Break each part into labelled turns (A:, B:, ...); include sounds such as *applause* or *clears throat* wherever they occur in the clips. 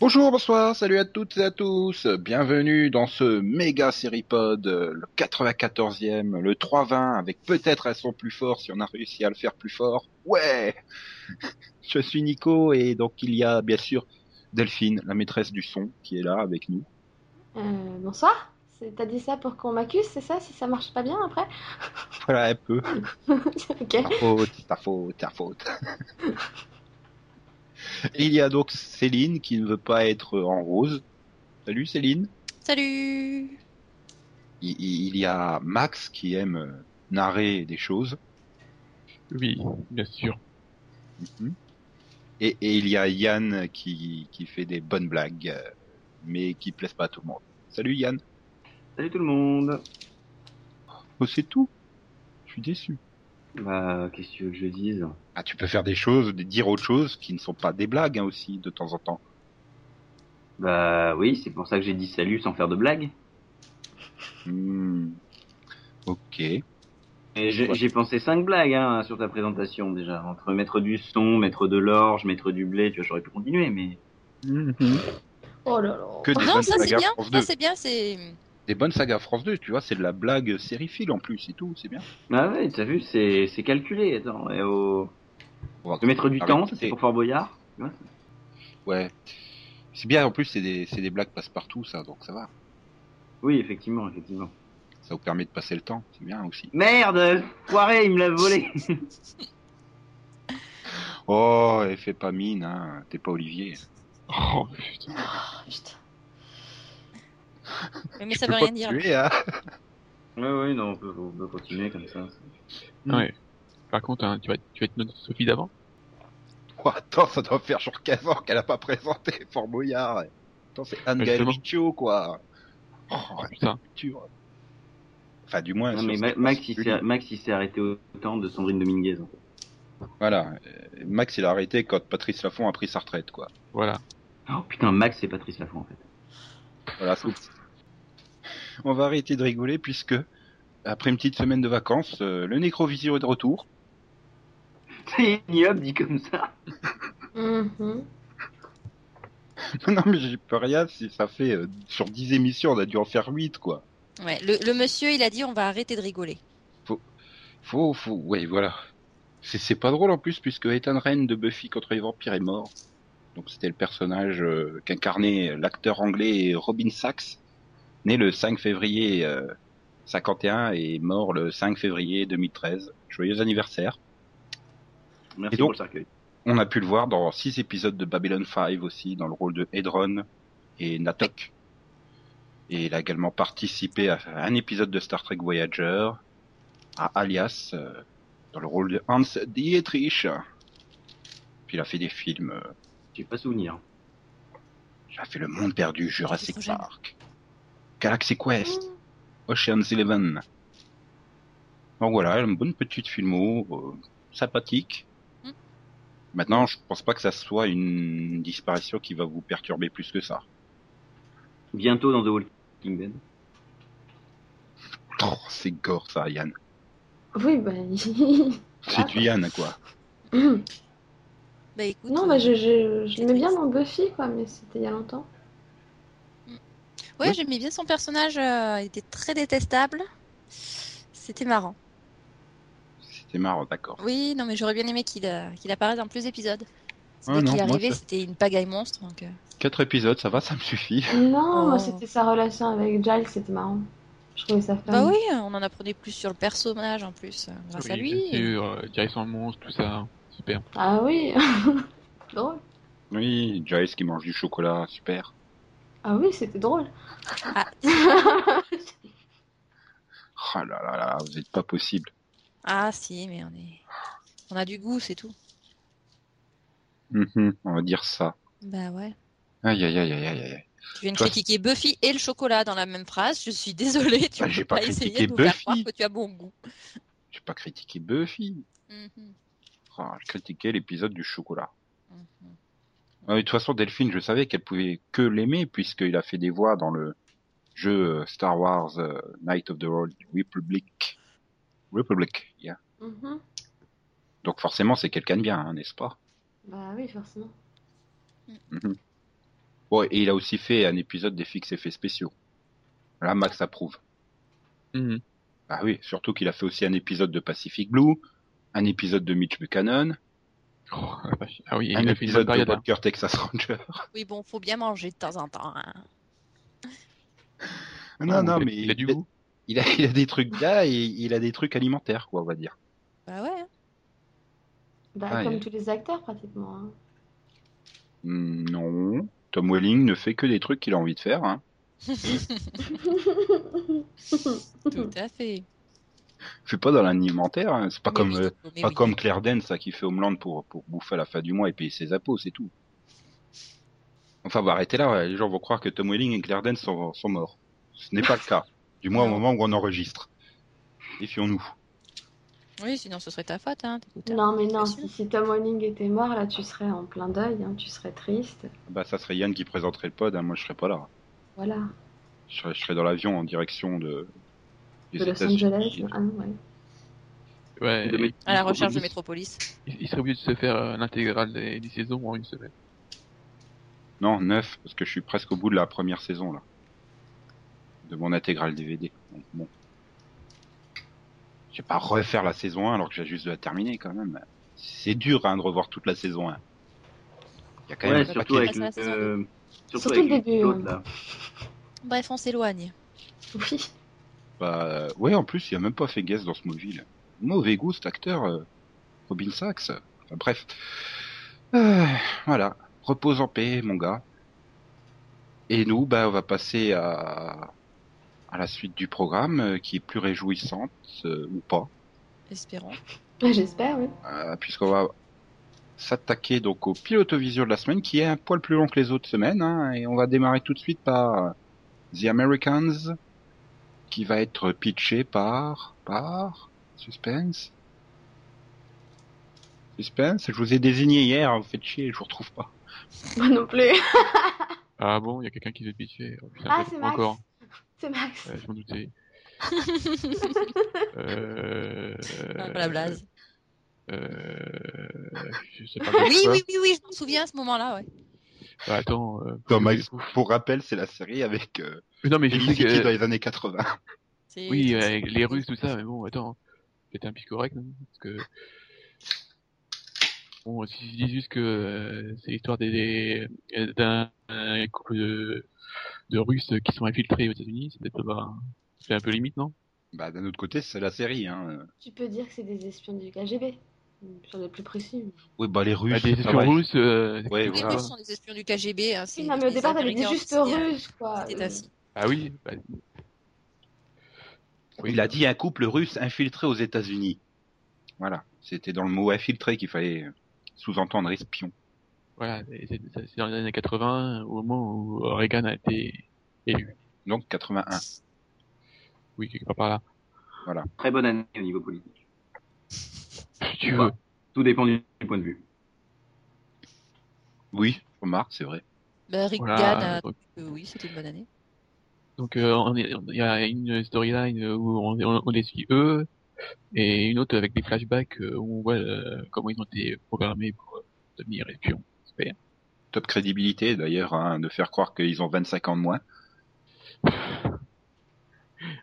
A: Bonjour, bonsoir, salut à toutes et à tous. Bienvenue dans ce méga Seripod, euh, le 94e, le 320, avec peut-être un son plus fort si on a réussi à le faire plus fort. Ouais *laughs* Je suis Nico et donc il y a bien sûr Delphine, la maîtresse du son, qui est là avec nous.
B: Euh, bonsoir. C'est- T'as dit ça pour qu'on m'accuse, c'est ça Si ça marche pas bien après *laughs*
A: Voilà un peu.
B: Ok. *laughs*
A: Ta faute, ta faute, ta faute. *laughs* Et il y a donc Céline qui ne veut pas être en rose. Salut Céline.
C: Salut
A: Il- il il y a Max qui aime euh, narrer des choses.
D: Oui, bien sûr.
A: Et, et il y a Yann qui, qui fait des bonnes blagues, euh, mais qui plaisent pas à tout le monde. Salut Yann.
E: Salut tout le monde
A: Oh, c'est tout. Je suis déçu.
E: Bah, qu'est-ce que tu veux que je dise
A: Ah, tu peux faire des choses, dire autre chose qui ne sont pas des blagues hein, aussi de temps en temps.
E: Bah oui, c'est pour ça que j'ai dit salut sans faire de blague.
A: Hmm. Ok.
E: Et j'ai j'ai pensé cinq blagues hein, sur ta présentation déjà. Entre maître du son, maître de l'orge, maître du blé, tu vois, j'aurais pu continuer, mais...
B: Oh là là.
A: Que des
C: Non,
A: bonnes
C: ça c'est
A: sagas
C: bien,
A: France 2.
C: ça c'est bien, c'est...
A: Des bonnes sagas France 2, tu vois, c'est de la blague sérifile en plus, c'est tout, c'est bien.
E: Ah ouais, t'as vu, c'est c'est calculé, attends. Et au...
A: On va
E: Le maître du
A: arrêter.
E: temps, ça, ah, c'est pour Fort Boyard. tu vois.
A: Ouais. C'est bien, en plus, c'est des, c'est des blagues passe-partout, ça, donc ça va.
E: Oui, effectivement, effectivement.
A: Ça vous permet de passer le temps, c'est bien aussi.
E: Merde Poiré, il me l'a *laughs* volé
A: Oh, et fais pas mine, hein, t'es pas Olivier.
D: Oh putain.
B: Oh, putain.
C: Mais
A: Tu
C: ça
A: peux
C: veut
A: pas
C: rien
A: te
C: dire.
A: tuer, hein.
E: Ouais, ouais, non, on peut, on peut continuer comme ça.
D: Ouais. Par contre, hein, tu, vas, tu vas être notre Sophie d'avant
A: Oh, attends, ça doit faire genre 15 ans qu'elle a pas présenté Fort Boyard. Attends, c'est Anne-Gaëlle
D: Justement.
A: Michaud, quoi. Oh,
D: Oh putain.
A: tu vois. Enfin, du moins.
E: Non,
A: sur
E: mais
A: ce
E: Ma-
A: qui
E: Max,
A: passe
E: il
A: plus
E: s'est-
A: vite.
E: Max, il s'est arrêté au temps de Sandrine Dominguez. en fait.
A: Voilà. euh, Max, il a arrêté quand Patrice Laffont a pris sa retraite, quoi.
D: Voilà.
E: Oh putain, Max, c'est Patrice Lafont, en fait.
A: Voilà, c'est- On va arrêter de rigoler puisque, après une petite semaine de vacances, euh, le Nécrovision est de retour. *laughs*
E: *laughs* C'est ignoble dit comme ça.
B: Mhm.
A: non, mais j'y peux rien si ça fait, euh, sur 10 émissions, on a dû en faire 8, quoi.
C: Ouais, le, le monsieur, il a dit on va arrêter de rigoler.
A: Faut, faut, ouais, voilà. C'est- C'est pas drôle en plus, puisque Ethan Rennes de Buffy contre les vampires est mort. Donc c'était le personnage euh, qu'incarnait l'acteur anglais Robin Sachs, né le 5 février euh, 51 et mort le 5 février 2013. Joyeux anniversaire.
E: Merci
A: Et donc-
E: pour le cercueil.
A: On a pu le voir dans six épisodes de Babylon 5 aussi, dans le rôle de Hedron et Natok. Et il a également participé à un épisode de Star Trek Voyager, à Alias, euh, dans le rôle de Hans Dietrich. Puis il a fait des films, euh,
E: J'ai pas souvenir.
A: il a fait Le Monde Perdu,
C: Ils
A: Jurassic
C: sont jeunes.
A: Park, Galaxy Quest, Ocean's Eleven. Donc voilà, une bonne petite filmo, euh, sympathique.
C: Mm.
A: Maintenant, je pense pas que ça soit une disparition qui va vous perturber plus que ça.
E: Bientôt dans The Walking Dead.
A: Oh, c'est gore ça, Yann.
B: Oui, bah. *laughs* il-
A: C'est du Yann, quoi.
C: Bah écoute,
B: non,
C: euh,
B: bah, je, je, je l'aimais bien dans Buffy, quoi, mais c'était il y a longtemps.
C: euh, ouais, j'aimais bien son personnage, euh, il était très détestable. C'était marrant.
A: C'était marrant, d'accord.
C: Oui, non mais j'aurais bien aimé qu'il euh, qu'il apparaisse dans plus d'épisodes. C'est
A: Ah
C: dès
A: non,
C: qu'il est
A: moi,
C: arrivé,
A: ça-
C: c'était une pagaille monstre. Donc, euh,
A: Quatre épisodes, ça va, ça me suffit.
B: Non,
C: Oh.
B: moi, c'était sa relation avec Giles, c'était marrant. Je trouvais ça fun.
C: Bah oui, on en apprenait plus sur le personnage en plus, euh, grâce à
D: oui,
C: lui.
D: bien sûr. euh, direction le monstre, tout ça. Super.
B: Ah oui. *laughs* drôle.
A: Oui, Giles qui mange du chocolat, super.
B: Ah oui, c'était
C: *laughs*
B: drôle.
C: Ah,
A: Oh là là là, vous êtes pas possible.
C: ah si, mais on est... On a du goût, c'est tout.
A: Mhm, on va dire ça.
C: Bah ouais.
A: Aïe, aïe, aïe, aïe, aïe, aïe.
C: Tu viens de
A: Toi,
C: critiquer Buffy et le chocolat dans la même phrase. Je suis désolée, tu
A: Bah, j'ai
C: peux
A: pas
C: pas essayer
A: critiqué
C: de nous faire
A: Buffy.
C: croire que tu as bon goût.
A: J'ai pas critiqué Buffy.
C: Mhm,
A: Oh, je critiquais l'épisode du chocolat.
C: mhm.
A: Ah oui, de toute façon, Delphine, je savais qu'elle pouvait que l'aimer puisqu'il a fait des voix dans le jeu euh, Star Wars euh, Night of the Old Republic. Republic, yeah.
B: Mhm.
A: Donc forcément, c'est quelqu'un de bien, hein, n'est-ce pas
B: Bah oui, forcément.
A: Bon, et il a aussi fait un épisode des fixes effets spéciaux. Là, Max approuve.
D: Mhm.
A: Ah oui, surtout qu'il a fait aussi un épisode de Pacific Blue, un épisode de Mitch Buchanan,
D: Oh, la vache. ah oui, et
A: un
D: il a fait une bonne
A: épisode de
D: période. hein.
A: Walker Texas Ranger.
C: Oui, bon, faut bien manger de temps en temps. hein.
A: Non, non,
D: il a-
A: mais
D: Ah, il a du goût.
A: il a, *laughs* il a des trucs là et il a des trucs alimentaires, quoi, on va dire.
C: Bah ouais.
B: *laughs*
C: hein.
B: Bah,
A: Ah,
B: comme
A: et-
B: tous les acteurs, pratiquement. hein.
A: Hmm, non, Tom Welling ne fait que des trucs qu'il a envie de faire. Hein.
C: Tout à fait.
A: Je suis pas dans l'alimentaire, hein. c'est pas
C: Mais
A: comme
C: oui,
A: euh,
C: mais
A: pas
C: oui.
A: comme Claire Danes ça, qui fait Homeland pour pour bouffer à la fin du mois et payer ses impôts, c'est tout. Enfin, on va arrêter là. ouais. Les gens vont croire que Tom Welling et Claire Danes sont, sont morts. Ce n'est pas le cas, du moins au
C: Non.
A: moment où on enregistre. Défions-nous.
C: Oui, sinon ce serait ta faute, hein. t'écoutes.
B: non, mais non,
C: C'est sûr.
B: si, si Tom Holling était mort, là, tu serais en plein deuil, hein, tu serais triste.
A: Bah, ça serait Yann qui présenterait le pod. hein. Moi, je serais pas là.
B: Voilà,
A: Je serais, je serais dans l'avion en direction de des
B: de Los
A: États-Unis.
B: Angeles. hein, ouais.
D: Ouais,
E: De
D: il-
E: mé-
C: À la recherche de
D: Métropolis.
C: Métropolis.
D: Il, il serait obligé de se faire euh, l'intégrale des, des saisons en une semaine.
A: Non, 9, parce que je suis presque au bout de la première saison, là. De mon intégrale DVD. Donc, bon. Je vais pas refaire la saison 1 alors que j'ai juste de la terminer, quand même. C'est dur, hein, de revoir toute la saison 1. Il y a quand
E: Ouais,
A: même un
E: surtout
A: paquet-
E: avec le.
C: Ça, ça, ça, ça.
E: euh,
B: Surtout
E: avec
B: le début,
E: l'autre,
B: hein.
E: là.
C: Bref, on s'éloigne.
B: Oui, *laughs*
A: bah, euh, ouais, en plus, il a même pas fait guest dans ce movie, là. Mauvais goût, cet acteur, euh, Robin Sachs. Enfin, bref. Euh, voilà. Repose en paix, mon gars. Et nous, bah, on va passer à, à la suite du programme, euh, qui est plus réjouissante, euh, ou pas,
C: Espérons.
B: Bah, j'espère, oui. *laughs*
A: euh, puisqu'on va s'attaquer donc au pilote visio de la semaine, qui est un poil plus long que les autres semaines, hein, et on va démarrer tout de suite par euh, The Americans, qui va être pitché par, par, suspense. Suspense, je vous ai désigné hier, hein, vous faites chier, je vous retrouve pas.
B: Moi non plus.
D: Ah bon, il y a quelqu'un qui veut pitcher. Oh, putain,
B: Ah,
D: je-
B: c'est Max.
D: Encore.
B: *laughs* C'est Max.
D: Ouais, je m'en
C: *laughs*
D: doutais. euh...
C: Ah, pas la blase.
D: Euh... Je sais pas.
C: Oui, oui, oui, oui, je me souviens à ce moment-là, ouais.
D: Bah, attends. Euh...
A: Non,
D: mais...
A: mais pour rappel, c'est la série avec euh,
D: non, mais je
A: Helsinki
D: sais
A: dans
D: que.
A: les années 80.
C: C'est-
D: Oui,
A: euh,
C: c'est-
D: avec
C: c'est-
D: les Russes, tout ça, mais bon, attends. J'étais un peu correct, hein, parce que. Bon, si je dis juste que euh, c'est l'histoire des, des- d'un un couple de, de Russes qui sont infiltrés aux États-Unis, c'est peut-être pas. C'est un peu limite, non
A: Bah, d'un autre côté, c'est la série, hein.
B: Tu peux dire que c'est des espions du KGB. Sur les plus précis.
A: Oui, bah, les Russes.
D: Bah, Des
A: ça
D: espions
A: va.
D: russes. Euh, c'est
A: Ouais,
D: plutôt
C: Les
A: voilà.
D: ça.
C: Russes sont des espions du KGB. Hein, c'est
B: non, mais au
C: les
B: départ, t'avais dit
C: Américains
B: juste Euh,
C: aussi, hein,
B: russe, quoi.
C: des États-Unis.
D: Ah oui, bah, Oui.
A: Il a dit un couple russe infiltré aux États-Unis. Voilà, c'était dans le mot infiltré qu'il fallait euh, sous-entendre espion.
D: voilà, c'est c'est- c'est dans les années 80, au moment où Reagan a été élu.
A: Donc 81.
D: Oui, quelque part par là.
E: Très bonne année au niveau politique.
D: Si tu veux.
E: Tout dépend du point de vue.
A: Oui, remarque, c'est vrai.
C: Bah, Rick
D: Voilà.
C: Gann, euh, oui, c'était une bonne année.
D: Donc, euh, on est- on- il y a une storyline où on, on- on les suit eux, et une autre avec des flashbacks euh, où on voit euh, comment ils ont été programmés pour euh, devenir espions.
A: Top crédibilité d'ailleurs, hein, de faire croire qu'ils ont 25 ans de moins.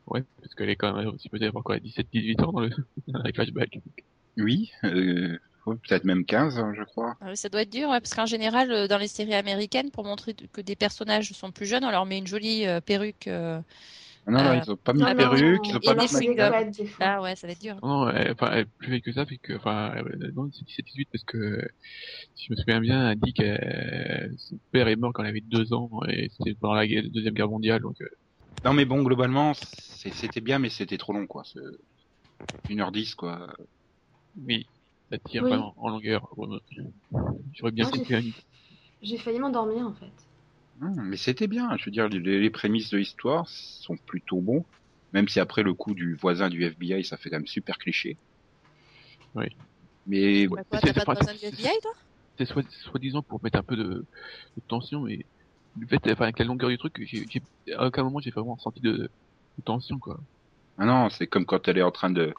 D: Ouais, parce qu'elle est quand même aussi peut-être encore 17-18 ans dans, le, *laughs* dans les flashbacks.
A: Oui, euh, ouais, peut-être même 15, hein, je crois.
C: Ah oui, ça doit être dur, ouais, parce qu'en général, euh, dans les séries américaines, pour montrer que des personnages sont plus jeunes, on leur met une jolie euh, perruque. euh.
A: Ah Non, non,
C: Euh,
A: ils ont pas mis de
C: non,
A: perruque, ils ont
C: et
A: pas
C: des
A: mis de
C: fringues.
A: maquillage.
B: des des fois.
C: Ah ouais, ça va être dur.
D: Non, elle- enfin, elle est plus vieille que ça, fait que, enfin, elle- non, c'est 17-18 parce que, si je me souviens bien, elle dit que euh, son père est mort quand elle avait deux ans et c'était pendant la guerre- deuxième guerre mondiale, donc euh,
A: Non mais bon, globalement, c'est- c'était bien, mais c'était trop long quoi. 1h10 quoi.
D: oui. ça tire
B: Oui.
D: vraiment en longueur. Ouais, ouais. J'aurais bien
B: Moi,
D: compté
B: j'ai-
D: à une-
B: J'ai failli m'endormir en fait.
A: Hum, mais c'était bien, je veux dire, les, les prémices de l'histoire sont plutôt bons, même si après le coup du voisin du FBI, ça fait quand même super cliché.
D: Oui.
A: Mais
C: Bah quoi,
D: c'est-
C: t'as
D: c'est
C: pas de
D: pas-
C: voisin du
D: c'est-
C: FBI, toi
D: C'est soi- soi-disant pour mettre un peu de, de tension, mais le fait, enfin, avec la longueur du truc, j'ai, j'ai- à aucun moment j'ai vraiment senti de, de tension, quoi.
A: ah non, c'est comme quand elle est en train de,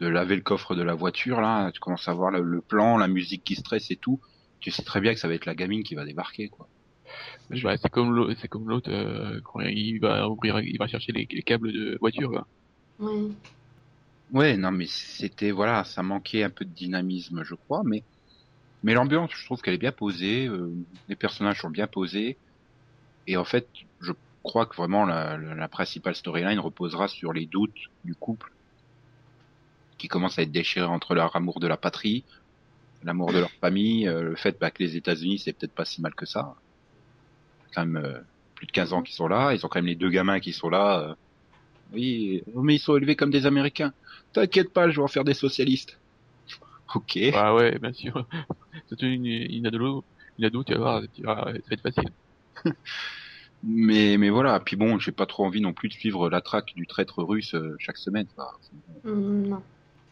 A: de laver le coffre de la voiture, là, tu commences à voir le, le plan, la musique qui stresse et tout. Tu sais très bien que ça va être la gamine qui va débarquer, quoi.
D: Bah, c'est comme l'autre, c'est comme l'autre euh, quand il va ouvrir, il va chercher les, les câbles de voiture. *laughs* Quoi.
B: Oui.
A: Ouais, non, mais c'était, voilà, ça manquait un peu de dynamisme, je crois, mais, mais l'ambiance, je trouve qu'elle est bien posée, euh, les personnages sont bien posés, et en fait, je crois que vraiment la, la, la principale storyline reposera sur les doutes du couple, qui commence à être déchiré entre leur amour de la patrie, l'amour de leur famille, euh, le fait bah, que les États-Unis, c'est peut-être pas si mal que ça. Quand même, euh, plus de 15 ans qu'ils sont là, ils ont quand même les deux gamins qui sont là, euh, oui, mais ils sont élevés comme des Américains. T'inquiète pas, je vais en faire des socialistes. *laughs* Ok.
D: Bah ouais, bien sûr. *laughs* Surtout une, une ado, une ado, tu vas voir, tu vas, ça va être facile.
A: Mais, mais voilà. Puis bon, j'ai pas trop envie non plus de suivre la traque du traître russe euh, chaque semaine. quoi.
B: Mm, non.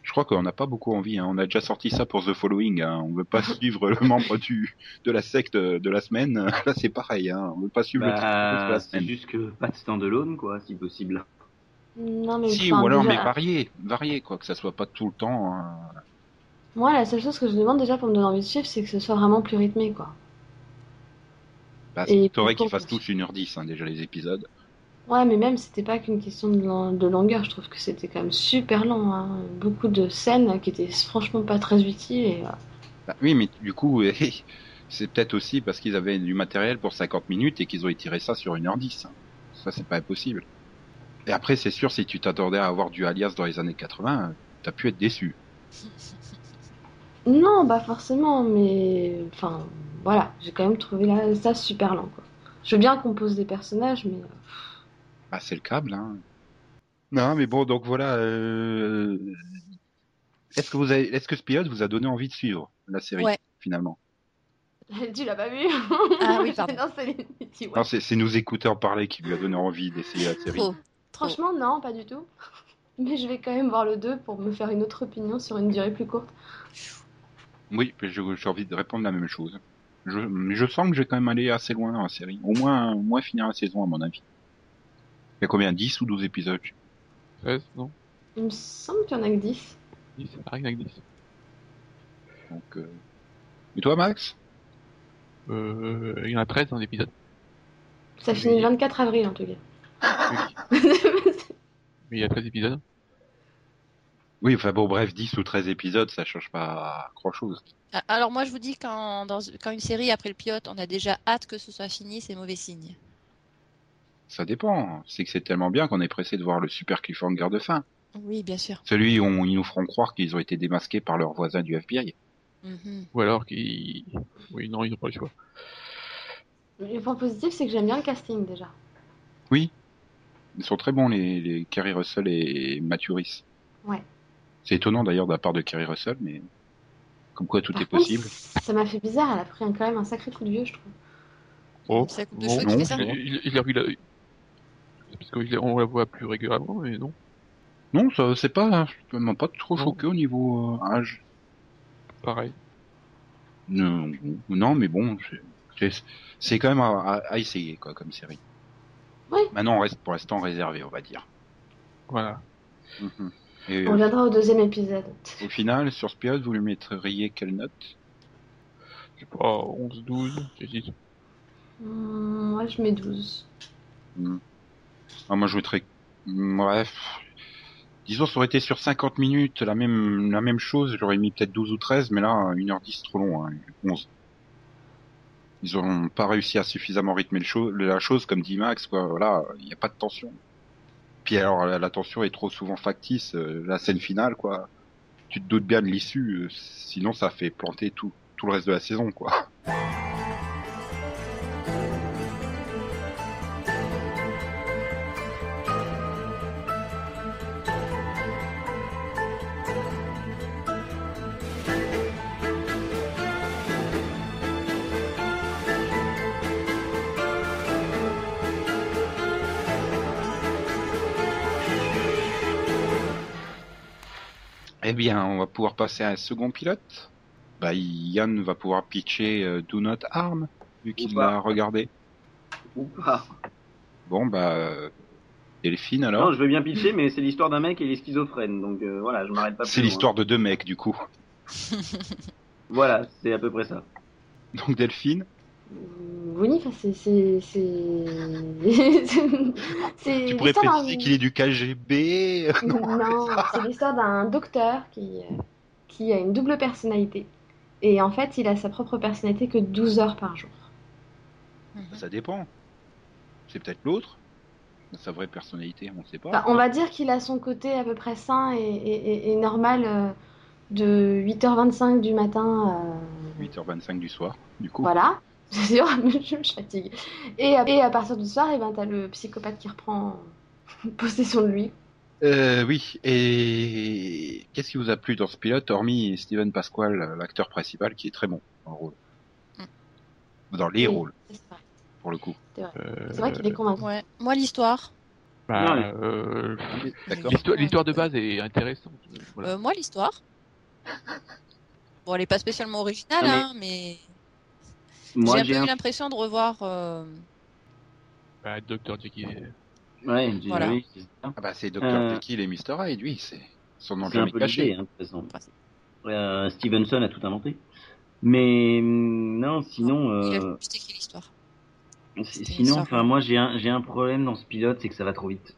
A: Je crois qu'on n'a pas beaucoup envie. hein. On a déjà sorti ça pour The Following. Hein. On veut pas *laughs* suivre le membre du, de la secte de la semaine. *laughs* Là, c'est pareil. Hein. On veut pas suivre le traître russe de
E: Bah,
A: la
E: c'est
A: semaine.
E: juste que pas de standalone, quoi, si possible.
B: Non, mais
A: Si,
B: enfin,
A: ou alors, mais
B: déjà,
A: varié, varié, quoi, que ça soit pas tout le temps. hein.
B: Moi, la seule chose que je demande déjà pour me donner envie de suivre, c'est que ce soit vraiment plus rythmé, quoi.
A: Bah,
B: Et
A: t'aurais
B: pourtant,
A: qu'ils fassent
B: pour-
A: tous 1h10, hein, déjà, les épisodes.
B: Ouais, mais même, c'était pas qu'une question de, lan- de longueur. Je trouve que c'était quand même super long. hein. Beaucoup de scènes qui étaient franchement pas très utiles. Et, euh,
A: Bah oui, mais du coup, *laughs* euh, c'est peut-être aussi parce qu'ils avaient du matériel pour 50 minutes et qu'ils ont étiré ça sur 1h10. Ça, c'est pas impossible. Et après, c'est sûr, si tu t'attendais à avoir du alias dans les années 80, euh, t'as pu être déçu.
B: Non, bah forcément, mais enfin, voilà, j'ai quand même trouvé là, ça super lent, quoi. Je veux bien qu'on pose des personnages, mais euh,
A: Bah, c'est le câble, hein. Non, mais bon, donc voilà. euh, Est-ce que vous avez... est-ce que ce pilote vous a donné envie de suivre la série
C: Ouais.
A: finalement
B: euh, *laughs* tu l'as pas vu?
C: Ah
B: *laughs*
C: oui, pardon.
B: Non, c'est les petits, ouais.
A: Non, c'est c'est nous écouter en parler qui lui a donné envie d'essayer la série.
C: Trop.
B: Franchement, non, pas du tout. *laughs* Mais je vais quand même voir le 2 pour me faire une autre opinion sur une durée plus courte.
A: Oui, mais je- j'ai envie de répondre la même chose. Je, je sens que j'ai quand même allé assez loin dans la série. Au moins, au moins finir la saison, à mon avis. Il y a combien 10 ou 12 épisodes
D: Ouais, non,
B: Il me semble qu'il y en a que 10.
D: Dix, ça arrive avec 10.
A: Donc, euh... Et toi, Max
D: Euh, il y en a 13 dans l'épisode.
B: Ça finit le 24 avril, en tout cas.
C: *laughs*
D: Mais il y a 13 épisodes.
A: Oui, enfin bon, bref, 10 ou 13 épisodes, ça change pas grand-chose.
C: Ah, Alors moi, je vous dis, quand, dans, quand une série, après le pilote, on a déjà hâte que ce soit fini, c'est mauvais signe.
A: Ça dépend. C'est que c'est tellement bien qu'on est pressé de voir le super cliffhanger de fin.
C: Oui, bien sûr.
A: Celui où on- ils nous feront croire qu'ils ont été démasqués par leurs voisins du FBI.
C: Mhm.
D: Ou alors qu'ils... Oui, non, ils ont pas le choix.
B: Le point positif, c'est que j'aime bien le casting, déjà.
A: Ils sont très bons, les, les Kerry Russell et Mathuris.
B: Ouais.
A: C'est étonnant d'ailleurs de la part de Kerry Russell, mais comme quoi tout
B: Par
A: est
B: contre,
A: possible.
B: ça m'a fait bizarre, elle a pris un- quand même un sacré coup de vieux, je trouve.
D: Oh,
C: C'est la coupe de
D: non,
C: cheveux
A: non,
C: qui fait ça
A: c'est-
D: Il, il, il, a- il a- parce qu'on la voit plus régulièrement, mais non.
A: Non, ça c'est pas, je m'a pas trop
D: Non.
A: choqué au niveau euh, âge.
D: Pareil.
A: Non, non, mais bon, c'est- c'est- c'est quand même à, à- à essayer quoi comme série.
B: Oui.
A: Maintenant, on reste pour l'instant réservé, on va dire.
D: Voilà.
A: Mhm. Et
B: On
A: euh,
B: reviendra au deuxième épisode.
A: au final, sur ce pilote, vous lui mettriez quelle note
D: Je sais pas, 11, 12, j'hésite.
B: Hmm, moi, je mets 12.
A: ah, Moi, je mettrais, bref, disons, ça aurait été sur 50 minutes la même la même chose. J'aurais mis peut-être 12 ou 13, mais là, 1h10 trop long, hein, 11. Ils ont pas réussi à suffisamment rythmer le cho- la chose, comme dit Max, quoi. Voilà, il n'y a pas de tension. Puis alors, la, la tension est trop souvent factice. euh, la scène finale, quoi. Tu te doutes bien de l'issue, euh, sinon ça fait planter tout tout le reste de la saison, quoi. Eh bien, on va pouvoir passer à un second pilote. Bah, Yann va pouvoir pitcher euh, Do Not Harm, vu qu'il
E: pas.
A: l'a regardé.
E: Ou pas.
A: Bon, bah, euh, Delphine
E: Non,
A: alors
E: je veux bien pitcher, mais c'est l'histoire d'un mec et il est schizophrène, donc euh, voilà, je m'arrête pas plus
A: C'est
E: loin.
A: l'histoire de deux mecs, du coup. *laughs*
E: Voilà, c'est à peu près ça.
A: Donc, Delphine,
B: Oui, enfin, c'est. C'est. *laughs* C'est. c'est
A: tu pourrais
B: l'histoire
A: préciser
B: d'un-
A: qu'il est du KGB
B: *laughs* Non, c'est l'histoire d'un docteur qui, euh, qui a une double personnalité. Et en fait, il a sa propre personnalité que 12 heures par jour.
C: Mhm.
A: *laughs* Ça dépend. C'est peut-être l'autre. Sa vraie personnalité, on ne sait pas.
B: Enfin, Bah, on va dire qu'il a son côté à peu près sain et, et- et- et normal euh, de 8h25 du matin. euh,
A: 8h25 du soir, du coup.
B: Voilà. *laughs* C'est sûr, je me fatigue. Et, à- et à partir du soir, et ben, t'as le psychopathe qui reprend *laughs* possession de lui.
A: Euh, oui, et qu'est-ce qui vous a plu dans ce pilote, hormis Steven Pasquale, l'acteur principal, qui est très bon dans le rôle Dans les
B: Mm. Oui,
A: rôles,
B: C'est vrai,
A: pour le coup.
D: Euh,
B: C'est vrai qu'il est convaincant.
C: Ouais. Moi, l'histoire.
D: bah,
E: Ouais.
D: euh,
A: D'accord.
D: l'histoire- L'histoire de base est intéressante. euh, voilà.
C: Euh, moi, *laughs* l'histoire. Bon, elle est pas spécialement originale,
E: Non, mais-
C: hein, mais j'ai
E: Moi,
C: un peu
E: j'ai un...
C: eu l'impression de revoir. euh,
D: Bah, Dr. Jekyll.
E: Ouais, j'ai-
C: Voilà.
E: oui, c'est ça.
A: Ah bah c'est Dr.
E: Euh,
A: Jekyll et Mr. Hyde, oui, c'est son nom
E: C'est un
A: jamais
E: peu
A: caché.
E: l'idée, hein, de toute façon.
C: enfin, c'est-
E: Euh, Stevenson a tout inventé. Mais hum, non, sinon...
C: j'ai
E: euh,
C: juste écrit l'histoire.
E: Si-
C: C'était
E: Sinon,
C: ça.
E: enfin, moi, j'ai un, j'ai un problème dans ce pilote, c'est que ça va trop vite.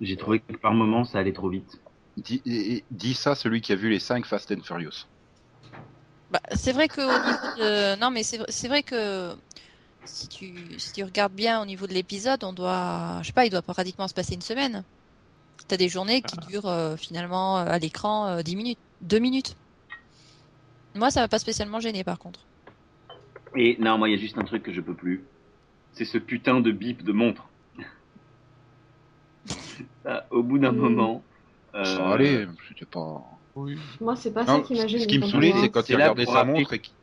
E: J'ai trouvé que par moments, ça allait trop vite.
A: Dis, et- et- dis ça celui qui a vu les 5 Fast and Furious.
C: Bah, c'est vrai que au niveau de... non mais c'est c'est vrai que si tu si tu regardes bien au niveau de l'épisode, on doit je sais pas, il doit pratiquement se passer une semaine. T'as des journées qui durent euh, finalement euh, à l'écran euh, 10 minutes, 2 minutes. Moi ça m'a pas spécialement gêné par contre.
E: Et non, moi, il y a juste un truc que je peux plus. C'est ce putain de bip de *laughs* montre. Ça, au bout d'un
B: Mm.
E: moment. euh,
A: Ça allez, c'était pas...
D: Oui.
B: Moi, Ah, c'est pas ça
A: Non,
B: qui m'a gêné.
A: ce qui me
B: quand
A: saoulait,
B: même.
A: c'est quand
E: C'est
A: il
E: là
A: regardait
E: pour
A: sa
E: rappeler-
A: montre et qu'il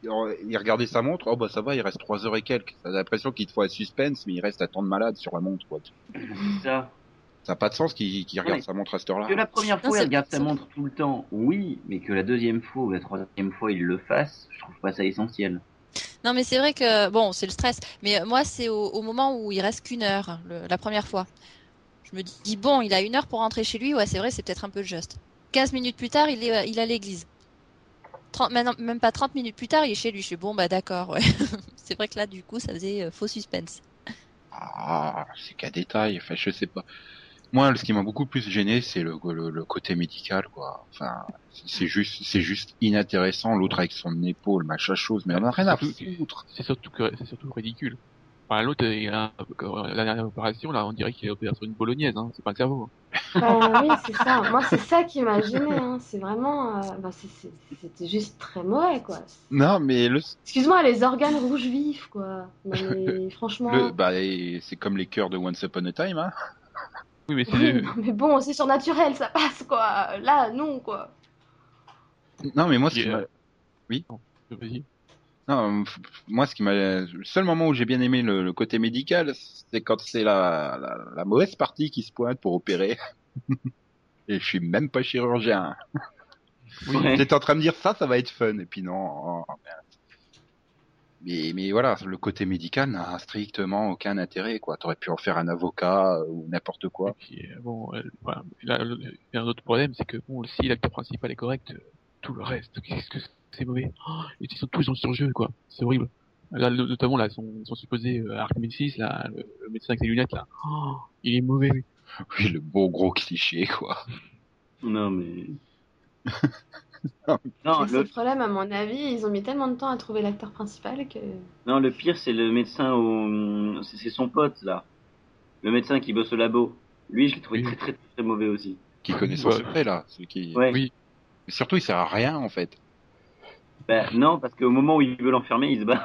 A: il regardait sa montre, oh bah ça va, il reste 3 heures et quelques. T'as l'impression qu'il te faut un suspense, mais il reste à temps de malade sur la montre, quoi.
E: c'est ça.
A: Ça n'a pas de sens qu'il qu'il regarde
E: Ouais.
A: sa montre à cette heure-là.
E: Que la première
C: Non,
E: fois,
C: c'est-
E: il regarde sa
C: c'est-
E: montre tout le temps, oui, mais que la deuxième fois ou la troisième fois, il le fasse, je trouve pas ça essentiel.
C: Non mais c'est vrai que bon, c'est le stress, mais euh, moi c'est au, au moment où il reste qu'une heure le- la première fois. Je me dis bon, il a une heure pour rentrer chez lui, ouais, c'est vrai, c'est peut-être un peu juste. 15 minutes plus tard, il est euh, il est à l'église. 30 maintenant même pas 30 minutes plus tard, il est chez lui. Je suis bon bah d'accord, ouais. *laughs* c'est vrai que là du coup, ça faisait euh, faux suspense.
A: Ah, c'est qu'un détail. Enfin, je sais pas. Moi, ce qui m'a beaucoup plus gêné, c'est le, le, le côté médical, quoi. Enfin, c'est juste, c'est juste inintéressant. L'autre avec son épaule, machin chose, mais on a rien à foutre.
D: C'est surtout que c'est surtout ridicule. Enfin, l'autre, il a- la dernière opération, là, on dirait qu'il a opéré sur une bolognaise, hein. C'est pas le cerveau.
B: Bah oui, c'est ça. Moi, c'est ça qui m'a gêné. hein. C'est vraiment. euh, bah, c'est- c'est- C'était juste très mauvais, quoi.
A: Non, mais le,
B: Excuse-moi, les organes rouges vifs, quoi. Non, mais franchement.
A: *laughs* le bah, et c'est comme les cœurs de Once Upon a Time, hein.
D: Oui,
B: *laughs*
D: mais
B: Oui,
D: c'est,
B: non, mais bon, c'est surnaturel, ça passe, quoi. Là, non, quoi.
A: Non, mais moi, ce qui
D: Yeah.
A: m'a-
D: vas-y.
A: non, f- f- moi, ce qui m'a, le seul moment où j'ai bien aimé le, le côté médical, c'est quand c'est la, la, la mauvaise partie qui se pointe pour opérer. *laughs* Et je suis même pas chirurgien.
E: Ouais.
A: J'étais en train de me dire ça, ça va être fun, et puis non. oh, merde. Mais, mais voilà, le côté médical n'a strictement aucun intérêt, quoi. T'aurais pu en faire un avocat euh, ou n'importe quoi. *laughs*
D: Puis, euh, bon, euh, voilà. Là, le- il y a un autre problème, c'est que bon, si l'acteur principal est correct, euh, tout le reste, qu'est-ce que c'est mauvais. Oh, ils sont tous dans le surjeu, quoi. C'est horrible. Là, le- notamment, là, son, son supposé euh, Archimedes 6, là, le, le médecin avec ses lunettes, là. Oh, il est mauvais, lui.
A: Oui, le beau gros cliché, quoi.
E: Non, mais.
A: Non.
E: *laughs* non,
B: Mais C'est
E: le,
B: le problème, à mon avis, ils ont mis tellement de temps à trouver l'acteur principal que.
E: Non, le pire, c'est le médecin au. C'est c'est son pote, là. Le médecin qui bosse au labo. Lui, je l'ai trouvé
D: Oui.
E: très, très, très, très mauvais aussi.
A: Qui connaît son
D: Ouais.
A: secret, là. Celui qui...
E: Ouais.
D: Oui.
A: Mais surtout, il sert à rien, en fait.
E: Bah, non, parce qu'au moment où il veut l'enfermer, il se bat.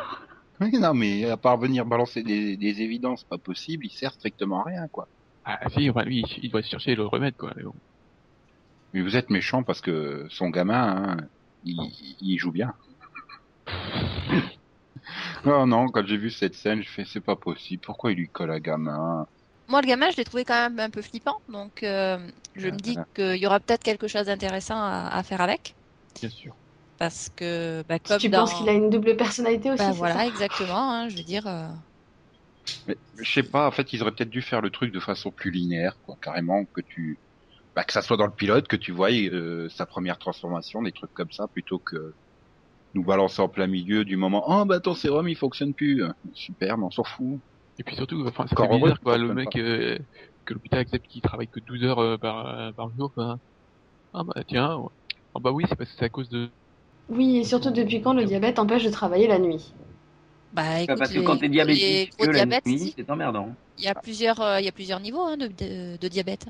A: Oui, non, mais à part venir balancer des, des évidences pas possibles, il sert strictement à rien, quoi.
D: Ah, si, enfin, lui, il- il doit chercher le remède, quoi. Mais bon.
A: Mais vous êtes méchant parce que son gamin, hein, il, il joue bien. *laughs* Oh non, non, quand j'ai vu cette scène, je fais c'est pas possible. Pourquoi il lui colle à gamin
C: Moi, le gamin, je l'ai trouvé quand même un peu flippant, donc euh, je me dis qu'il y aura peut-être quelque chose d'intéressant à, à faire avec,
D: bien sûr.
C: parce que bah, comme
B: tu
C: dans-
B: penses qu'il a une double personnalité aussi
C: Bah,
B: c'est
C: voilà,
B: ça
C: exactement. hein, je veux dire, euh,
A: Mais je sais pas, en fait, ils auraient peut-être dû faire le truc de façon plus linéaire, quoi, carrément, que tu, bah, que ça soit dans le pilote, que tu vois euh, sa première transformation, des trucs comme ça, plutôt que nous balancer en plein milieu du moment, oh, bah, ton sérum, il fonctionne plus. Super, mais on s'en fout.
D: Et puis surtout, enfin, c'est
A: Encore heureux
D: bizarre,
A: que
D: quoi,
A: ça
D: le
A: prenne
D: mec
A: pas.
D: euh, que l'hôpital accepte qu'il travaille que 12 heures euh, par, euh, par jour. quoi. Ah bah tiens, ouais. ah bah oui, c'est parce que c'est à cause de.
B: oui et surtout depuis quand le diabète empêche de travailler la nuit
C: bah écoute,
E: parce que
C: les-
E: quand t'es
C: les
E: diabétique,
C: gros
E: que la
C: diabètes,
E: nuit, ah.
C: si,
E: c'est emmerdant.
C: il y a plusieurs, euh, il y a plusieurs niveaux hein, de, de- de diabète.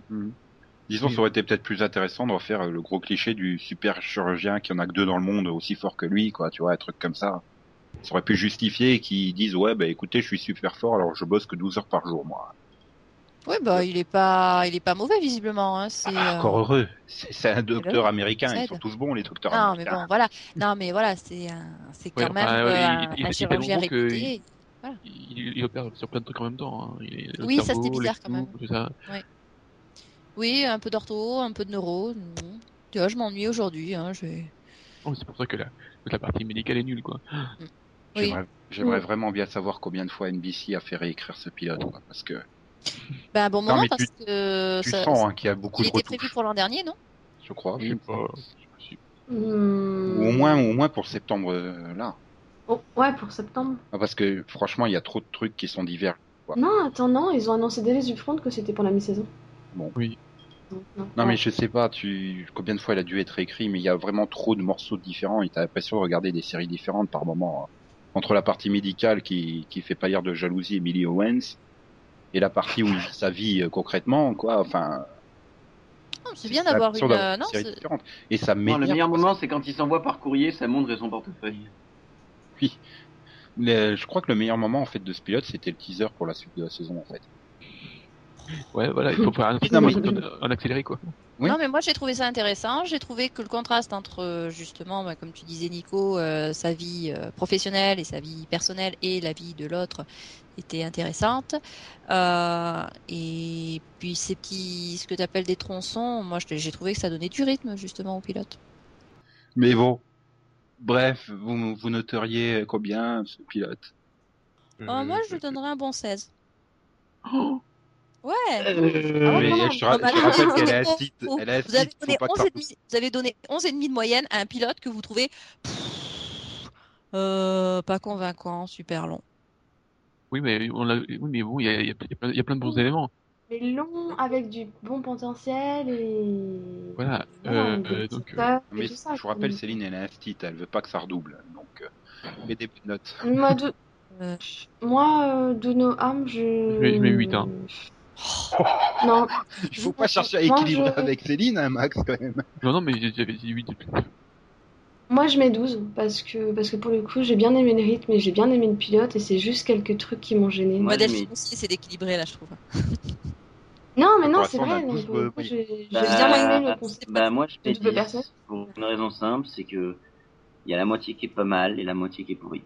A: Disons,
D: Oui.
A: ça aurait été peut-être plus intéressant de refaire euh, le gros cliché du super chirurgien qui en a que deux dans le monde, aussi fort que lui, quoi, tu vois, un truc comme ça. Ça aurait pu justifier qu'ils disent, ouais, bah, écoutez, je suis super fort, alors je bosse que 12 heures par jour, moi.
C: Oui, bah il est pas, il est pas mauvais visiblement. hein, c'est,
A: Ah,
C: euh,
A: encore heureux. C'est c'est un
C: ben
A: docteur américain,
C: ça
A: ils
C: aide.
A: sont tous bons, les docteurs
C: Non, mais
A: américains.
C: bon, voilà. Non, mais voilà, c'est un- c'est quand
D: Ouais,
C: même
D: enfin,
A: bah,
C: euh,
D: il-
C: un,
D: il- il
C: un
D: était
C: chirurgien
D: tellement bon que-
C: réputé.
D: Il, il opère sur plein de trucs en même temps. hein. Il est- le
C: Oui, ça, c'était
D: cerveau, les
C: bizarre, quand
D: genoux, tout ça.
C: Oui, un peu d'ortho, un peu de neuro. bon. Tu vois, je m'ennuie aujourd'hui. Hein, je... vais-
D: Oh, c'est pour ça que la, toute la partie médicale est nulle, quoi.
C: Oui. Mm.
A: J'aimerais j'aimerais
C: Oui.
A: vraiment bien savoir combien de fois NBC a fait réécrire ce pilote, quoi, parce que
C: Ben, un bon
A: Non,
C: moment
A: mais
C: parce que
A: tu
C: ça,
A: sens hein, qu'il y a beaucoup
C: il
A: de
C: était prévu
A: retouches,
C: pour l'an dernier, non
A: je crois.
D: Ah, Je sais
A: je-
D: pas, je sais pas si-
B: Hmm.
A: Ou au moins, au moins pour septembre euh, là,
B: Oh, ouais pour septembre
A: Ah, parce que franchement, il y a trop de trucs qui sont divers. quoi.
B: non attends non ils ont annoncé dès les upfront que c'était pour la mi-saison
A: Bon.
D: Oui.
B: non, non. Ah,
A: Non,
B: Ouais.
A: mais je sais pas, tu combien de fois il a dû être écrit, mais il y a vraiment trop de morceaux différents. Et t'as l'impression de regarder des séries différentes par moment. hein. Entre la partie médicale qui qui fait paillir de jalousie Emily Owens et la partie
C: *laughs*
A: où il vit sa vie euh, concrètement, quoi. Enfin,
C: Non, C'est bien
A: T'as
C: d'avoir
A: l'impression
C: une.
A: d'avoir
C: euh, non,
A: série
C: c'est-
A: différente. Et ça
E: Non, le
A: m'énerve.
E: meilleur moment, c'est quand il s'envoie par courrier sa montre et son portefeuille.
A: Le- Je crois que le meilleur moment en fait de ce pilote, c'était le teaser pour la suite de la saison en fait.
D: Ouais, voilà, il faut faire
A: *laughs*
D: un
A: Non, mais-
D: en- en accéléré, quoi.
A: Oui.
C: Non, mais moi j'ai trouvé ça intéressant. J'ai trouvé que le contraste entre euh, justement, bah, comme tu disais Nico, euh, sa vie euh, professionnelle et sa vie personnelle et la vie de l'autre était intéressante. Euh, et puis ces petits, ce que tu appelles des tronçons, moi je- j'ai trouvé que ça donnait du rythme justement au pilote.
A: Mais bon. Bref, vous, vous noteriez combien ce pilote
C: Euh, moi je lui donnerais un bon 16. Ouais.
B: Ah ouais,
A: Mais
B: quand même.
A: je, te ra-
C: Ah bah
A: je te
C: non,
A: rappelle
C: mais
A: qu'elle est
C: c'est
A: assise.
C: faux.
A: Elle est
C: Vous avez
A: assise.
C: donné
A: faut pas te
C: 11,5
A: faire
C: vous avez donné 11,5 de moyenne à un pilote que vous trouvez euh, pas convaincant, super long.
D: Oui, mais, on l'a- oui, mais bon, il y a, il y a- il y a plein- il y a plein de bons
B: Oui.
D: éléments.
B: mais long avec du bon potentiel et
D: Voilà, euh,
B: des
D: euh,
B: petits
D: donc, euh,
B: tops et
A: Mais
B: tout ça,
A: je vous rappelle,
B: quoi.
A: Céline, elle est astite, elle veut pas que ça redouble. Donc, euh, mets des petites notes.
B: Moi, de...
C: Euh.
B: Moi euh, de nos âmes, je. Oh.
D: Je mets- je mets huit, hein.
B: Non,
A: *laughs* Il faut pas chercher à
B: Moi,
A: équilibrer
B: je-
A: avec Céline, hein, Max, quand même.
D: Non, non, mais j'ai- j'avais dit 8 depuis.
B: moi je mets 12 parce que, parce que pour le coup, j'ai bien aimé le rythme et j'ai bien aimé le pilote et c'est juste quelques trucs qui m'ont gêné.
E: Moi,
C: Moi,
E: je
C: Delphine
E: mets-
C: aussi, c'est d'équilibré là, je trouve.
B: Non, mais non,
A: Pour
B: c'est
A: l'instant, on a
B: vrai. non,
A: 12,
B: pour le
A: euh,
B: coup,
A: oui.
B: j'ai j'ai
E: Bah,
B: bien aimé le concept.
E: bah, moi, je
B: de
E: fais
B: double
E: 10,
B: personne.
E: pour une raison simple, c'est que il y a la moitié qui est pas mal et la moitié qui est pourrie.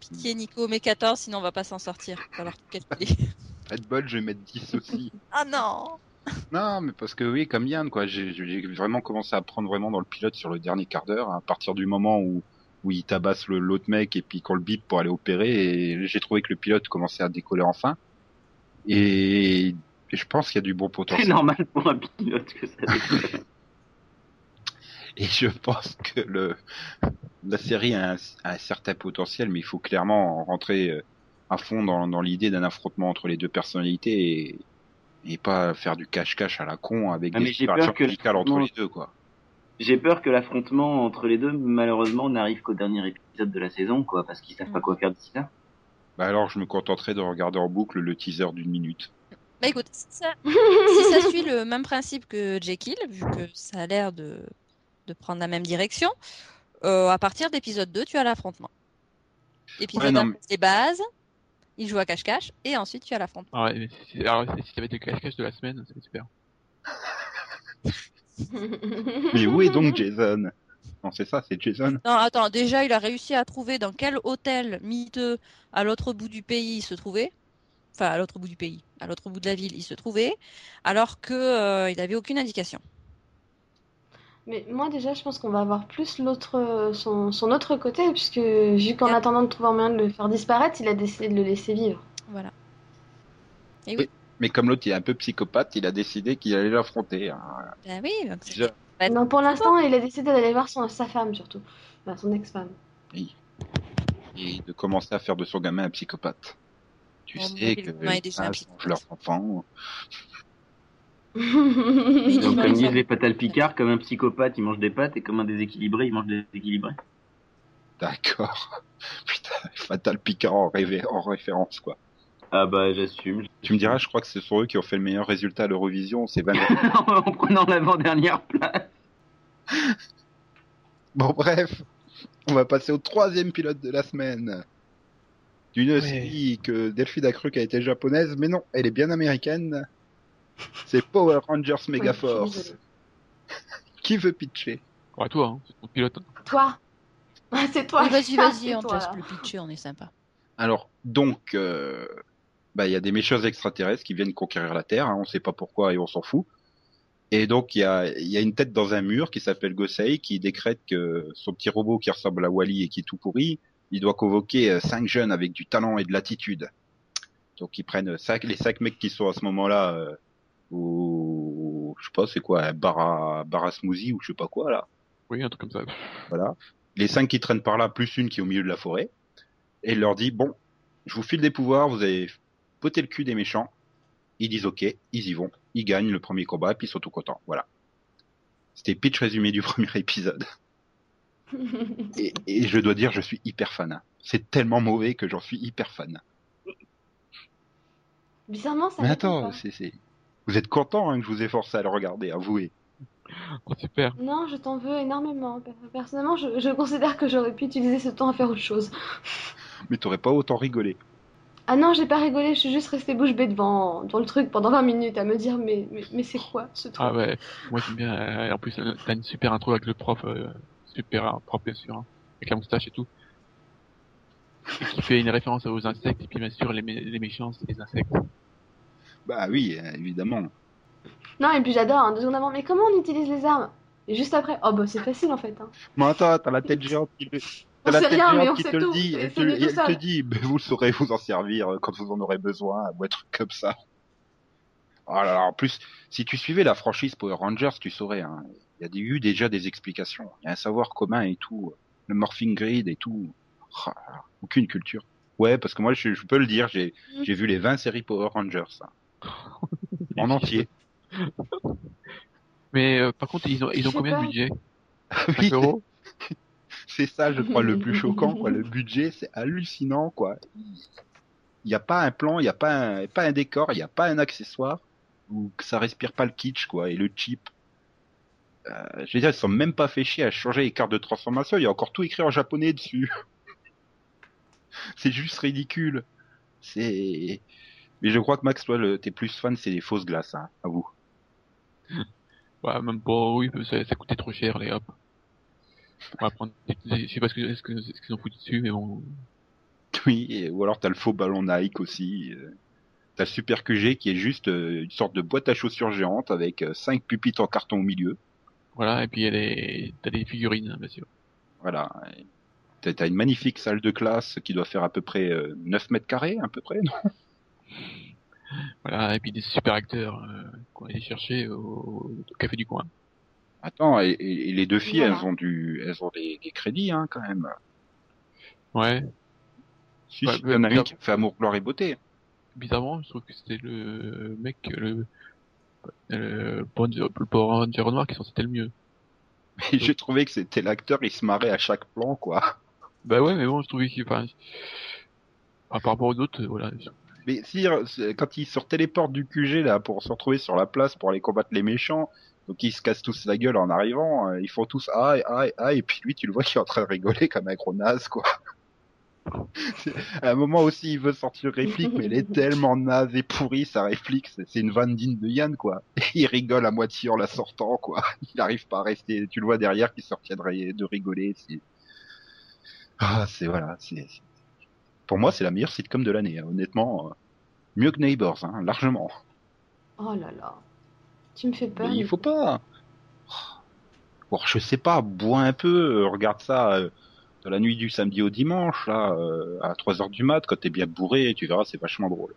C: Pitié Nico, mais 14, sinon on va pas s'en sortir. Faut Alors tout calculer.
A: Pas de bol, je vais mettre 10 aussi.
C: ah non
A: *laughs* Non, mais parce que oui, comme Yann, quoi, j'ai j'ai vraiment commencé à prendre vraiment dans le pilote sur le dernier quart d'heure, hein, à partir du moment où où il tabasse le l'autre mec et puis qu'on le bip pour aller opérer. Et j'ai trouvé que le pilote commençait à décoller enfin. Et, et je pense qu'il y a du bon
E: C'est
A: potentiel.
E: normal pour un pilote que ça déconne.
A: Et je pense que le la série a un, a un certain potentiel, mais il faut clairement rentrer euh, à fond dans, dans l'idée d'un affrontement entre les deux personnalités et, et pas faire du cache-cache à la con avec
E: Ah, mais
A: des
E: j'ai peur
A: séparations
E: que
A: radicales entre
E: l'affrontement-
A: les deux, quoi.
E: *laughs* J'ai peur que l'affrontement entre les deux, malheureusement, n'arrive qu'au dernier épisode de la saison, quoi, parce qu'ils savent pas quoi faire d'ici là.
A: Bah alors je me contenterai de regarder en boucle le teaser d'une
C: *laughs*
A: minute.
C: Bah écoute, si *laughs* ça, si ça suit le même principe que Jekyll, vu que ça a l'air de, de prendre la même direction, euh, à partir d'épisode 2, tu as l'affrontement.
A: Ouais,
C: Épisode
A: non,
C: 1,
A: mais-
C: c'est les bases, il joue à cache-cache, et ensuite tu as l'affrontement.
D: Ah ouais, mais si, alors, si t'avais été le cache-cache de la semaine, c'était super.
A: *laughs* Mais où est donc Jason Non c'est ça, c'est Jason.
C: Non, attends, déjà, il a réussi à trouver dans quel hôtel miteux à l'autre bout du pays il se trouvait. enfin à l'autre bout du pays, à l'autre bout de la ville, il se trouvait, alors que euh, il n'avait aucune indication.
B: Mais moi déjà, je pense qu'on va avoir plus l'autre, euh, son, son autre côté, puisque vu qu'en attendant de trouver un moyen de le faire disparaître, il a décidé de le laisser vivre.
C: Voilà. Et
A: Oui.
C: oui,
A: Mais comme l'autre il est un peu psychopathe, il a décidé qu'il allait l'affronter. hein.
C: bah oui, donc c'est-
A: Je-
C: Ouais.
B: Non, pour l'instant, il a décidé d'aller voir son, sa femme surtout, Enfin, son ex-femme.
A: Et de commencer à faire de son gamin un psychopathe. Tu
C: Bon,
A: sais
C: il
A: que
C: m'a aidé,
A: les
C: c'est un
A: gens
C: psychopathe.
A: leurs enfants.
E: Donc,
C: mange
E: comme
C: des
E: disent les
C: pâtes.
E: Fatal Picard, comme un psychopathe, il mange des pâtes, et comme un déséquilibré, il mange des déséquilibrés.
A: D'accord. *laughs* Putain, Fatal Picard en, rêvé- en référence, quoi.
E: Ah bah, j'assume.
A: Tu me diras, je crois que ce sont eux qui ont fait le meilleur résultat à l'Eurovision, c'est 20
E: *laughs* en prenant l'avant-dernière place.
A: *laughs* Bon, bref, on va passer au troisième pilote de la semaine. D'une série que Delphine a cru qu'elle était japonaise, mais non, elle est bien américaine. C'est Power Rangers
B: Oui, je
A: Megaforce.
B: suis
A: Qui veut pitcher
D: Ouais, toi, hein, c'est ton pilote. hein.
B: Toi Ah, C'est
A: *laughs*
B: toi
C: Oui, *laughs* vas-y,
B: C'est
C: vas-y, on te
B: toi,
C: laisse
B: là.
C: le pitcher, on est sympa.
A: Alors, donc, euh, bah, il y a des méchants extraterrestres qui viennent conquérir la Terre, hein, on sait pas pourquoi et on s'en fout. Et donc, il y a, il y a une tête dans un mur qui s'appelle Gosei, qui décrète que son petit robot qui ressemble à Wally et qui est tout pourri, il doit convoquer euh, cinq jeunes avec du talent et de l'attitude. Donc, ils prennent cinq, les cinq mecs qui sont à ce moment-là euh, au, je sais pas, c'est quoi, un bar à, bar à smoothie ou je sais pas quoi, là
D: Oui, un truc comme ça. *laughs*
A: voilà. Les cinq qui traînent par là, plus une qui est au milieu de la forêt, et il leur dit bon, je vous file des pouvoirs, vous allez poter le cul des méchants. Ils disent ok, ils y vont, ils gagnent le premier combat, puis ils sont tout contents. Voilà. C'était pitch résumé du *laughs* premier épisode. Et, et je dois dire, je suis hyper fan. hein. C'est tellement mauvais que j'en suis hyper fan.
B: Bizarrement, ça
A: Mais
B: m'étonne
A: attends, c'est, c'est... vous êtes content hein, que je vous ai forcé à le regarder, avouez.
D: Oh, super.
B: pas. Non, je t'en veux énormément. Personnellement, je, je considère que j'aurais pu utiliser ce temps à faire autre chose.
A: Mais t'aurais pas autant rigolé.
B: Ah non, j'ai pas rigolé, je suis juste restée bouche bée devant, devant le truc pendant 20 minutes à me dire mais, mais, mais c'est quoi ce truc
D: Ah ouais, moi j'aime bien. euh, en plus, euh, t'as une super intro avec le prof, euh, super hein, prof bien sûr, hein, avec la moustache et tout. Et qui fait une référence aux insectes et puis bien sûr les, mé- les méchances des insectes.
A: Bah oui, euh, évidemment.
B: Non, et puis j'adore, hein, deux secondes avant, mais comment on utilise les armes Et juste après, oh bah c'est facile en fait. Hein.
A: Mais attends, t'as la
B: *laughs*
A: tête géante qui le- T'as
B: On
A: la
B: sait
A: tête
B: rien, mais
A: géante
B: on
A: qui
B: sait
A: te le
B: tout.
A: dit,
B: Et
A: elle
B: c'est
A: te,
B: lui
A: et
B: tout
A: elle te
B: seul.
A: dit, ben, vous saurez vous en servir euh, quand vous en aurez besoin, ou un truc comme ça. Oh là là, en plus, si tu suivais la franchise Power Rangers, tu saurais, hein. Il y a des- eu déjà des explications. Il y a un savoir commun et tout. Le morphing grid et tout. Oh là là, aucune culture. Ouais, parce que moi, je, je peux le dire, j'ai,
B: Mm.
A: j'ai vu les 20 séries Power Rangers. hein. En entier.
D: Mais euh, par contre, ils ont, ils ont
B: Je sais
D: combien
B: pas.
D: de
B: *laughs*
D: budget
A: Oui. *laughs*
D: 5 euros
A: C'est ça, je crois, le plus choquant, quoi. Le budget, c'est hallucinant, quoi. Il n'y a pas un plan, il n'y a pas un, pas un décor, il n'y a pas un accessoire où que ça respire pas le kitsch, quoi, et le cheap. Euh, je veux dire, ils se sont même pas fait chier à changer les cartes de transformation, il y a encore tout écrit en japonais dessus. *laughs* c'est juste ridicule. C'est. Mais je crois que Max, toi, le- t'es plus fan, c'est les fausses glaces, hein, à vous.
D: Ouais, même pas, oui, ça, ça coûtait trop cher, les hop. On va prendre, des- des- je sais pas ce que- ce que- ce qu'ils ont foutu dessus, mais bon.
A: *laughs* Oui, et- ou alors t'as le faux ballon Nike aussi. euh. T'as le Super QG qui est juste euh, une sorte de boîte à chaussures géante avec euh, cinq pupitres en carton au milieu.
D: Voilà, et puis elle est, t'as des figurines, hein, bien sûr.
A: Voilà. Et T'as t'as une magnifique salle de classe qui doit faire à peu près euh, 9 mètres carrés, à peu près. non
D: Voilà, et puis des super acteurs euh, qu'on allait chercher au, au café du coin.
A: Attends, et, et- et les deux filles,
B: Voilà.
A: elles ont du, elles ont des, des crédits hein, quand même.
D: Ouais,
A: Si,
D: Ouais,
A: si, il y en a
D: mais-
A: une qui fait amour, gloire et beauté. *laughs*
D: bizarrement, je trouve que c'était le mec, le, le, Power Ranger- le Power Ranger noir qui s'en sortait le mieux.
A: Mais j'ai trouvé que c'était l'acteur, il se marrait à chaque plan, quoi.
D: Bah ouais, mais bon, je trouvais qu'il, enfin, enfin, par rapport aux autres, euh, voilà. je-
A: Mais si, euh, c'est- quand ils sortaient les portes du QG là pour se retrouver sur la place pour aller combattre les méchants, donc ils se cassent tous la gueule en arrivant, euh, ils font tous aïe aïe aïe, et puis lui tu le vois qui est en train de rigoler comme un gros naze quoi. *laughs* C'est- à un moment aussi il veut sortir une réplique, mais elle est tellement naze et pourrie sa réplique, c'est c'est une vanne digne de Yann quoi. *laughs* il rigole à moitié en la sortant quoi, *laughs* il n'arrive pas à rester, tu le vois derrière qui sortit de, ri- de rigoler. c'est- Ah c'est voilà, c'est... c'est- Pour moi c'est la meilleure sitcom de l'année, hein, honnêtement. euh. Mieux que Neighbors, hein, largement.
B: Oh là là. Tu me fais peur.
A: Mais il
B: Nico.
A: faut pas. Bon, je sais pas, bois un peu, euh, regarde ça euh, de la nuit du samedi au dimanche, là, euh, à 3h du mat, quand t'es bien bourré, tu verras, c'est vachement drôle.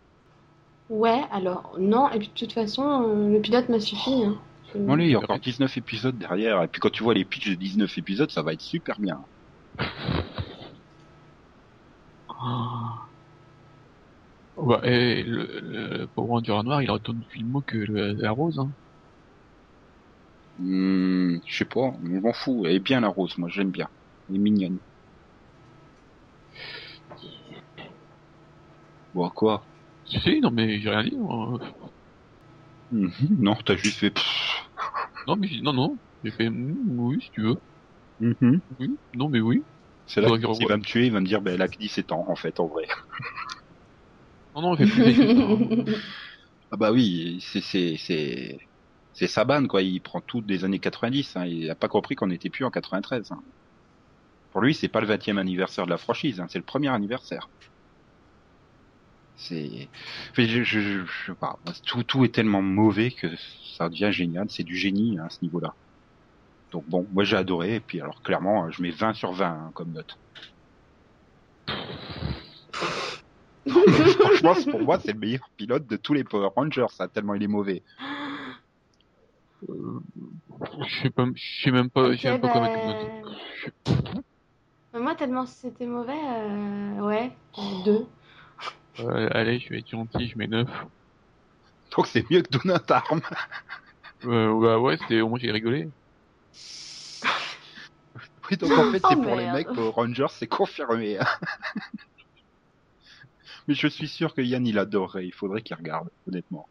B: Ouais, alors non, et puis de toute façon, euh, le pilote m'a suffi. hein. Je-
A: Bon, allez, il y a encore 19 épisodes derrière, et puis quand tu vois les pitchs de 19 épisodes, ça va être super bien.
D: Ah. Bah, et le, le Power Ranger noir, il retourne depuis le mot que le- la rose. Hein.
A: Hmm, je sais pas, je m'en fous. Elle est bien la rose, moi j'aime bien. Elle est mignonne. Bon, quoi
D: Si, si, non, mais j'ai rien dit. moi.
A: Mhm, Non, t'as juste fait... pfff.
D: Non, mais j'ai- non, non. J'ai fait mm, oui, si tu veux.
A: Mhm.
D: Oui, non, mais oui.
A: C'est là
D: Faudrait
A: qu'il
D: qu'il
A: va me tuer, il va me dire, ben, elle a que 17 ans, en fait, en vrai.
D: Non, non, il fait plus hein.
B: *laughs*
D: d'études.
A: Ah bah oui, c'est, c'est, c'est, c'est Saban, quoi. Il prend tout des années 90, hein. Il a pas compris qu'on n'était plus en 93, hein. Pour lui, c'est pas le 20e anniversaire de la franchise, hein. C'est le premier anniversaire. C'est, mais je, je, je, je sais pas. Moi, Tout, tout est tellement mauvais que ça devient génial. C'est du génie, hein, à ce niveau-là. Donc bon, moi j'ai adoré, et puis alors clairement, je mets 20 sur 20 hein, comme note. *laughs* Franchement, c'est- pour moi, c'est le meilleur pilote de tous les Power Rangers, ça, tellement il est mauvais.
D: Euh, Je sais pas, je sais même pas, je sais même
B: Ok,
D: pas quoi
B: bah,
D: mettre comme note.
B: bah, Moi, tellement c'était mauvais, euh, ouais, euh, deux.
D: Euh, allez, je vais être gentil, je mets 9.
A: Donc c'est mieux que Donut Arm.
D: Euh, bah ouais, c'était, au moins j'ai rigolé.
A: *laughs* Oui, donc en fait,
B: Oh,
A: c'est pour les
B: merde.
A: mecs, Power Rangers, c'est confirmé. hein. *laughs* Mais je suis sûr que Yann, il adorerait. Il faudrait qu'il regarde, honnêtement.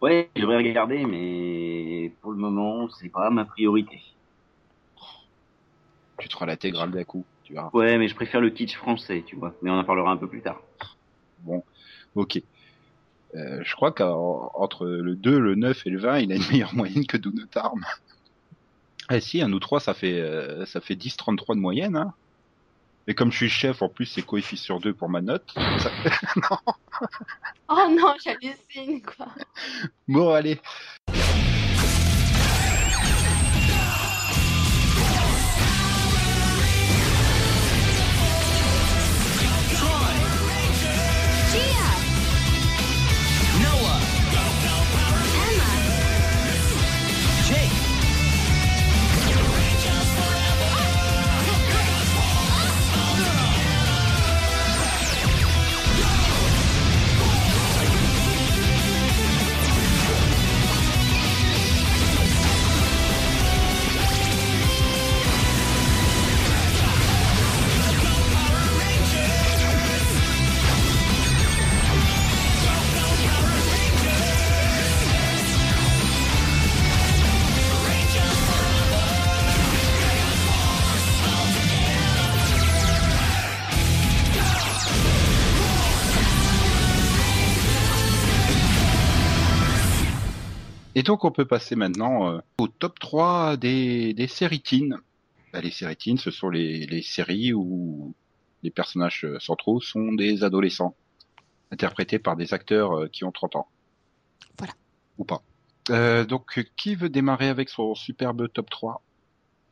E: Ouais, je devrais regarder, mais pour le moment, c'est pas ma priorité.
A: Tu te feras l'intégrale d'un coup, tu verras.
E: Ouais, mais je préfère le kitsch français, tu vois. Mais on en parlera un peu plus tard.
A: Ok. Euh, je crois qu'entre le 2, le 9 et le 20, il a une meilleure moyenne que Donut *laughs* Arm. Ah si, un ou trois, ça fait, euh, ça fait 10-33 de moyenne. Hein. Et comme je suis chef, en plus, c'est coefficient sur 2 pour ma note. Ça-
B: Oh non, j'hallucine, quoi.
A: Bon, allez.
F: Noah. Emma. Jake.
A: Et donc on peut passer maintenant euh, au top 3 des, des séries teen. Bah, les séries teen, ce sont les, les séries où les personnages euh, centraux sont des adolescents, interprétés par des acteurs euh, qui ont 30 ans.
C: Voilà.
A: Ou pas. Euh, donc euh, qui veut démarrer avec son superbe top 3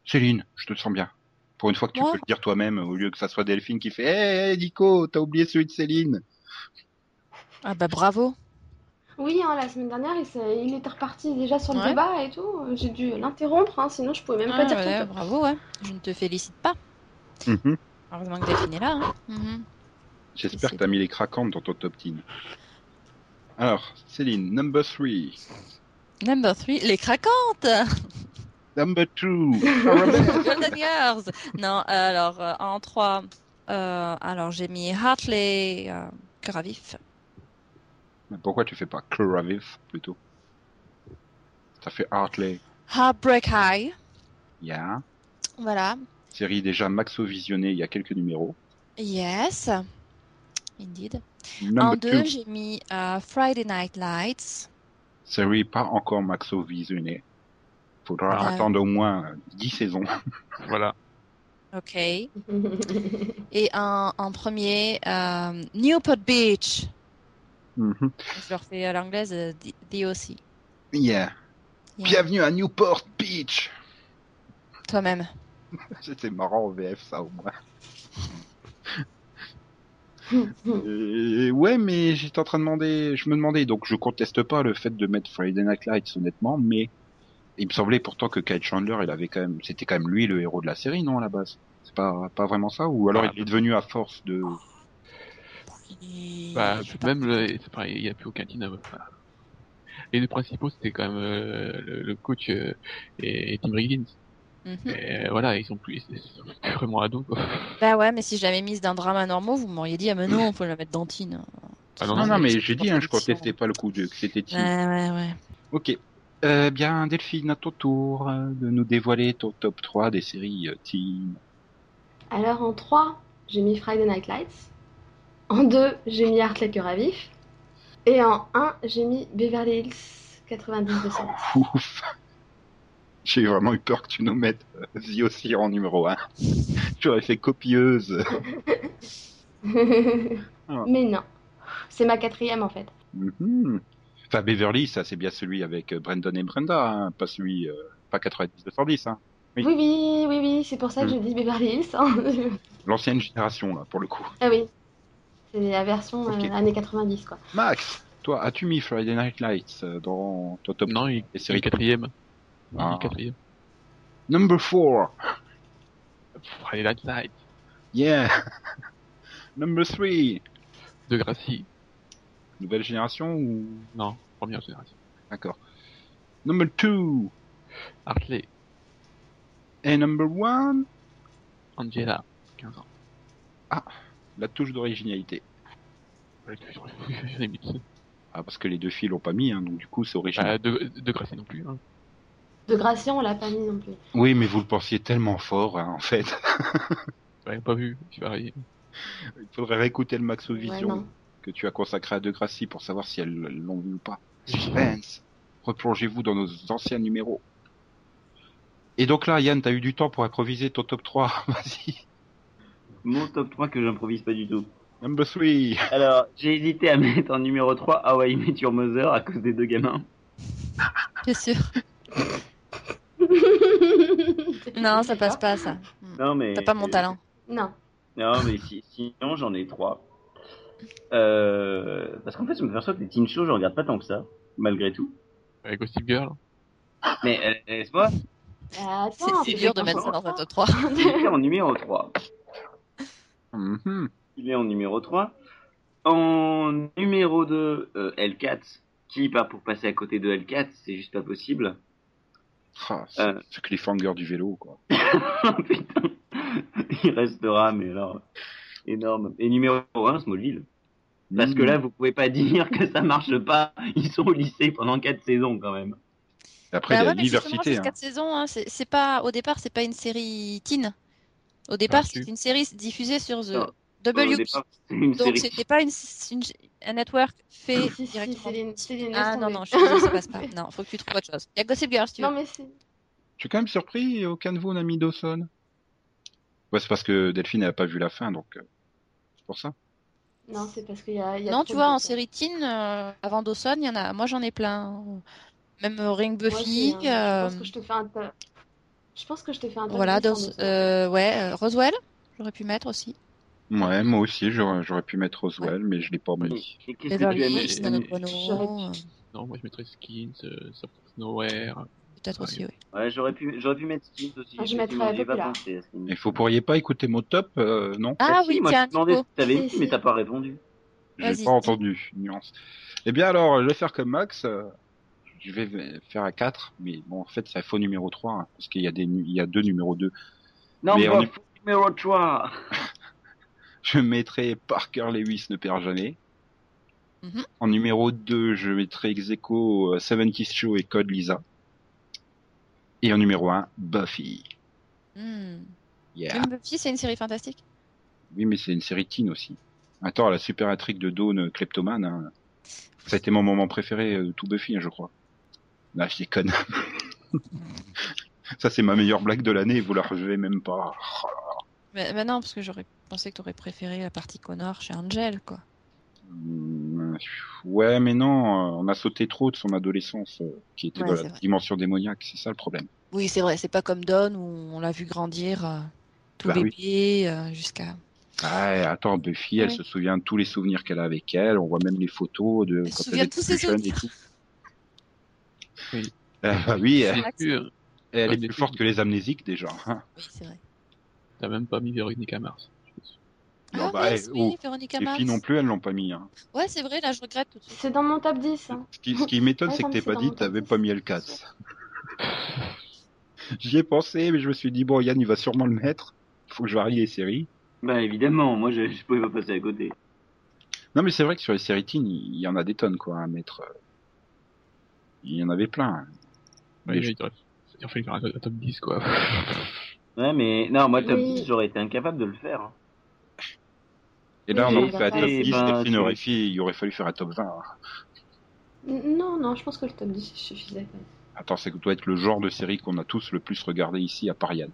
A: Céline, je te sens bien. Pour une fois que tu
C: Moi
A: peux le dire toi-même, au lieu que ça soit Delphine qui fait Hé Nico, t'as oublié celui de Céline !»
C: Ah bah bravo.
B: Oui, hein, la semaine dernière, il, s'est- il était reparti déjà sur le
C: Ouais.
B: débat et tout. J'ai dû l'interrompre, hein, sinon je pouvais même pas
C: Ah,
B: dire
C: ouais,
B: tout.
C: bravo, ouais. Je ne te félicite pas.
A: Mhm.
C: Heureusement que Delphine est là. hein. Mhm.
A: J'espère que t'as mis les craquantes dans ton top 10. Alors, Céline, number 3.
C: Number 3, les craquantes
A: Number 2.
C: *laughs* Golden Girls Non, euh, alors, euh, en 3, alors j'ai mis Hartley, euh, cœur à vif.
A: Pourquoi tu fais pas Claraviv plutôt Ça fait Hartley.
C: Heartbreak High,
A: Yeah.
C: voilà.
A: Série déjà maxo visionnée il y a quelques numéros.
C: Yes, indeed. en
A: Number 2.
C: 2, j'ai mis euh, Friday Night Lights.
A: Série pas encore maxo visionnée. Faudra
C: Ah.
A: attendre au moins 10 saisons.
D: Voilà.
C: Ok. Et en, en premier, euh, Newport Beach.
A: Mhm.
C: Je leur fais à l'anglaise euh, D- DOC.
A: Yeah.
C: Yeah.
A: Bienvenue à Newport Beach.
C: Toi-même.
A: *laughs* C'était marrant en VF ça au moins. Euh, ouais, mais j'étais en train de demander, je me demandais, donc je conteste pas le fait de mettre Friday Night Lights, honnêtement, mais il me semblait pourtant que Kyle Chandler, il avait quand même, c'était quand même lui le héros de la série, non, à la base C'est pas, pas vraiment ça Ou alors
D: Ah,
A: il est devenu à force de.
D: Bah,
C: Je sais pas.
D: même, le- c'est pareil, il n'y a plus aucun team. euh, voilà. Les deux principaux, c'était quand même euh, le, le coach euh, et, et Tim Riggins.
C: Mhm.
D: Mais voilà, ils sont plus, ils sont plus vraiment ados, quoi.
C: Bah ouais, mais si je l'avais mise dans drama normaux, vous m'auriez dit, ah mais non, on peut la mettre dans Teen.
D: Ah
A: Non, non,
D: c'est-
A: mais j'ai dit, hein, je contestais
C: contestais
A: pas le coup de que c'était
C: Ouais,
A: Tim.
C: ouais, ouais.
A: Ok. Euh, bien, Delphine, à ton tour euh, de nous dévoiler ton top 3 des séries euh, Team.
B: *laughs* Alors en 3, j'ai mis Friday Night Lights. En 2, j'ai mis Art le cœur à vif. Et en 1, j'ai mis Beverly Hills 90%. *laughs*
A: Ouf J'ai vraiment eu peur que tu nous mettes euh, The Osir en numéro *laughs* 1. J'aurais fait copieuse.
B: Mais non. C'est ma quatrième en fait.
A: Mhm. Enfin, Beverly, ça, c'est bien celui avec euh, Brandon et Brenda, hein, pas celui, euh, pas 90-210, hein. Oui. Mm.
B: Oui, oui, oui, oui, c'est pour ça que je dis Beverly Hills. hein. *laughs*
A: L'ancienne génération, là, pour le coup.
B: ah oui. C'est la version euh,
A: Ok.
B: années 90 quoi.
A: Max, toi, as-tu mis Friday Night Lights euh, dans ton top
D: Non, il,
A: des
D: il est
A: séries
D: quatrième. Il
A: Ah.
D: est quatrième.
A: Number 4
D: Pff, Allez, la night
A: Yeah *laughs* Number 3
D: de Gracie.
A: Nouvelle génération ou...
D: Non, première génération.
A: D'accord. Number 2
D: Hartley,
A: Et number 1
D: Angela, 15 ans.
A: La touche d'originalité.
D: J'en ai mis deux.
A: Ah, parce que les deux filles l'ont pas mis, hein, donc du coup, c'est original.
D: Bah, de, de Gracie non plus. Hein.
B: De Gracia, on l'a pas mis non plus.
A: Ah, Oui, mais vous le pensiez tellement fort, hein, en fait.
D: Ouais, pas vu, c'est pareil.
A: *laughs* Il faudrait réécouter le Max
B: Ouais,
A: Vision
C: *laughs*
B: non.
A: que tu as consacré à De Gracie pour savoir si elles l'ont vu ou pas. Suspense. Replongez-vous dans nos anciens numéros. Et donc là, Yann, t'as eu du temps pour improviser ton top 3. *laughs* Vas-y.
E: Mon top 3 que j'improvise pas du tout.
A: Number 3.
E: Alors, j'ai hésité à mettre en numéro 3 Hawaii Met Your Mother à cause des deux gamins.
C: Bien *laughs* sûr. Non, ça passe pas, ça. Mm.
E: Non, mais. euh,
C: T'as pas mon talent.
B: Non.
E: Non, mais si- sinon, j'en ai 3. Euh, parce qu'en fait, je me perçois que les teen shows, je regarde pas tant que ça, malgré tout.
D: Avec Gossip Girl.
E: Mais euh, laisse-moi,
B: Bah,
C: C'est-
B: attends,
C: C'est
B: fais
C: dur de
B: des
C: mettre ça
B: concentrations.
C: dans un top 3.
E: il est en numéro 3.
A: Mhm.
E: Il est en numéro 3. En numéro 2, euh, L4. Qui part pour passer à côté de L4 C'est juste pas possible.
A: Ah, c'est
E: Euh.
A: ce cliffhanger du vélo, quoi.
E: Putain. *laughs* Il restera, mais alors, énorme. Et numéro 1, Smallville. Parce que là, vous pouvez pas *laughs* dire que ça marche pas. Ils sont au lycée pendant 4 saisons quand même.
A: Et après,
C: Bah
A: il y a
C: ouais, mais justement,
A: l'université.
C: c'est
A: hein.
C: quatre saisons. hein. C'est c'est pas au départ, c'est pas une série teen. Au départ,
D: tu-
C: c'est une série diffusée sur
E: Non,
C: The
E: Au
C: WP.
E: départ, c'est une
C: Donc
E: série.
C: c'était pas une, une- un network fait
B: Si, si, si,
C: directement.
B: Céline, Céline, laisse
C: Ah non
B: tomber.
C: non, je suis désolée, ça passe *laughs* pas. Non, faut que tu trouves autre chose. Il y a Gossip Girl, si tu veux.
B: *laughs* Non, mais
A: Je
B: c'est.
A: suis hein. quand même surpris, euh, aucun de vous n'a mis Dawson. Ouais, c'est parce que Delphine n'a pas vu la fin, donc euh, c'est pour ça.
B: Non, c'est parce qu'il y a. il y a
C: Non,
B: trop
C: tu
B: de
C: vois, en
B: choses.
C: série teen, euh, avant Dawson, il y en a. Moi, j'en ai plein. Même euh, Ring
B: Moi aussi,
C: Buffy.
B: hein.
C: euh,
B: Je pense que je te fais un. top- Je pense que je te fais un. top
C: Voilà,
B: 10 en
C: Daws-
B: deux secondes.
C: euh, ouais, euh, Roswell, j'aurais pu mettre aussi.
A: Ouais, moi aussi, j'aurais j'aurais pu mettre Roswell, mais je l'ai pas
E: Et-
A: mis.
E: et qu'est-ce que tu
C: Beverly
E: as
C: Hills,
E: mis-
C: Nano
E: euh,
C: Bono,
B: J'aurais
C: euh,
D: Non, moi je mettrais Skins, euh, Soft Nowhere.
A: Ah,
C: peut-être aussi, oui.
E: ouais, J'aurais pu, j'aurais pu mettre Skins aussi.
B: Ah, je
E: effectivement,
B: mettrais
E: j'y ai pas
B: Popular.
E: pensé à Skins.
A: Il faut pourriez pas écouter mon top, euh, non
C: Ah
E: si,
C: oui,
E: moi, je
C: tiens,
E: te demandais
C: Nico.
E: si t'avais
B: Si,
E: dit, mais
B: si.
E: t'as pas répondu.
A: J'ai
C: Ah, Vas-y.
A: pas entendu, nuance. Eh bien alors, je vais faire comme Max, euh, je vais faire à 4, mais bon, en fait, c'est un faux numéro 3, hein, parce qu'il y, a des nu- il y a deux numéros 2.
E: Non,
A: Mais
E: mais bon,
A: on est-
E: faut numéro 3.
A: Je mettrai Parker Lewis ne perd jamais.
C: Mhm.
A: En numéro 2, je mettrai Execo, euh, 70 Show et Code Lisa. Et en numéro 1, Buffy.
C: Hmm.
A: Yeah.
C: Ring Buffy, c'est une série fantastique.
A: Oui, mais c'est une série teen aussi. Attends, la super intrigue de Dawn euh, Kleptomane, hein. ça a été mon moment préféré euh, de tout Buffy, hein, je crois. Là, je déconne. *laughs* ça, c'est ma meilleure blague de l'année, vous la revez même pas.
C: Mais, mais non, parce que j'aurais pensé que t'aurais préféré la partie Connor chez Angel, quoi.
A: Hum, Ouais, mais non, euh, on a sauté trop de son adolescence, euh, qui était
C: Ouais,
A: dans
C: c'est
A: la
C: vrai.
A: dimension démoniaque, c'est ça le problème.
C: Oui, c'est vrai, c'est pas comme Don où on l'a vu grandir euh, tout
A: Bah oui.
C: bébé euh, jusqu'à.
A: Ouais, attends, Buffy, elle
C: Ouais.
A: se souvient de tous les souvenirs qu'elle a avec elle, on voit même les photos de
C: Elle se
A: quand
C: souvient
A: elle
C: de tous
A: était plus
C: ses
A: jeune et
C: souvenirs.
A: tout.
D: Oui.
A: Euh, bah oui, elle,
D: J'ai vu, euh,
A: elle est
D: Ouais,
A: plus forte Bah, que les amnésiques déjà. hein.
C: Oui, c'est vrai.
D: T'as même pas mis Véronica Mars.
A: Non,
C: ah,
A: bah,
C: mince,
A: eh,
C: oui,
A: oh,
C: Véronica
A: Les
C: Mars.
A: filles non plus, elles l'ont pas mis. hein.
C: Ouais, c'est vrai, là, je regrette tout de suite.
B: C'est dans mon top 10. hein.
A: Ce qui, ce qui m'étonne,
B: Ouais,
A: c'est que
B: ça me
A: t'aies
B: fait
A: pas
B: dans
A: dit
B: mon
A: que t'avais
B: top
A: pas
B: dix.
A: mis L4. J'y ai pensé, mais je me suis dit, bon, Yann, il va sûrement le mettre. Faut que je varie les séries.
E: Bah évidemment, moi je, je pouvais pas passer à côté.
A: Non, mais c'est vrai que sur les séries teen, il y en a des tonnes, quoi, à mettre. euh. Il y en avait plein. hein.
D: Ouais,
A: Mais
D: mais il aurait- il aurait fallu faire un, un top 10, quoi.
E: Ouais, mais non, moi top
B: Oui.
E: 10, j'aurais été incapable de le faire. hein.
A: Et là,
B: Oui,
A: on aurait
B: mais
A: fait un
B: bah,
A: top
E: eh
A: 10
E: ben,
A: des films
E: c'est-
A: horrifiés, il aurait fallu faire un top 20. hein.
B: N- Non, non, je pense que le top 10 suffisait. quand même.
A: Attends, ça doit être le genre de série qu'on a tous le plus regardé ici à Parian.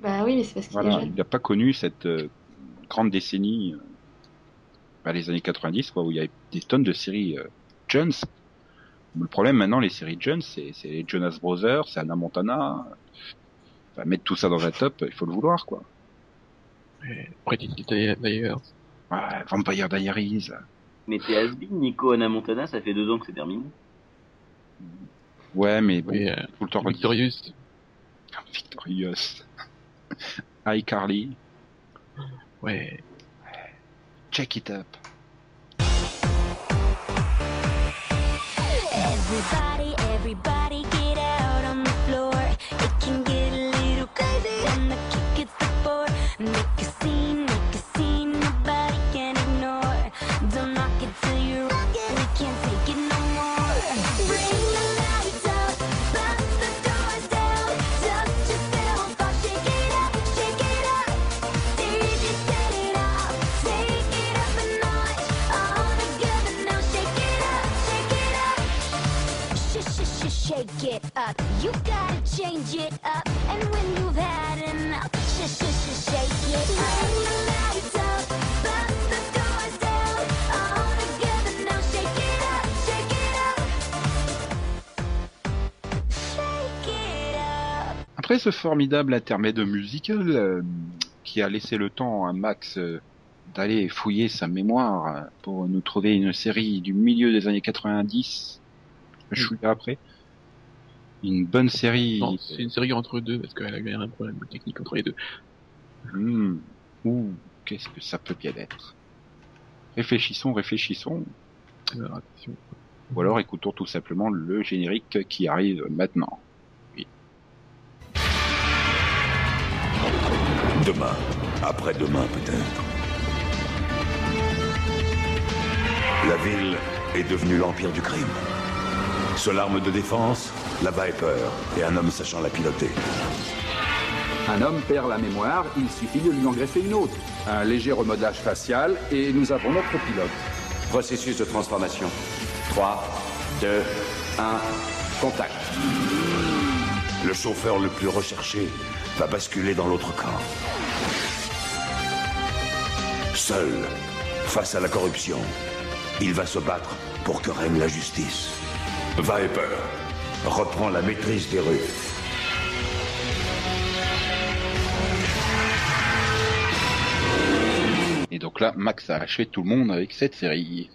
B: Bah oui, mais c'est parce qu'il est
A: Voilà,
B: jeune.
A: il n'a pas connu cette euh, grande décennie, euh, bah, les années 90, quoi, où il y avait des tonnes de séries euh, Jones. Le problème maintenant, les séries Jones, c'est c'est les Jonas Brothers, c'est Anna Montana. Enfin, mettre tout ça dans un top, il faut le vouloir, quoi.
D: Pretty Little Liars.
A: Ouais, Vampire Diaries.
E: Mais t'es Asbin, Nico, Anna Montana, ça fait deux ans que c'est terminé.
A: Ouais, mais bon,
D: Et, euh,
A: tout le temps redit-
D: Victorious.
A: Victorious. *laughs* iCarly.
D: Ouais.
A: Check it up.
G: Everybody, everybody get out on the floor. It can get a little crazy and the kick hits the floor. Make a scene, make a scene, nobody can ignore. Don't knock it till you rock it. We can't take it no more. Bring the lights up, bust the doors down. Dust yourself off, shake it up, shake it up. DJ set it off, take it up a notch. All together now, shake it up, shake it up. Shake it up. You gotta change it up. And when you've had enough, shake it up. Bring the lights up, bust the doors down. All together now, shake it up, shake it up. Shake it up.
A: Après ce formidable intermède musical euh, qui a laissé le temps à Max euh, d'aller fouiller sa mémoire euh, pour nous trouver une série du milieu des années 90, je suis là après, une bonne série
D: Non, c'est une série entre deux, parce qu'elle a eu un problème technique entre les deux.
A: Hmm. Ouh, qu'est-ce que ça peut bien être Réfléchissons, réfléchissons,
D: Alors, attention.
A: ou alors écoutons tout simplement le générique qui arrive maintenant.
H: Demain, après-demain peut-être. La ville est devenue l'empire du crime. Seule arme de défense, la Viper et un homme sachant la piloter.
I: Un homme perd la mémoire, il suffit de lui en greffer une autre. Un léger remodelage facial et nous avons notre pilote.
H: Processus de transformation. 3, 2, 1, contact. Le chauffeur le plus recherché va basculer dans l'autre camp. Seul, face à la corruption, il va se battre pour que règne la justice. Viper reprend la maîtrise des rues.
A: Et donc là, Max a achevé tout le monde avec cette série.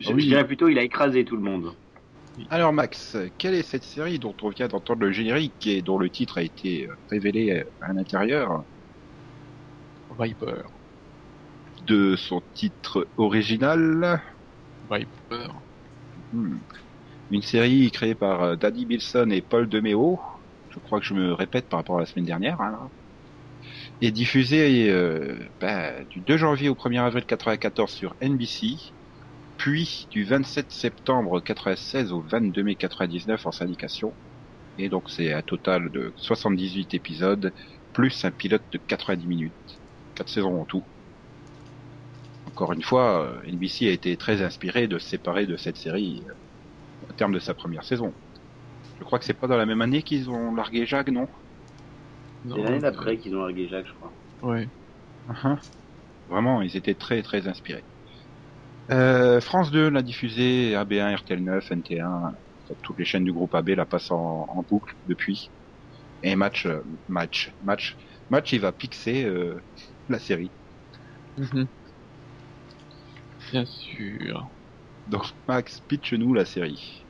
E: Je,
A: Oui.
E: je dirais plutôt, il a écrasé tout le monde.
A: Alors Max, quelle est cette série dont on vient d'entendre le générique et dont le titre a été euh, révélé à l'intérieur
D: Viper.
A: de son titre original
D: Viper.
A: Hmm. Une série créée par euh, Danny Bilson et Paul DeMeo. Je crois que je me répète par rapport à la semaine dernière. hein, là. Et diffusée euh, bah, du 2 janvier au 1er avril 94 sur NBC, puis du 27 septembre 96 au 22 mai 99 en syndication. Et donc c'est un total de 78 épisodes, plus un pilote de 90 minutes. 4 saisons en tout. Encore une fois, euh, NBC a été très inspiré de se séparer de cette série euh, au terme de sa première saison. Je crois que c'est pas dans la même année qu'ils ont largué Jacques, non
D: Non,
E: C'est l'année d'après qu'ils ont largué Jacques, je crois.
D: Ouais.
A: Uhum. Vraiment, ils étaient très très inspirés. Euh, France 2 l'a diffusé, AB1, RTL9, NT1, en fait, euh, toutes les chaînes du groupe AB la passent en, en boucle depuis. Et match, euh, match, match, match, il va pixer euh, la série.
D: Mhm. Bien sûr.
A: Donc Max, pitch nous la série.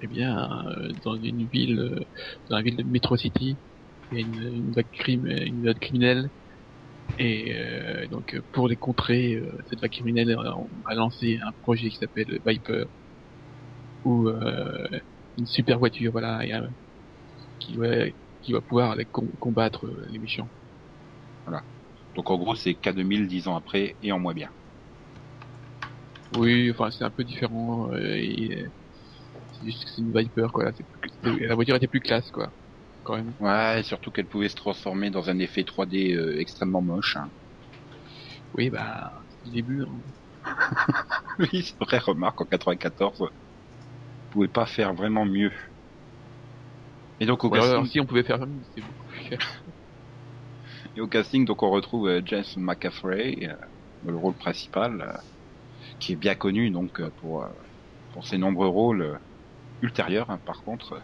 D: Eh bien, euh, dans une ville, euh, dans la ville de Metro City, il y a une, une vague crime, une vague criminelle. Et euh, donc, euh, pour les contrer, euh, cette vague criminelle euh, on a lancé un projet qui s'appelle Viper, où euh, une super voiture, voilà, et, euh, qui, va, qui va pouvoir les com- combattre euh, les méchants.
A: Donc en gros, c'est K2000 dix ans après et en moins bien.
D: Oui, enfin c'est un peu différent. euh, et, euh, c'est juste que c'est une Viper quoi. là, c'est plus- c'est- la voiture était plus classe quoi, quand même.
A: Ouais, et surtout qu'elle pouvait se transformer dans un effet 3D euh, extrêmement moche. hein. *laughs*
D: Oui bah c'est le début. hein.
A: Oui, c'est vrai, remarque, en 94, vous pouvez pas faire vraiment mieux. Et donc au,
D: Ou alors,
A: casting,
D: alors, bah, si on pouvait faire mieux, c'est beaucoup plus cher.
A: et au casting, donc on retrouve euh, James McAfee, euh, le rôle principal, euh, qui est bien connu donc euh, pour, euh, pour ses nombreux rôles euh, ultérieurs, hein, par contre.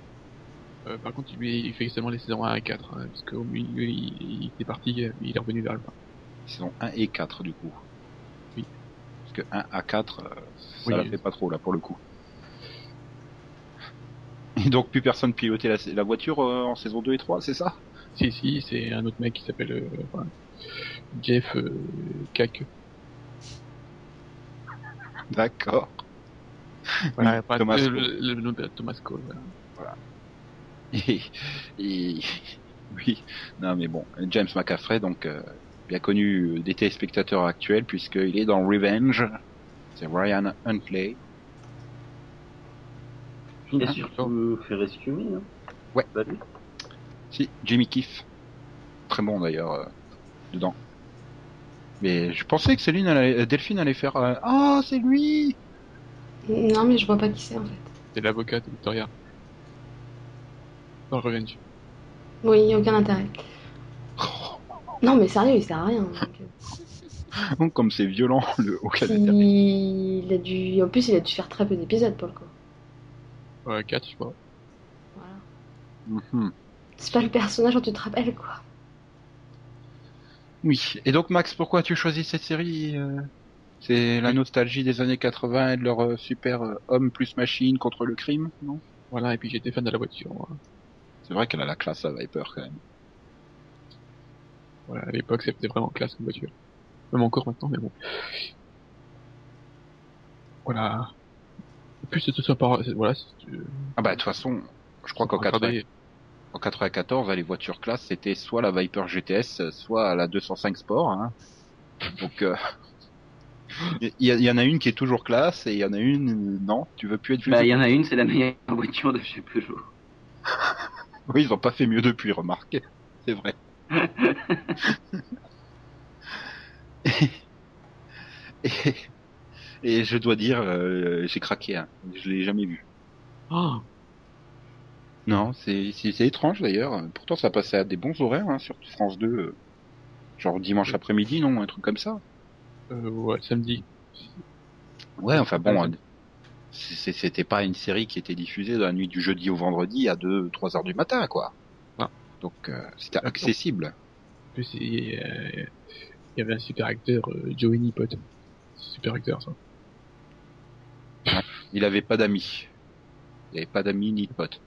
D: Euh, par contre lui il fait seulement les saisons 1 et 4 hein, parce qu'au milieu il, il est parti, euh, il est revenu vers le bas.
A: saison 1 et 4 du coup.
D: Oui.
A: Parce que 1 à 4, euh, ça
D: Oui.
A: la fait pas trop là pour le coup. *laughs* Et donc plus personne pilotait la, la voiture euh, en saison 2 et 3, c'est ça
D: Si si c'est un autre mec qui s'appelle euh, enfin, Jeff euh, Kak.
A: D'accord.
D: Voilà,
A: Oui,
D: enfin,
A: Thomas
D: euh,
A: Cole.
D: le- le- le nom de Thomas Cole. voilà.
A: Et, et- oui, non mais bon, James McAfee, donc euh, bien connu euh, des téléspectateurs actuels puisqu'il est dans Revenge, c'est Ryan Huntley.
E: Il a
D: Ah,
E: surtout fait Rescue Me, non Bah,
A: Ouais.
E: Pas lui
A: Si, Jimmy Kiff. Très bon d'ailleurs, euh, dedans. Mais je pensais que Céline allait, euh, Delphine allait faire euh, Ah, c'est lui
B: Non, mais je vois pas qui c'est en fait.
D: C'est l'avocat de Victoria. Dans Revenge.
B: Oui,
D: *laughs*
B: aucun intérêt. Non, mais sérieux, il sert à rien. donc, euh,
A: Oh, Comme c'est violent *laughs* le au Canada.
B: Il a dû... En plus, il a dû faire très peu d'épisodes pour le coup.
D: Euh, 4 je crois.
B: Voilà.
A: Mhm.
B: C'est pas le personnage dont tu te rappelles, quoi.
A: Oui. Et donc, Max, pourquoi tu choisis cette série euh, C'est la nostalgie des années 80 et de leur euh, super euh, homme plus machine contre le crime, non
D: Voilà, et puis j'étais fan de la voiture. moi.
A: C'est vrai qu'elle a la classe à Viper quand même.
D: Voilà, à l'époque, c'était vraiment classe une voiture. Même encore maintenant, mais bon. Voilà. En plus, c'est tout ça par... c'est- Voilà, c'est... euh,
A: Ah bah, de toute façon, je crois qu'en
D: on va faire
A: 80
D: des-
A: En 94, les voitures classe, c'était soit la Viper GTS, soit la 205 Sport. hein. Donc, euh, *laughs* il y, il y en a une qui est toujours classe et il y en a une, euh, non, tu veux plus être vieux.
E: Bah, il y en a une, c'est la meilleure *laughs* voiture de chez Peugeot.
A: Oui, ils ont pas fait mieux depuis, remarque. C'est vrai. *laughs* et, et je dois dire, euh, j'ai craqué, hein. je l'ai jamais vu.
D: Ah
A: Non, c'est c'est- c'est étrange d'ailleurs. Pourtant, ça passait à des bons horaires hein, sur France 2, euh, genre dimanche après-midi, non, un truc comme ça.
D: euh, ouais, samedi.
A: Ouais, enfin bon,
D: Ouais.
A: hein, c'est- c'est- c'était pas une série qui était diffusée dans la nuit du jeudi au vendredi à 2 3 heures du matin, quoi.
D: Non.
A: Donc euh, c'était accessible.
D: En plus, il y, euh, il y avait un super acteur, euh, Joey Nipot. Super acteur, ça.
A: Il avait pas d'amis. Il avait pas d'amis ni de potes.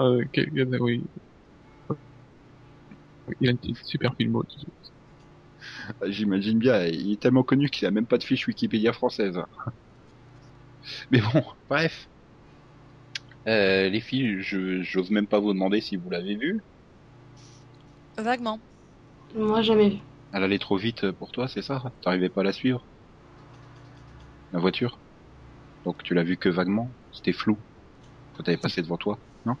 D: Euh, quel... il y en a- oui. Il a une une super filmo. tout ça.
A: Ah, J'imagine bien, il est tellement connu qu'il a même pas de fiche Wikipédia française. *laughs* Mais bon, bref. Euh, les filles, je j'ose même pas vous demander si vous l'avez vu.
C: Vaguement.
B: Moi, jamais vu.
A: Elle allait trop vite pour toi, c'est ça T'arrivais pas à la suivre La voiture Donc tu l'as vue que vaguement C'était flou quand elle est passée devant toi, non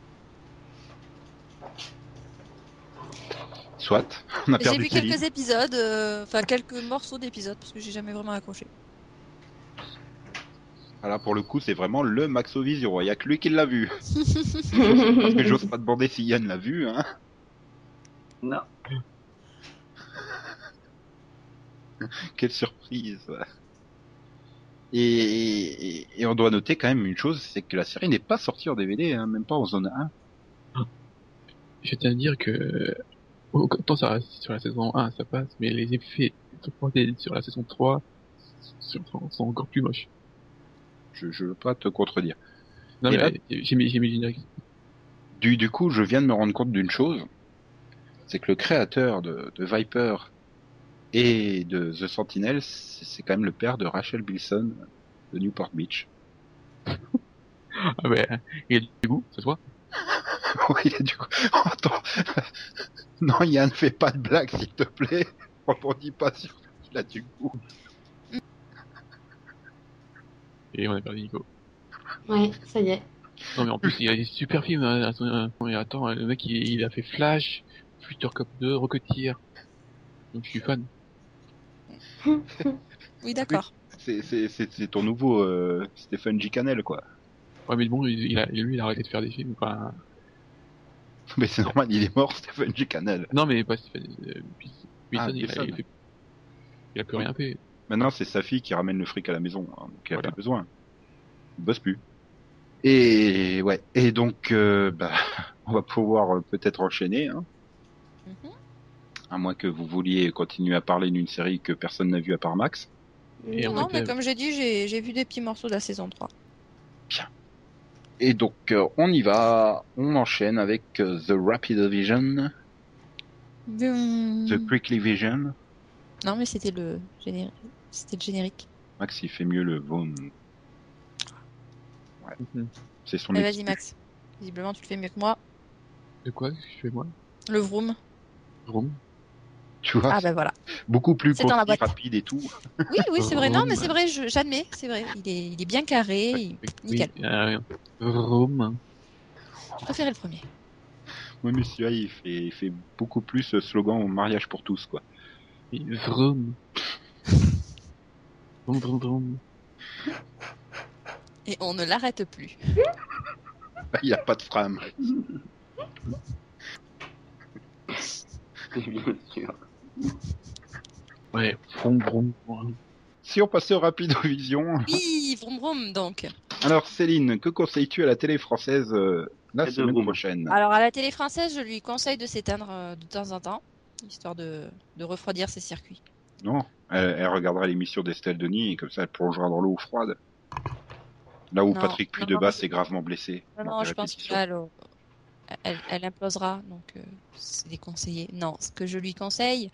A: Soit, *laughs* on a
C: J'ai
A: perdu
C: vu
A: Céline.
C: quelques épisodes, euh, enfin quelques morceaux d'épisodes parce que j'ai jamais vraiment accroché.
A: Voilà, pour le coup, c'est vraiment le Maxovision. Il y a que lui qui l'a vu. *laughs* Parce que j'ose pas demander si Yann l'a vu. Hein. *laughs*
E: Non. *laughs*
A: Quelle surprise. Et, et- et on doit noter quand même une chose, c'est que la série n'est pas sortie en DVD, hein, même pas en zone 1.
D: Je tiens à dire que autant ça reste sur la saison 1 ça passe, mais les effets supportés sur la saison 3 sur- sont encore plus moches.
A: Je, je veux pas te contredire.
D: Non
A: Et
D: mais
A: là-
D: euh, j'ai mis j'ai mis le générique.
A: Du, du coup, je viens de me rendre compte d'une chose, c'est que le créateur de, de Viper et de The Sentinel, c'est c'est quand même le père de Rachel Bilson de Newport Beach.
D: Ah ouais, il y a du goût, ça se voit.
A: Oui, il a du coup... *laughs* Attends. Non, Yann, fais pas de blague, s'il te plaît. *laughs* Rebondis pas sur là du coup.
D: Et on a perdu Nico.
B: *laughs* Ouais, ça y est.
D: Non mais en plus il y a des super films. Hein. Attends, euh, mais attends, le mec il, il a fait Flash, Future Cop 2, Rocketeer. Donc je suis fan.
C: Oui, d'accord.
A: C'est- C'est c'est- c'est ton nouveau euh, Stéphane Gicanel, quoi.
D: Ouais mais bon, il, il a, lui il a arrêté de faire des films. Enfin,
A: *laughs* Mais c'est normal, il est mort, Stéphane Gicanel.
D: non mais pas Stephen euh, Wilson,
A: Ah,
D: il, a, il,
A: Wilson.
D: fait- il a plus rien fait.
A: Maintenant, c'est sa fille qui ramène le fric à la maison, hein, donc elle a
D: Voilà.
A: plus besoin. Il bosse plus. Et ouais. Et donc, euh, bah, *laughs* on va pouvoir euh, peut-être enchaîner, hein,
C: Mhm.
A: à moins que vous vouliez continuer à parler d'une série que personne n'a vue à part Max.
D: Et on
C: Non,
D: était-
C: mais comme j'ai dit, j'ai j'ai vu des petits morceaux de la saison 3.
A: Et donc, euh, on y va, on enchaîne avec euh, The Rapid Vision,
C: Mm.
A: The Quickly Vision.
C: Non, mais c'était le générique. C'était le générique.
A: Max, il fait mieux le Vaughan.
D: Mhm.
A: C'est son
C: Mais
A: ex-
C: Eh, vas-y, Max. Visiblement, tu le fais mieux que moi.
D: De quoi Qu'est-ce que je fais moi
C: Le vroom.
D: Vroom.
A: *laughs* Tu vois,
C: Ah, ben voilà.
A: beaucoup plus
C: c'est dans la
A: concis,
C: boîte.
A: rapide et tout.
C: Oui, oui, c'est vrai. Non, mais c'est
D: Vroom.
C: vrai, je- j'admets. C'est vrai. Il est, il est bien carré. il- Nickel.
D: Oui, euh, Vroom.
C: Je préférais le premier.
A: Oui, mais celui-là, il fait, il fait beaucoup plus euh, slogan au mariage pour tous, quoi. *laughs*
D: Oui,
C: *laughs*
D: Vroom. Vroom, vroom, vroom.
C: Et on ne l'arrête plus.
A: Il n'y a pas de frame.
E: C'est bien sûr.
D: Ouais, vroom, vroom, vroom.
A: Si on passait au rapide vision.
C: Oui, vroom vroom donc.
A: Alors, Céline, que conseilles-tu à la télé française euh, la
E: Et de
A: semaine
E: Vroom.
A: prochaine
C: Alors à la télé française, je lui conseille de s'éteindre euh, de temps en temps, histoire de, de refroidir ses circuits.
A: Non, elle, elle regardera l'émission d'Estelle Denis et comme ça, elle plongera dans l'eau froide. Là où
C: Non,
A: Patrick
C: non,
A: Puydebas
C: non,
A: est gravement blessé.
C: Non,
A: lors
C: non,
A: des
C: je pense
A: répétitions.
C: qu'elle euh, elle, elle implosera, donc euh, c'est déconseillé. Non, ce que je lui conseille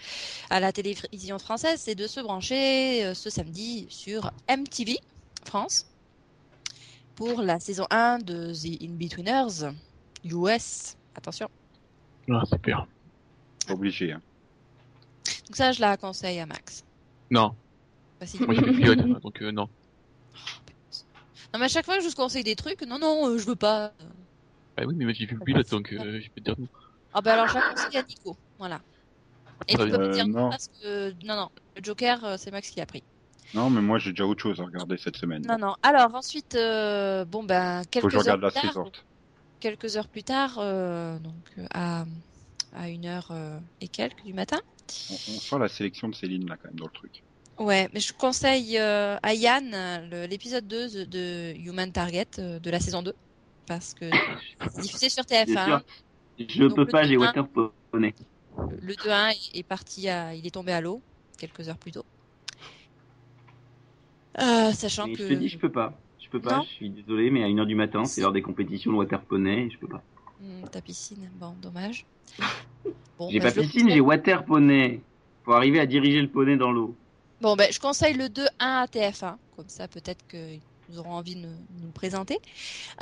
C: à la télévision française, c'est de se brancher euh, ce samedi sur MTV France pour la saison 1 de The In-Betweeners US. Attention.
D: Ah, super.
A: Pas Obligé. hein.
C: Donc ça, je la conseille à Max.
D: Non,
C: Bah, si.
D: moi j'ai *laughs* fait pilote, hein, donc euh, non.
C: Non, mais à chaque fois que je vous conseille des trucs, non, non, euh, je veux pas.
D: Bah oui, mais moi j'ai vu le pilote, donc euh, je peux te dire non.
C: Ah bah alors je la conseille à Nico, voilà. Et tu
D: Euh,
C: peux me dire
A: non.
C: non parce que non non, le Joker euh, c'est Max qui l'a pris.
A: Non, mais moi, j'ai déjà autre chose à regarder cette semaine.
C: Non non. Alors ensuite euh, bon ben
A: Faut que
C: quelques
A: je
C: heures
A: regarde
C: plus
A: la
C: tard,
A: saison.
C: quelques heures plus tard euh, donc euh, à à une heure euh, et quelques du matin.
A: On, on sent la sélection de Céline, là, quand même, dans le truc.
C: Ouais, mais je conseille euh, à Yann euh, le- l'épisode 2 de, de Human Target euh, de la saison 2 parce que c'est diffusé sur
E: Bien
C: TF1.
E: sûr. Je
C: Donc,
E: peux
C: le
E: pas, j'ai
C: terrain-
E: waterponné.
C: Le 2-1 est parti à... Il est tombé à l'eau quelques heures plus tôt. Euh, sachant
E: Mais
C: que...
E: je te dis, je peux pas. Je peux pas,
C: Non.
E: je suis désolé, mais à 1h du matin, c'est l'heure des compétitions de waterponey, et je peux pas.
C: Hmm, ta piscine, bon,
E: *laughs*
C: dommage. Bon,
E: j'ai
C: bah,
E: pas
C: je le
E: piscine, j'ai
C: conseille-
E: waterponey. Faut arriver à diriger le poney dans l'eau.
C: Bon, ben, je conseille le 2-1 à TF1. hein. Comme ça, peut-être qu'ils nous auront envie de nous, nous le présenter.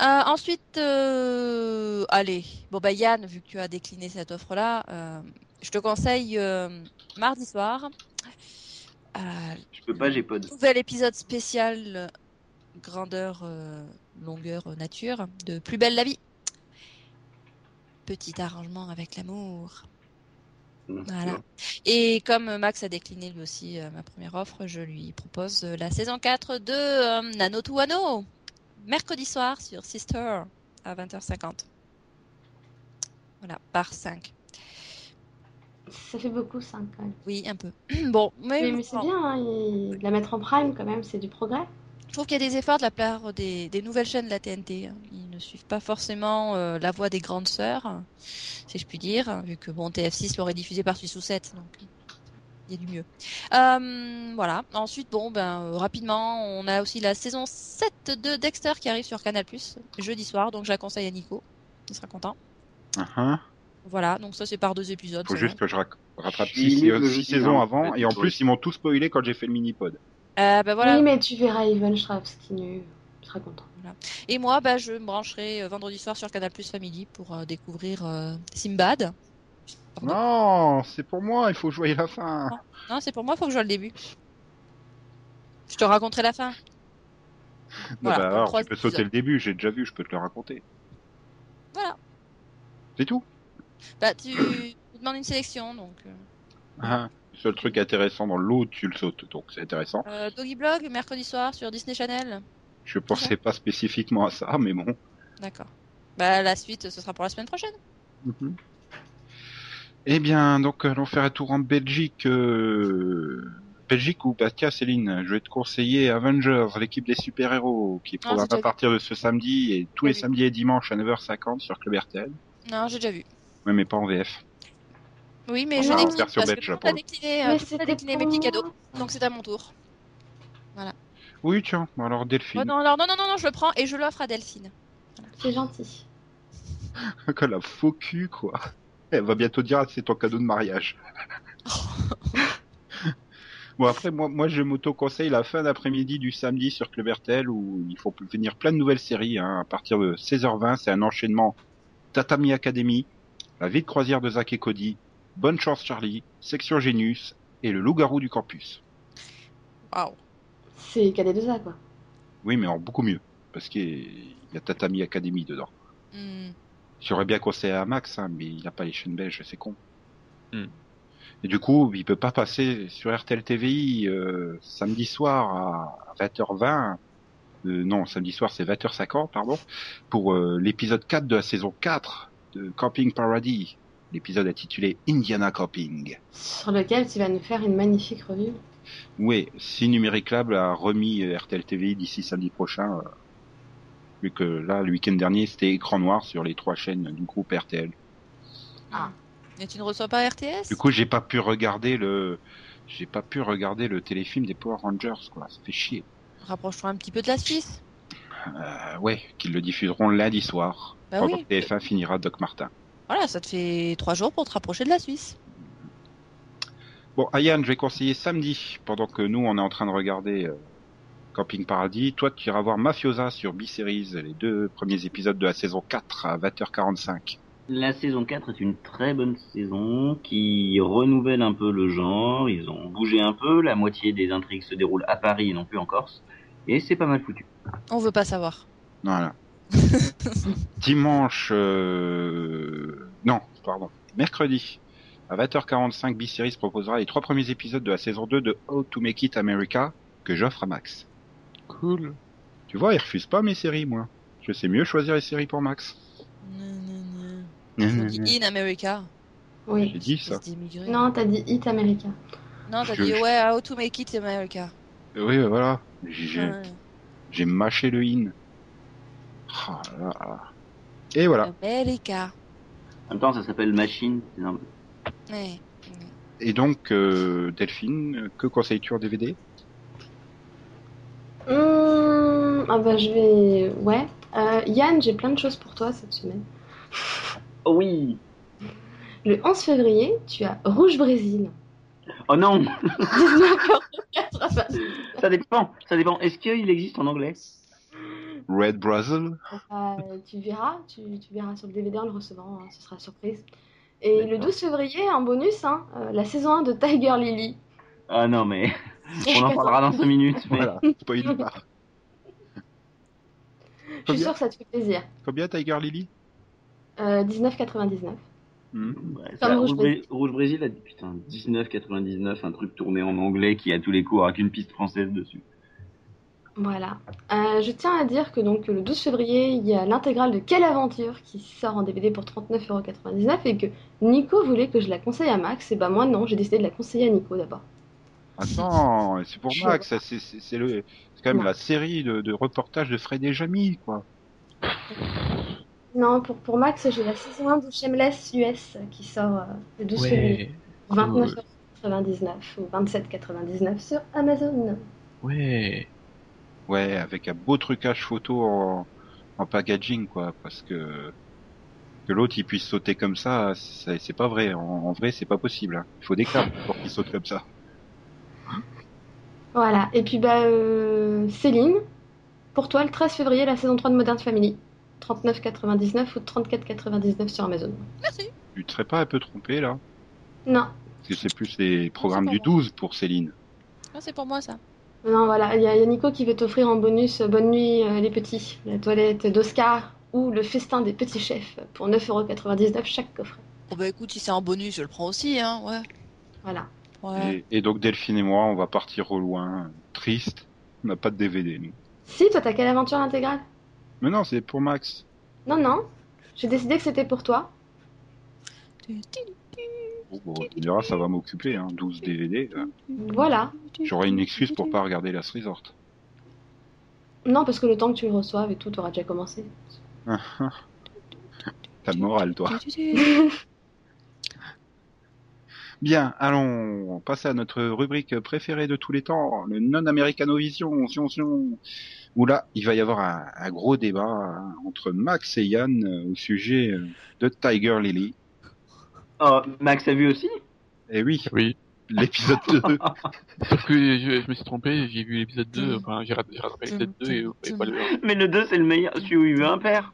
C: Euh, ensuite, euh, allez. Bon, bah, Yann, vu que tu as décliné cette offre-là, euh, je te conseille euh, mardi soir. euh,
E: Je peux pas, j'ai pod.
C: Nouvel épisode spécial euh, grandeur, euh, longueur, euh, nature de Plus belle la vie. Petit arrangement avec l'amour. Voilà. Et comme Max a décliné lui aussi euh, ma première offre, je lui propose euh, la saison 4 de euh, Nano to Ano, mercredi soir sur Sister à 20h50. Voilà, par 5.
B: Ça fait beaucoup, 5 quand même.
C: Oui, un peu. *clears throat* bon, mais,
B: Mais, mais c'est
C: bon,
B: bien, hein, il- de la mettre en prime quand même, c'est du progrès.
C: je trouve qu'il y a des efforts de la part des, des nouvelles chaînes de la TNT. hein. Ils ne suivent pas forcément euh, la voie des grandes sœurs, si je puis dire, vu que bon, TF6 l'aurait diffusé par sous 7, donc il y a du mieux. Euh, voilà. Ensuite, bon, ben, euh, rapidement, on a aussi la saison 7 de Dexter qui arrive sur Canal+, jeudi soir, donc je la conseille à Nico. Il sera content.
A: Uh-huh.
C: Voilà, donc ça c'est par deux épisodes.
A: Faut
C: ça
A: juste que je rac- rattrape
E: Il
A: six,
E: est le
A: six
E: jeudi,
A: saisons
E: hein,
A: avant, et en plus ils m'ont tout spoilé quand j'ai fait le mini-pod.
C: va. Euh, ben voilà.
B: Oui, mais tu verras Ivan Strauss qui nu. Tu seras content.
C: Et moi, bah, je me brancherai euh, vendredi soir sur Canal Plus Family pour euh, découvrir euh, Simbad. Pardon.
A: Non, c'est pour moi, il faut jouer la fin.
C: Non, c'est pour moi, faut que je vois le début. Je te raconterai la fin.
A: Non,
C: Voilà,
A: bah,
C: pour
A: alors,
C: trois
A: tu peux sauter le
C: épisodes.
A: début, j'ai déjà vu, je peux te le raconter.
C: Voilà.
A: C'est tout
C: Bah, tu tu demandes une sélection, donc. euh.
A: Ah, Le seul truc intéressant dans l'eau, tu le sautes, donc c'est intéressant.
C: Euh, Doggy Blog, mercredi soir sur Disney Channel.
A: Je pensais pas spécifiquement à ça, mais bon.
C: D'accord. Bah, la suite, ce sera pour la semaine prochaine.
A: Eh bien, donc allons faire un tour en Belgique. euh, Belgique où, bah tiens Céline, je vais te conseiller Avengers, l'équipe des super-héros, qui est
C: Ah, j'ai
A: programmée
C: déjà
A: à
C: vu.
A: partir de ce samedi et tous
C: J'ai
A: les
C: vu.
A: samedis et dimanches à 9h50 sur Club RTL.
C: Non, j'ai déjà vu.
A: Ouais, mais pas en VF.
C: Oui, mais
B: Ah,
C: je
B: non.
C: décline
A: Version
C: parce que
A: belge,
C: tout
A: pour
C: a
A: le
C: décliné, euh,
B: mais
C: tout a
B: c'était
C: décliné mes
B: pour
C: petits
B: moi.
C: cadeaux, donc c'est à mon tour.
A: Oui, tiens, bon, alors
C: Oh,
A: Delphine.
C: non, alors, non, non, non, non, je le prends et je l'offre à Delphine.
B: C'est gentil.
A: Que la faux cul, quoi. Elle va bientôt dire, ah, c'est ton cadeau de mariage. bon, après, moi, moi je m'auto-conseille la fin d'après-midi du samedi sur Clevertel où il faut venir plein de nouvelles séries. Hein. À partir de 16h20, c'est un enchaînement Tatami Academy, La vie de croisière de Zach et Cody, Bonne chance Charlie, Section Genius et Le loup-garou du campus.
C: Waouh.
B: C'est KD2A quoi.
A: Oui, mais en beaucoup mieux, parce qu'il y a Tatami Academy dedans.
C: Hmm.
A: J'aurais bien conseillé à Max, hein, mais il n'a pas les chaînes belges, c'est con.
D: Hmm.
A: Et du coup, il peut pas passer sur RTL TVI euh, samedi soir à 20h20. euh, non, samedi soir c'est 20h50, pardon, pour euh, l'épisode 4 de la saison 4 de Camping Paradis. L'épisode intitulé Indiana Camping.
B: Sur lequel tu vas nous faire une magnifique revue.
A: Oui, si Numéric Lab a remis euh, RTL TVI d'ici samedi prochain, euh, vu que là, le week-end dernier, c'était écran noir sur les trois chaînes du groupe RTL.
C: Et tu ne reçois pas RTS
A: Du coup, j'ai pas pu regarder le, j'ai pas pu regarder le téléfilm des Power Rangers, quoi. Ça fait chier.
C: Rapproche-toi un petit peu de la Suisse.
A: Euh, ouais, qu'ils le diffuseront lundi soir.
C: Bah
A: pendant
C: oui.
A: que TF1 finira Doc Martin.
C: Voilà, ça te fait trois jours pour te rapprocher de la Suisse.
A: Bon, Ayane, je vais conseiller samedi, pendant que nous, on est en train de regarder euh, Camping Paradis. Toi, tu iras voir Mafiosa sur B-Series, les deux premiers épisodes de la saison 4 à 20h45.
E: La saison 4 est une très bonne saison qui renouvelle un peu le genre. Ils ont bougé un peu. La moitié des intrigues se déroule à Paris et non plus en Corse. Et c'est pas mal foutu.
C: On veut pas savoir.
A: Voilà. Dimanche, euh, non, pardon, mercredi, à 20h45, B-Series proposera les trois premiers épisodes de la saison 2 de How to Make It America que j'offre à Max.
D: Cool.
A: Tu vois, il refuse pas mes séries, moi. Je sais mieux choisir les séries pour Max.
C: Non, non, non. On dit
A: J'ai
C: in America.
B: Oui.
A: dit ça.
C: C'est immigré.
B: Non, t'as dit Hit America.
C: Non, t'as
A: Je-
C: dit
A: je-
C: ouais, how to make it America.
A: Oui, voilà. J'ai
C: Ouais.
A: j'ai mâché le in. Ah là là. Et voilà.
C: America.
E: En même temps, ça s'appelle Machine. C'est un-
C: Ouais.
A: Et donc, euh, Delphine, que conseilles-tu en DVD
B: Hum, Ah bah je vais... Ouais. Euh, Yann, j'ai plein de choses pour toi cette semaine.
E: Oh oui
B: Le 11 février, tu as Rouge Brésil. *laughs*
E: Oh non
B: 19h80.
E: Ça dépend. Ça dépend. Est-ce qu'il existe en anglais
A: Red Brazil
B: Euh, tu verras, tu, tu verras sur le DVD en le recevant, hein, ce sera surprise. Et le 12 février, en bonus, hein, euh, la saison 1 de Tiger Lily.
E: Ah non, mais on en parlera dans 5 minutes. mais-
A: Voilà, spoil pas.
B: Je suis
A: Combien
B: sûre que ça te fait plaisir.
A: Combien Tiger Lily
B: Euh, 19,99.
E: Ouais, ça,
B: Rouge
E: Rouge, Brésil. Rouge Brésil a dit putain 19,99, un truc tourné en anglais qui a tous les cours avec une piste française dessus.
B: Voilà. Euh, je tiens à dire que donc le 12 février, il y a l'intégrale de Quelle Aventure qui sort en DVD pour 39,99€ et que Nico voulait que je la conseille à Max. Et bah moi non, j'ai décidé de la conseiller à Nico d'abord.
A: Attends, c'est pour
B: Je-
A: Max, ça, c'est c'est- c'est le, c'est quand même
B: Non.
A: la série de, de reportages de Fred et Jamy, quoi.
B: Non, pour, pour Max, j'ai la saison 1 de Shameless US qui sort euh, le 12 février.
D: Ouais,
B: 29,99€ ou 27,99€ sur Amazon.
D: ouais.
A: Ouais, avec un beau trucage photo en, en packaging, quoi, parce que que l'autre il puisse sauter comme ça, c'est c'est pas vrai. En, en vrai, c'est pas possible. hein. Il faut des câbles pour qu'il saute comme ça.
B: Voilà. Et puis bah euh, Céline, pour toi le 13 février la saison 3 de Modern Family. 39,99 ou 34,99 sur Amazon.
C: Merci.
A: Tu te serais pas un peu trompé là
B: Non,
A: Parce que c'est plus les programmes
C: pas
A: du
C: moi.
A: 12 pour Céline.
C: Ah, c'est pour moi ça.
B: non voilà, il y, a il y a Nico qui veut t'offrir en bonus euh, Bonne nuit euh, les petits, la toilette d'Oscar ou le festin des petits chefs pour 9,99€ chaque coffret.
C: Bon, bah écoute, si c'est en bonus, je le prends aussi, hein. Ouais.
B: Voilà.
C: Ouais.
A: Et, et donc Delphine et moi, on va partir au loin, triste. On n'a pas de DVD. Nous.
B: Si, toi t'as quelle aventure intégrale
A: Mais non, c'est pour Max.
B: Non, non, j'ai décidé que c'était pour toi.
A: Bon, bon, tu me diras, ça va m'occuper, hein, 12 DVD. euh,
B: Voilà.
A: J'aurai une excuse pour pas regarder Last Resort.
B: Non, parce que le temps que tu le reçoives et tout, t'auras déjà commencé.
A: T'as le moral, toi. Bien, allons passer à notre rubrique préférée de tous les temps, le non-americanovision, sion sion, où là, il va y avoir un, un gros débat hein, entre Max et Yann euh, au sujet euh, de Tiger Lily.
E: Oh, Max a vu aussi
A: Et oui,
D: Oui.
A: l'épisode 2.
D: Sauf que je, je me suis trompé, j'ai vu l'épisode 2,
C: Tum,
D: enfin j'ai rat- j'ai rattrapé
C: tum,
D: l'épisode 2 et,
C: Mm. tum,
D: et pas le 1.
E: Mais le 2 c'est le meilleur, celui où il veut un père.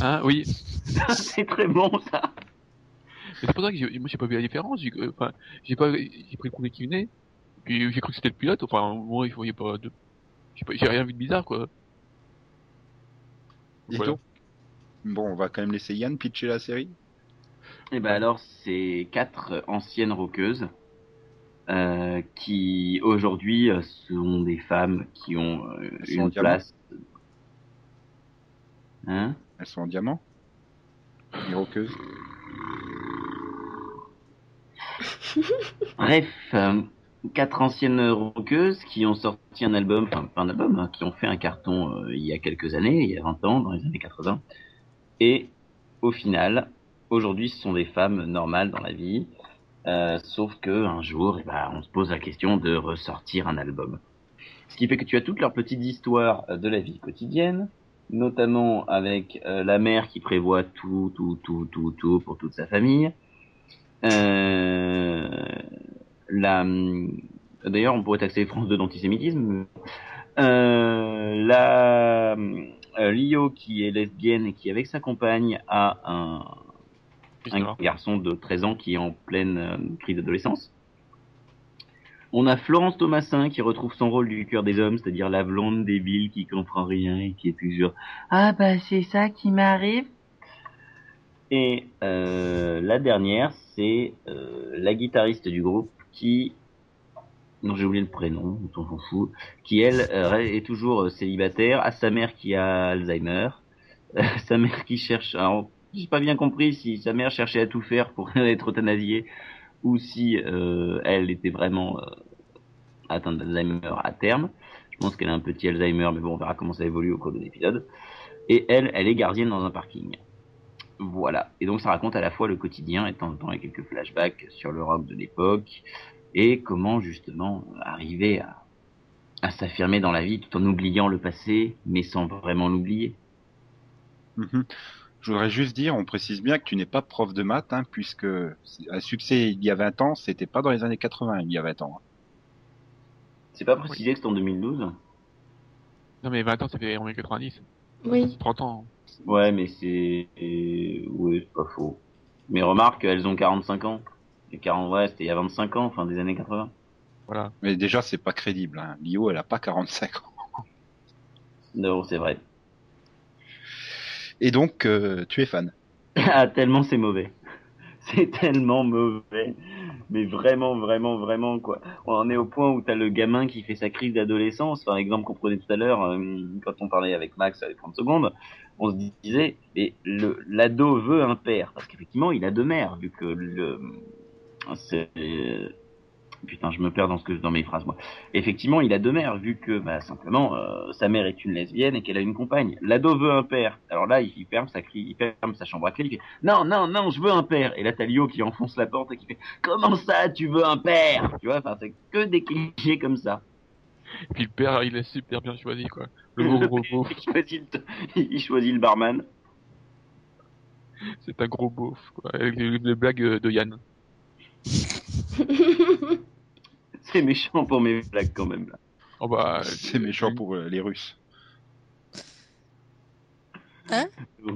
D: Hein, oui.
E: c'est très bon ça.
D: Mais c'est pour ça que j'ai- moi j'ai pas vu la différence, j'ai euh, enfin, j'ai pas j'ai pris le premier qui venait, puis j'ai cru que c'était le pilote, enfin moi il voyait pas de. J'ai pas- j'ai rien vu de bizarre quoi.
A: Et
D: Voilà.
A: donc, bon, on va quand même laisser Yann pitcher la série.
E: Et ben alors, c'est quatre anciennes roqueuses euh, qui aujourd'hui euh, sont des femmes qui ont euh,
A: Elles sont en
E: une
A: diamant.
E: place. Hein
A: Elles sont en diamant. Les roqueuses.
E: Bref, euh, quatre anciennes rockeuses qui ont sorti un album, enfin pas un album, hein, qui ont fait un carton euh, il y a quelques années, il y a 20 ans, dans les années 80. Et au final, aujourd'hui, ce sont des femmes normales dans la vie. euh, sauf que un jour, eh ben, on se pose la question de ressortir un album. Ce qui fait que tu as toutes leurs petites histoires euh, de la vie quotidienne, notamment avec euh, la mère qui prévoit tout, tout, tout, tout, tout pour toute sa famille. Euh, la euh, d'ailleurs on pourrait taxer France 2 d'antisémitisme euh, la euh, Lio qui est lesbienne et qui avec sa compagne a un,
D: Juste
E: un
D: là.
E: garçon de 13 ans qui est en pleine euh, crise d'adolescence on a Florence Thomasin qui retrouve son rôle du cœur des hommes, c'est-à-dire la blonde débile qui comprend rien et qui est toujours Ah bah c'est ça qui m'arrive. Et euh, la dernière, c'est euh, la guitariste du groupe qui, non j'ai oublié le prénom, on s'en fout, qui elle euh, est toujours euh, célibataire, à sa mère qui a Alzheimer, *laughs* euh, sa mère qui cherche, alors j'ai pas bien compris si sa mère cherchait à tout faire pour *laughs* être euthanasiée ou si euh, elle était vraiment euh, atteinte d'Alzheimer à terme. Je pense qu'elle a un petit Alzheimer, mais bon, on verra comment ça évolue au cours de l'épisode. Et elle, elle est gardienne dans un parking. Voilà. Et donc ça raconte à la fois le quotidien et de temps en temps il y a quelques flashbacks sur le rock de l'époque et comment justement arriver à, à s'affirmer dans la vie tout en oubliant le passé, mais sans vraiment l'oublier.
A: Mhm. Je voudrais juste dire, on précise bien que tu n'es pas prof de maths, hein, puisque c'est- un succès il y a 20 ans, c'était pas dans les années 80, il y a 20 ans.
E: C'est pas précisé que c'est en 2012
D: Non mais 20 ans ça fait en 90,
B: *laughs* Oui.
D: 30 ans.
E: Ouais, mais c'est. Ouais, c'est pas faux. Mais remarque, elles ont 45 ans. Et 40, ouais, c'était il y a 25 ans, fin des années 80.
D: Voilà.
A: Mais déjà, c'est pas crédible. Hein. Lio, elle a pas 45 ans.
E: Non, c'est vrai.
A: Et donc, euh, tu es fan.
E: *laughs* ah, tellement c'est mauvais. *laughs* C'est tellement mauvais. Mais vraiment, vraiment, vraiment, quoi. On en est au point où t'as le gamin qui fait sa crise d'adolescence. Par exemple, qu'on prenait tout à l'heure, euh, quand on parlait avec Max à les 30 secondes, on se disait, mais le, l'ado veut un père. Parce qu'effectivement, il a deux mères, vu que le, c'est, euh, putain, je me perds dans ce que, dans mes phrases, moi. Effectivement, il a deux mères, vu que, bah, simplement, euh, sa mère est une lesbienne et qu'elle a une compagne. L'ado veut un père. Alors là, il ferme sa cri, il ferme sa chambre à clé, il fait, non, non, non, je veux un père. Et là, t'as Lio qui enfonce la porte et qui fait Comment ça, tu veux un père Tu vois, enfin, c'est que des clichés comme ça. *laughs*
D: Et puis le père, il est super bien choisi, quoi. Le gros gros beauf,
E: Il choisit le, il choisit le barman.
D: c'est un gros beauf, quoi. Avec les, les blagues euh, de Yann.
E: C'est méchant pour mes blagues quand même. Là.
D: Oh bah,
A: *laughs* C'est méchant pour euh, les Russes.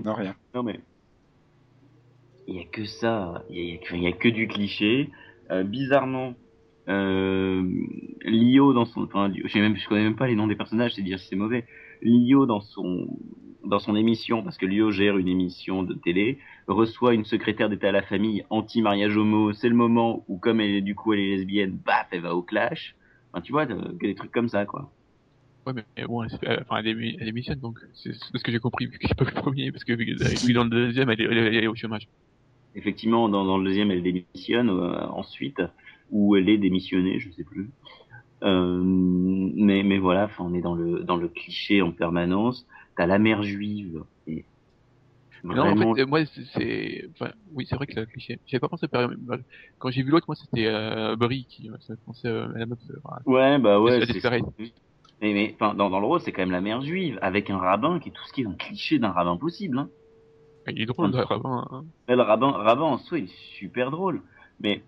A: Non, rien.
E: Non mais. Il n'y a que ça. Il n'y a, il y a que du cliché. Euh, bizarrement, euh, Lio dans son. Enfin, Lio- je sais même, je connais même pas les noms des personnages, c'est dire si c'est mauvais. Lio dans son. Dans son émission, parce que Lio gère une émission de télé, reçoit une secrétaire d'état à la famille anti-mariage homo. C'est le moment où, comme elle est du coup elle est lesbienne, baf, elle va au clash. Enfin, tu vois, euh, que des trucs comme ça, quoi.
D: Ouais, mais, mais bon, elle, s'est fait- elle- enfin, elle, démi- elle démissionne, donc c'est c'est ce que j'ai compris, vu que j'ai pas vu le premier, parce que vu que- vu que dans le deuxième, elle est, elle est- elle est au chômage.
E: Effectivement, dans, dans le deuxième, elle démissionne euh, ensuite, ou elle est démissionnée, je sais plus. Euh, mais, mais voilà, enfin, on est dans le, dans le cliché en permanence. T'as la mère juive. Et
D: Non, en
E: vraiment,
D: fait, euh, moi, c'est- c'est, enfin, oui, c'est vrai que c'est un cliché. J'avais pas pensé, par quand j'ai vu l'autre, moi, c'était, euh, Brie, qui, euh, ça me pensait euh, à la meuf, euh, voilà.
E: ouais, bah ouais.
D: c'est
E: c'est-
D: disparaît.
E: Mais, mais enfin, dans, dans le rôle, c'est quand même la mère juive, avec un rabbin qui est tout ce qui est un cliché d'un rabbin possible. Hein.
D: Il est drôle, vraiment, hein.
E: Mais le rabbin, rabbin en soi, il est super drôle. Mais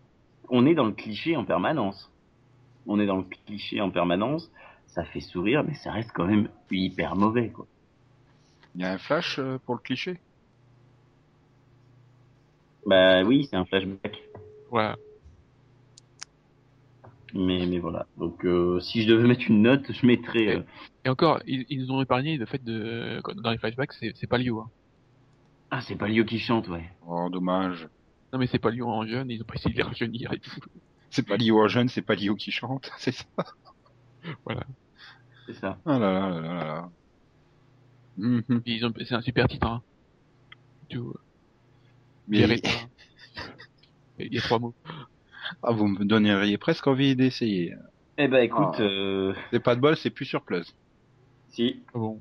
E: on est dans le cliché en permanence. On est dans le cliché en permanence. Ça fait sourire, mais ça reste quand même hyper mauvais, quoi.
A: Il y a un flash euh, pour le cliché.
E: Bah oui, c'est un flashback.
D: Voilà.
E: Mais, mais voilà. Donc euh, si je devais mettre une note, je mettrais. euh,
D: Et encore, ils, ils nous ont épargné le fait de, quand- dans les flashbacks, c'est c'est pas Lio, hein.
E: Ah, c'est pas Lio qui chante, ouais.
A: Oh, dommage.
D: Non, mais c'est pas Lio en jeune, ils ont pas essayé de les rajeunir et tout.
A: C'est pas Lio en jeune, c'est pas Lio qui chante, *laughs* c'est ça.
E: C'est ça.
A: Ah là là là là là là. Mhm.
D: Puis ils ont, c'est un super titre, hein. Tout, euh,
A: Mais,
D: Beretta. hein. Il y a trois mots.
A: ah, vous me donneriez presque envie d'essayer.
E: Eh ben écoute,
A: Ah.
E: euh,
A: C'est pas de bol, c'est plus sur place.
E: si.
D: Ah bon.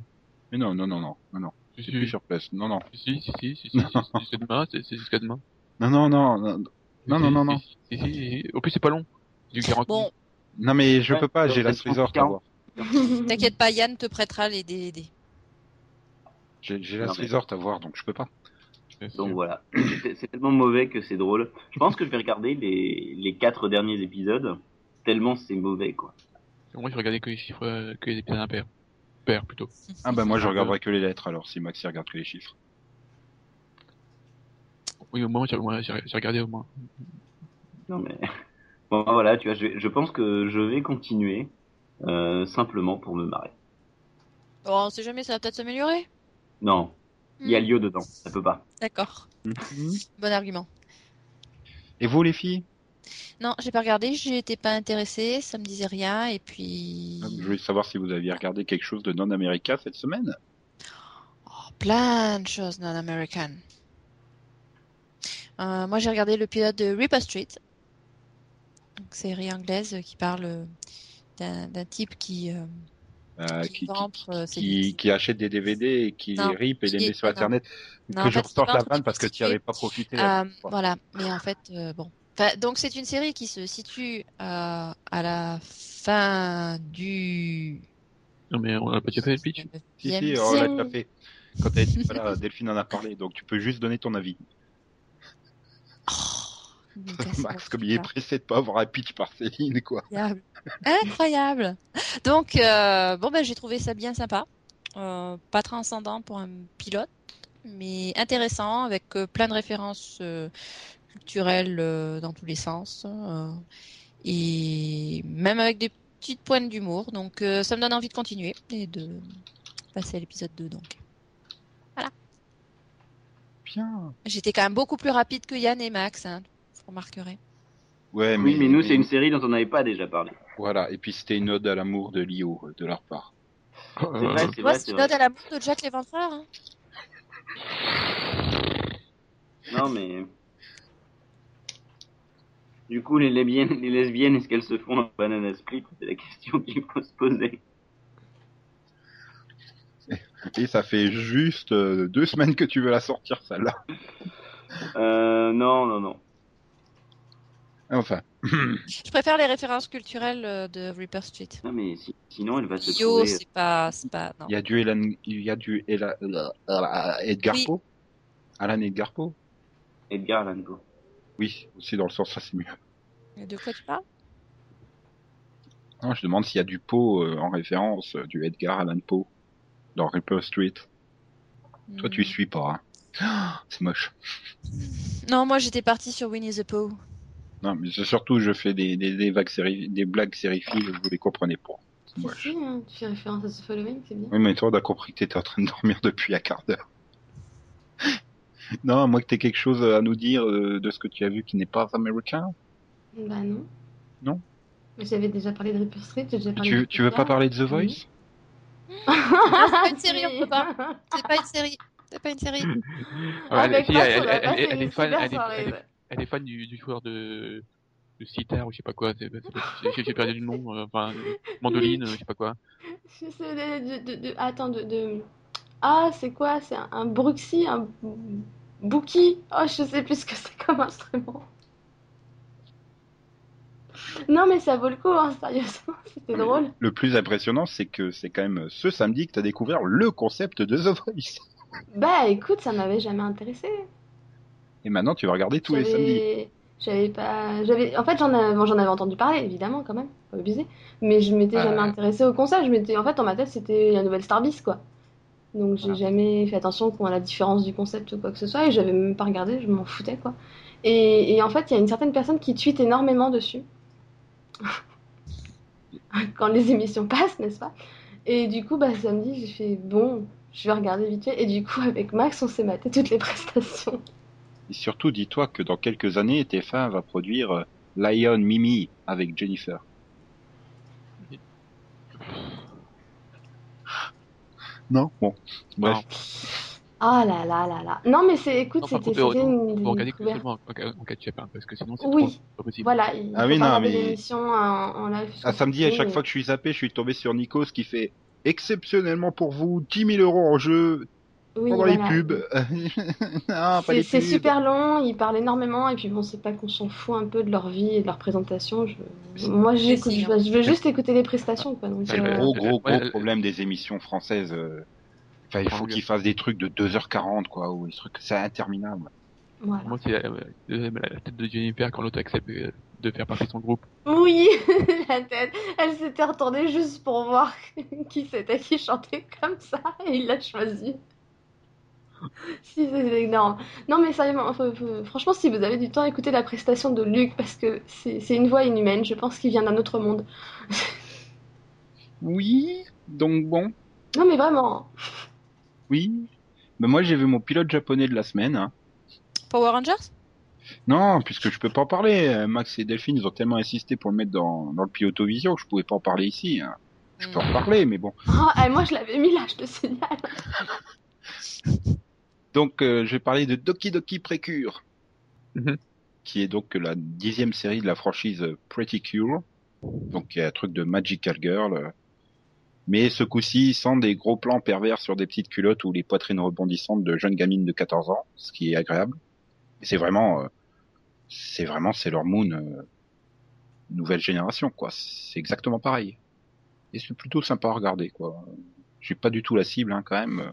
A: Mais non, non, non, non, non, non,
D: Si,
A: c'est
D: si,
E: Mm.
A: plus sur place. Non, non,
D: si, si, si, si, si, si, si, c'est demain, c'est c'est jusqu'à demain.
A: non, non, non, non, *laughs* Non,
D: Si,
A: non, non,
D: si,
A: non.
D: si, si, si, si, si. En plus, c'est pas long. C'est Du 40
C: Bon,
A: non, mais je
E: Ouais,
A: peux pas, j'ai la
E: c'est
A: trésor,
E: 30,
A: t'as
C: t'inquiète pas, Yann te prêtera les DVD.
A: J'ai j'ai la
E: Non, mais-
A: trésor, t'as voir, donc je peux pas.
D: minutes.
E: Donc voilà. C'est- c'est tellement mauvais que c'est drôle. Je pense que je vais regarder les, les quatre derniers épisodes. Tellement c'est mauvais, quoi.
D: Moi, je regardais que les chiffres, euh, que les épisodes impairs. Pairs, plutôt.
A: Ah bah moi je regarderai que les lettres alors si Maxi regarde que les chiffres.
D: Oui, au moins, j'ai moi, j'ai- j'ai regardé au moins.
E: Non mais *laughs* bon voilà, tu vois, je, vais- je pense que je vais continuer euh, simplement pour me marrer.
C: Oh, on sait jamais, ça va peut-être s'améliorer.
E: Non, il y a
C: Hmm,
E: Lio dedans, ça peut pas.
C: D'accord,
A: Mm.
C: bon argument.
A: Et vous les filles
C: Non, j'ai pas regardé, j'étais pas intéressée, ça me disait rien, et puis.
A: Ah, Je voulais savoir si vous aviez regardé quelque chose de non-américain cette semaine.
C: Oh, plein de choses non-américaines. Euh, moi, j'ai regardé le pilote de Ripper Street. Donc, série anglaise euh, qui parle euh, d'un d'un type qui, euh,
A: Euh,
C: qui
A: qui,
C: vampe, euh, ses
A: qui, qui-
C: victimes.
A: qui achète des DVD et qui
C: Non,
A: les rip et
C: qui-
A: les met sur
C: non.
A: internet.
C: Non,
A: que
C: en
A: je
C: fait, c'est
A: ressorte
C: pas un
A: la
C: truc
A: vanne parce que tu
C: prostitué.
A: avais pas profité.
C: Euh,
A: Bon.
C: voilà, mais en fait, euh, bon. Enfin, donc c'est une série qui se situe euh, à la fin du
D: Non, mais on a pas déjà fait le pitch.
A: Si,
C: 19e
A: si, on l'a
B: si.
A: déjà fait. Quand elle était pas là, *laughs* Delphine en a parlé, donc tu peux juste donner ton avis.
C: Oh, il me casse
A: *laughs* Max,
C: la
A: comme il est
C: tête,
A: pressé de pas avoir un pitch par Céline, quoi.
C: incroyable. Incroyable. Donc, euh, bon, ben, j'ai trouvé ça bien sympa. Euh, pas transcendant pour un pilote, mais intéressant, avec euh, plein de références euh, culturelles euh, dans tous les sens. euh, et même avec des petites pointes d'humour. Donc, euh, ça me donne envie de continuer et de passer à l'épisode 2. Donc,
A: bien.
C: J'étais quand même beaucoup plus rapide que Yann et Max, hein, vous remarquerez.
A: Ouais,
E: Oui, mais nous, c'est une série dont on n'avait pas déjà parlé.
A: Voilà, et puis c'était une ode à l'amour de Lio euh, de leur part.
E: C'est
D: Euh,
E: vrai, c'est
C: Moi,
E: vrai,
C: c'est
E: c'est
C: une
E: vrai.
C: ode à l'amour de Jack l'Éventreur. Hein.
E: Non, mais. Du coup, les lesbiennes, les lesbiennes est-ce qu'elles se font un banana split C'est la question qu'il faut se poser.
A: Et ça fait juste euh, deux semaines que tu veux la sortir, celle-là. *laughs*
E: Euh, non, non, non.
A: Enfin,
C: Je préfère les références culturelles euh, de Reaper Street.
E: Non, mais si- sinon, elle va se
C: Yo,
E: trouver.
C: c'est pas, c'est pas, non.
A: il y a du Elan, il y a du Ela- euh, euh, Edgar
C: Oui.
A: Poe. Alan Edgar Poe.
E: Edgar Allan Poe.
A: Oui, aussi dans le sens, ça c'est mieux.
C: De quoi tu parles
A: Non, je demande s'il y a du Poe euh, en référence euh, du Edgar Allan Poe dans Ripper Street. Toi, tu
C: Hmm.
A: suis pas. hein. *gasps* Ah, C'est moche.
C: Non, moi j'étais partie sur Winnie the Pooh.
A: Non, mais c'est surtout je fais des des, des, vagues série- des blagues sérifiles, vous les comprenez pas. C'est
B: Si,
A: moche.
B: si, hein, tu fais référence à ce following, c'est bien.
A: Oui, mais toi, on a compris que t'étais en train de dormir depuis un quart d'heure. *laughs* non, à moins que t'aies quelque chose à nous dire euh, de ce que tu as vu qui n'est pas américain.
B: Bah non.
A: Non.
B: Mais J'avais déjà parlé de Reaper Street, j'ai déjà parlé de
A: Tu, tu veux pas
B: Pixar.
C: *laughs*
A: parler de The Voice
C: C'est pas une série, on peut pas. C'est pas une série. C'est pas une série.
E: Hmm.
D: Ah, bah, elle-
B: Avec
D: si,
B: Max,
D: elle-
B: on va
D: elle-
B: passer
D: elle- elle est
B: bah, une
D: fan-
B: super
D: elle est-
B: soirée,
D: elle est-
B: ouais.
D: Elle est fan du, du joueur de de sitar ou je sais pas quoi. c'est- c'est- J'ai j'ai perdu le nom. euh, Enfin, euh, mandoline, euh, je sais pas quoi.
B: C'est- c'est de, de- de- de- attends, de, de- Ah, c'est quoi? C'est un, un bruxy, un bouki. Oh, je sais plus ce que c'est comme instrument. Non, mais ça vaut le coup, hein, sérieusement. *laughs* C'était drôle.
A: Le plus impressionnant, c'est que c'est quand même ce samedi que t'as découvert le concept de The Voice.
B: Bah, écoute, ça m'avait jamais intéressé.
A: Et maintenant, tu vas regarder tous les samedis.
B: J'avais, j'avais pas, j'avais, en fait, j'en avais, bon, j'en avais entendu parler, évidemment, quand même, pas abusé. Mais je m'étais
A: Ah.
B: jamais intéressée au concept. Je m'étais, en fait, dans ma tête, c'était la nouvelle Starbase, quoi. Donc, j'ai jamais fait attention à la différence du concept ou quoi que ce soit, et j'avais même pas regardé, je m'en foutais, quoi. Et, et en fait, il y a une certaine personne qui tweet énormément dessus. *laughs* Quand les émissions passent, n'est-ce pas? Et du coup, bah, samedi, j'ai fait, bon, je vais regarder vite fait. Et du coup, avec Max, on s'est maté toutes les prestations.
A: Et surtout, dis-toi que dans quelques années, TF1 va produire euh, Lion Mimi avec Jennifer. Non Bon, bref.
B: Ah là là là là. Non mais c'est, écoute,
D: Non, par
B: c'était
D: contre,
B: c'était une
D: Faut regarder que
B: découverte.
D: seulement en, en, en catch-up, hein, parce que sinon c'est
B: Oui.
D: trop- pas possible.
B: Voilà, il
A: Ah
B: faut
A: oui,
B: pas
A: non,
B: regarder
A: mais-
B: l'émission en, en live.
A: Un samedi, à chaque fois que je suis zappé, je suis tombé sur Nikos qui fait exceptionnellement pour vous 10 000 euros en jeu
B: oui,
A: pendant
B: voilà.
A: les pubs. *laughs* non, ah, pas
B: C'est
A: les
B: c'est
A: pubs.
B: super long, ils parlent énormément et puis bon, c'est pas qu'on s'en fout un peu de leur vie et de leur présentation. Je... Moi, j'écoute,
C: si,
B: je,
C: hein.
B: je veux juste écouter les prestations quoi. Donc,
A: C'est
D: Ouais,
A: le
B: euh,
A: gros, gros,
D: ouais,
A: gros
D: ouais.
A: problème des émissions françaises. euh. Enfin, il faut
D: Franck.
A: qu'ils fassent des trucs de 2h40, quoi, ou des trucs, c'est interminable.
B: voilà.
D: Moi, c'est la, la- la tête de Jennifer quand l'autre accepte euh, de faire partie de son groupe.
B: Oui, *laughs* la tête. Elle s'était retournée juste pour voir *laughs* qui c'était qui chantait comme ça et il l'a choisi. Si, c'est énorme. Non, mais sérieusement, faut- faut- franchement, si vous avez du temps, écoutez la prestation de Luc parce que c'est c'est une voix inhumaine. Je pense qu'il vient d'un autre monde.
A: Oui, donc bon,
B: Non, mais vraiment.
A: oui. Mais moi, j'ai vu mon pilote japonais de la semaine, hein.
C: Power Rangers
A: Non, puisque je peux pas en parler. Euh, Max et Delphine, ils ont tellement insisté pour le mettre dans, dans le pilotovision que je pouvais pas en parler ici. hein. Je peux en parler, mais bon.
B: Ah, eh, moi, je l'avais mis là, je
A: *laughs*
B: te signale.
A: Donc, euh, je vais parler de Doki Doki Precure,
D: Mhm.
A: qui est donc la dixième série de la franchise euh, Pretty Cure, donc qui est un truc de Magical Girl. euh. Mais ce coup-ci, sans des gros plans pervers sur des petites culottes ou les poitrines rebondissantes de jeunes gamines de 14 ans, ce qui est agréable. C'est vraiment, euh, c'est vraiment Sailor Moon euh, nouvelle génération, quoi. C'est exactement pareil. Et c'est plutôt sympa à regarder, quoi. Je suis pas du tout la cible, hein, quand même.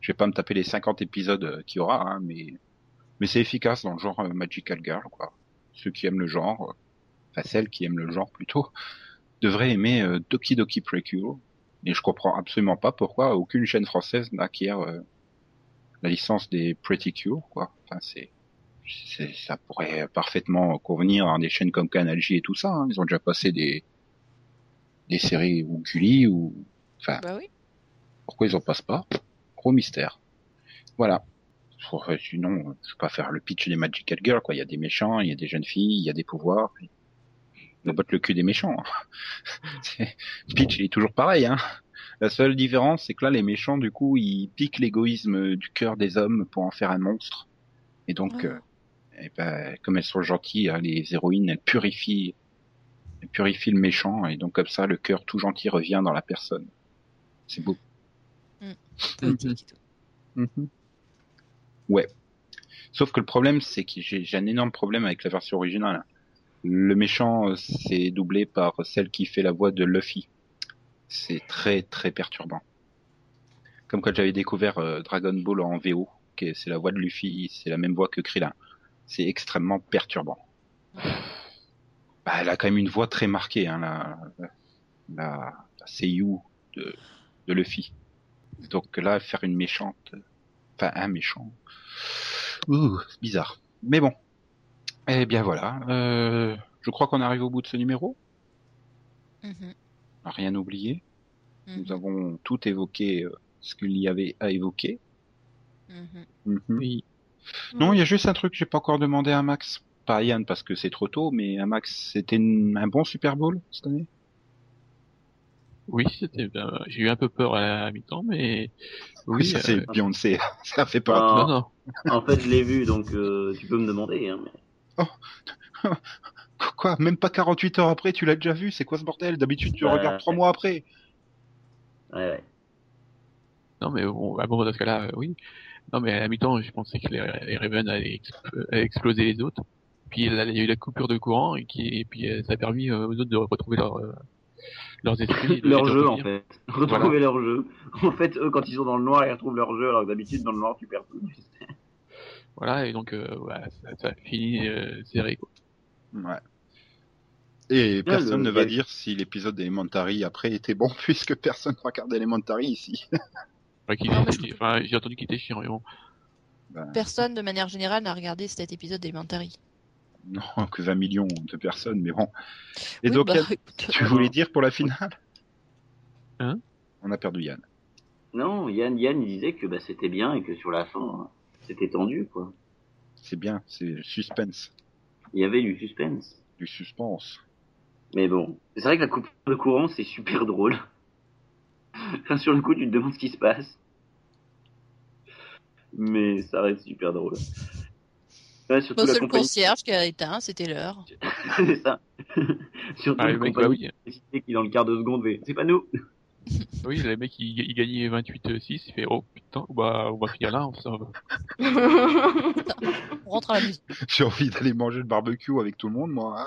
A: Je vais pas me taper les 50 épisodes euh, qu'il y aura, hein, mais mais c'est efficace dans le genre euh, Magical Girl, quoi. Ceux qui aiment le genre, euh, enfin celles qui aiment le genre plutôt, *laughs* devraient aimer euh, Doki Doki Precure. Et je comprends absolument pas pourquoi aucune chaîne française n'acquiert euh, la licence des Pretty Cure, quoi. Enfin c'est c'est- ça pourrait parfaitement convenir à des chaînes comme Canal J et tout ça. hein. Ils ont déjà passé des des séries ou Gulli ou enfin
C: Bah oui.
A: pourquoi ils en passent pas Gros mystère. Voilà. Enfin, sinon, euh, je peux pas faire le pitch des Magical Girls, quoi. Il y a des méchants, il y a des jeunes filles, il y a des pouvoirs. On botte le cul des méchants. *laughs* hein. C'est- le pitch il est toujours pareil, hein. La seule différence, c'est que là, les méchants, du coup, ils piquent l'égoïsme euh, du cœur des hommes pour en faire un monstre. Et donc,
C: Ah.
A: euh, eh ben, comme elles sont gentilles, hein, les héroïnes, elles purifient, elles purifient le méchant, et donc comme ça, le cœur tout gentil revient dans la personne. C'est beau. Mm-hmm.
C: Poétique et tout.
A: Mhm. Ouais. Sauf que le problème, c'est que j'ai j'ai un énorme problème avec la version originale. Le méchant, euh, c'est doublé par celle qui fait la voix de Luffy. C'est très très perturbant. Comme quand j'avais découvert euh, Dragon Ball en VO, que c'est la voix de Luffy, c'est la même voix que Krillin. C'est extrêmement perturbant. Bah, elle a quand même une voix très marquée, hein, la, la, la, la seiyuu de, de Luffy. Donc là, faire une méchante, enfin un méchant, ouh, c'est bizarre. Mais bon, eh bien voilà. Euh, je crois qu'on arrive au bout de ce numéro.
C: Mhm,
A: On n'a Rien oublié.
C: mhm,
A: Nous avons tout évoqué euh, ce qu'il y avait à évoquer.
C: mhm.
A: Mhm.
D: Oui.
A: Non, il y a juste un truc que j'ai pas encore demandé à Max. Pas à Yann parce que c'est trop tôt, mais à Max, c'était une- un bon Super Bowl cette année.
D: Oui, c'était, euh, j'ai eu un peu peur à la mi-temps, mais
A: Oui,
D: oui.
A: ça
D: euh,
A: c'est Beyoncé. *laughs* ça fait pas.
E: Ah.
D: non, non.
E: En fait, je l'ai vu, donc euh, tu peux me demander. Hein, mais-
A: Quoi Même pas 48 heures après, tu l'as déjà vu C'est quoi ce bordel D'habitude, tu
E: Bah,
A: regardes trois
E: ouais.
A: mois après.
E: Ouais, ouais.
D: Non, mais bon, ah bon, dans ce cas-là, euh, oui. Non, mais à la mi-temps, je pensais que les, les Ravens allaient, exp- allaient exploser les autres. Puis là, il y a eu la coupure de courant, et, qui, et puis euh, ça a permis euh, aux autres de retrouver leur, euh, leurs esprits.
E: *laughs*
D: et de-
E: Leur
D: et de
E: jeu, en
D: revenir.
E: fait. Retrouver leur jeu. En fait, eux, quand ils sont dans le noir, ils retrouvent leur jeu, alors que d'habitude, dans le noir, tu perds tout.
D: Voilà, et donc, euh, voilà, ça, ça a fini euh, serré, quoi.
A: Ouais. Et personne
E: le-
A: ne va
E: il y a-
A: dire si l'épisode d'Elementary après était bon, *laughs* puisque personne ne regarde Elementary ici.
D: Enfin, qu'il-
C: Non, mais je-
D: enfin, j'ai entendu qu'il était chiant, mais bon.
C: Personne, de manière générale, n'a regardé cet épisode d'Elementary.
A: Non, que 20 millions de personnes, mais bon. Et
C: Oui,
A: donc,
C: bah, *laughs*
A: Yann,
C: écoute,
A: tu voulais dire pour la finale
D: Hein
A: On a perdu Yann.
E: Non, Yann, Yann, il disait que bah, c'était bien et que sur la fin, c'était tendu, quoi.
A: C'est bien, c'est suspense,
E: Il y avait du suspense.
A: du suspense. *laughs*
E: Mais bon, c'est vrai que la coupure de courant, c'est super drôle. *laughs* Enfin, sur le coup, tu te demandes ce qui se passe. Mais ça reste super drôle. Ouais, surtout
C: Bon,
E: la
C: c'est le
E: compagnie.
C: concierge qui a éteint, c'était l'heure.
E: *laughs* c'est ça. surtout
D: Ah,
E: la
D: le mec, bah
E: compagnie
D: oui.
E: d'électricité qui, dans le quart de seconde, fait C'est pas nous
D: Oui, le mec, il, il gagnait 28-6, il fait, oh putain, bah, on va finir là, on s'en va.
C: On rentre à la maison.
A: J'ai envie d'aller manger le barbecue avec tout le monde, moi. hein.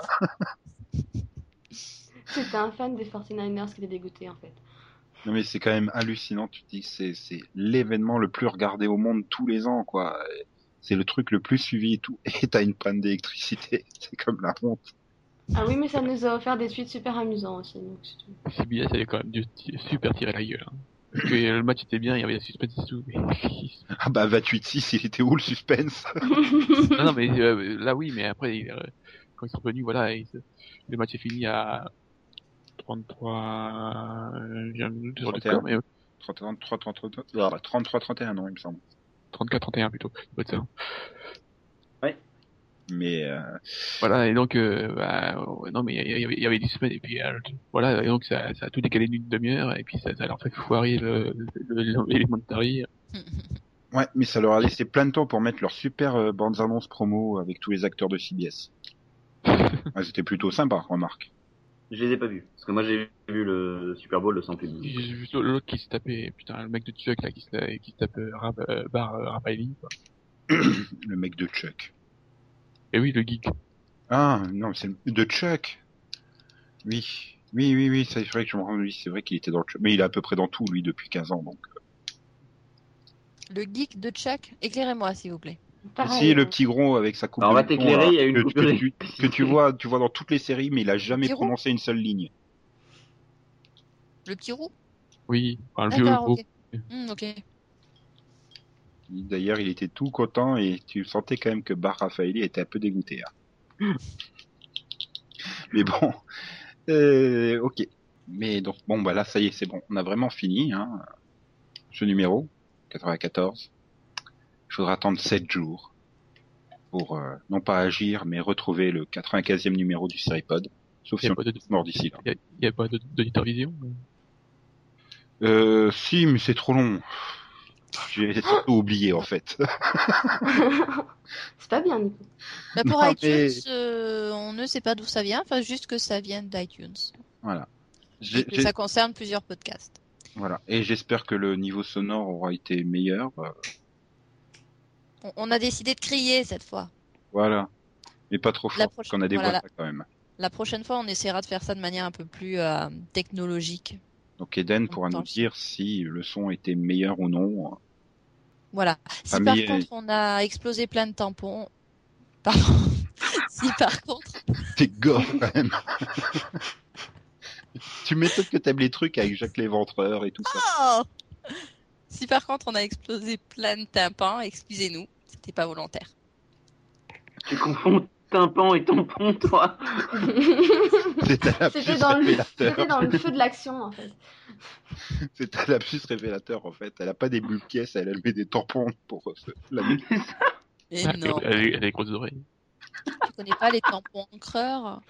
B: C'était un fan des 49ers qui était dégoûté en fait.
A: non, mais c'est quand même hallucinant. Tu te dis, c'est c'est l'événement le plus regardé au monde tous les ans, quoi. C'est le truc le plus suivi et tout. *laughs* Et t'as une panne d'électricité. *laughs* C'est comme la honte.
B: Ah oui, mais ça nous a offert des suites super amusantes aussi. Donc c'est tout.
D: CBS avait quand même dû ti- super tirer la gueule. hein. Parce que le match était bien, il y avait la suspense et tout. Mais... *laughs*
A: Ah bah *laughs* 28-6, il était où le suspense
D: non, non, mais euh, là oui, mais après, il, euh, quand ils sont venus, voilà, ils se- le match est fini à 33... euh, J'ai un doute sur le
A: 31.
D: score, mais euh,
A: 33-31, non, il me semble.
D: 34-31 plutôt. ça doit être ça.
A: Mais euh,
D: Voilà, et donc, euh, bah, ouais, non, mais il y avait- il y avait 10 semaines, et puis euh, voilà, et donc ça, ça a tout décalé d'une demi-heure, et puis ça, ça leur fait foirer le- le- le- l'élémentaire.
A: ouais, mais ça leur a laissé plein de temps pour mettre leurs super euh, bandes annonces promo avec tous les acteurs
E: *laughs*
A: de CBS. Ah, C'était plutôt sympa, remarque.
E: Je les ai pas vus. Parce que moi, j'ai vu le Super Bowl le sans public.
D: J'ai vu l'autre qui se tapait, putain, le mec de Chuck, là, qui se, ta- qui se tape euh, Rab, euh, Bar euh, Rafaeli, quoi.
A: Le mec de Chuck.
D: Et oui, le geek.
A: Ah non, c'est le- de Chuck. Oui, oui, oui, oui, c'est vrai que je me rends oui, c'est vrai qu'il était dans le Chuck. Mais il est à peu près dans tout lui depuis 15 ans donc.
C: Le geek de Chuck, éclairez-moi, s'il vous plaît.
B: Pareil,
A: si le
B: hein.
A: petit gros avec sa coupe
E: Alors, on
A: de
E: va
A: mouton,
E: t'éclairer,
A: là,
E: il y a une
A: que-
E: coupure
A: que, tu, que tu vois, tu vois dans toutes les séries mais il a jamais
C: Zéro.
A: prononcé une seule ligne.
C: Le petit roux
D: Oui, enfin, le vieux
C: Ah, D'accord,
D: gros.
C: ok. Hmm, ok.
A: D'ailleurs, il était tout content et tu sentais quand même que Bar Raffaelli était un peu dégoûté. *laughs* hein. Mais bon, Euh, ok. Mais donc bon, bah là, ça y est, c'est bon. On a vraiment fini hein, ce numéro 94. Je Il faudra attendre 7 jours pour, euh, non pas agir, mais retrouver le 95e numéro du Seripod. Sauf
D: Il y
A: si
D: a
A: on
D: pas de-
A: est mort d'ici là.
D: Il n'y a, pas de- d'auditeur vision
A: Euh, si, mais c'est trop long. *gasps* J'ai surtout oublié, en fait.
B: *laughs* C'est pas bien, Nico.
C: Bah, pour
A: Non, mais-
C: iTunes, euh, on ne sait pas d'où ça vient, enfin juste que ça vient d'iTunes.
A: Voilà. J'ai-
C: Et que
A: j'ai-
C: ça concerne plusieurs podcasts.
A: Voilà. Et j'espère que le niveau sonore aura été meilleur. euh,
C: On, on a décidé de crier cette fois.
A: Voilà. Mais pas trop
C: La
A: fort, parce
C: prochaine-
A: qu'on a des voix
C: voilà,
A: ça, quand même.
C: La prochaine fois, on essaiera de faire ça de manière un peu plus euh, technologique.
A: Donc Eden pourra
C: Tant
A: nous
C: pis.
A: dire si le son était meilleur ou non.
C: Voilà. Si
A: Ah,
C: par
A: mais-
C: contre on a explosé plein de tampons, *laughs* pardon. si par contre,
A: T'es gore quand même. *laughs* tu m'étonnes que t'aimes les trucs avec Jacques Léventreur et tout ça.
C: Oh si par contre on a explosé plein de tympans, excusez-nous, c'était pas volontaire.
E: Tu confonds tympan et tampon, toi.
A: C'est un
B: C'était
A: lapsus
B: dans, le...
A: révélateur.
B: c'était
A: *laughs*
B: dans le feu de l'action, en fait.
A: C'est un lapsus révélateur en fait. Elle a pas des bulles pièces, elle, elle met des tampons pour euh, se- la
C: Et
D: Elle
C: non,
D: a des- elle a des grosses oreilles.
C: tu connais pas les tampons encreurs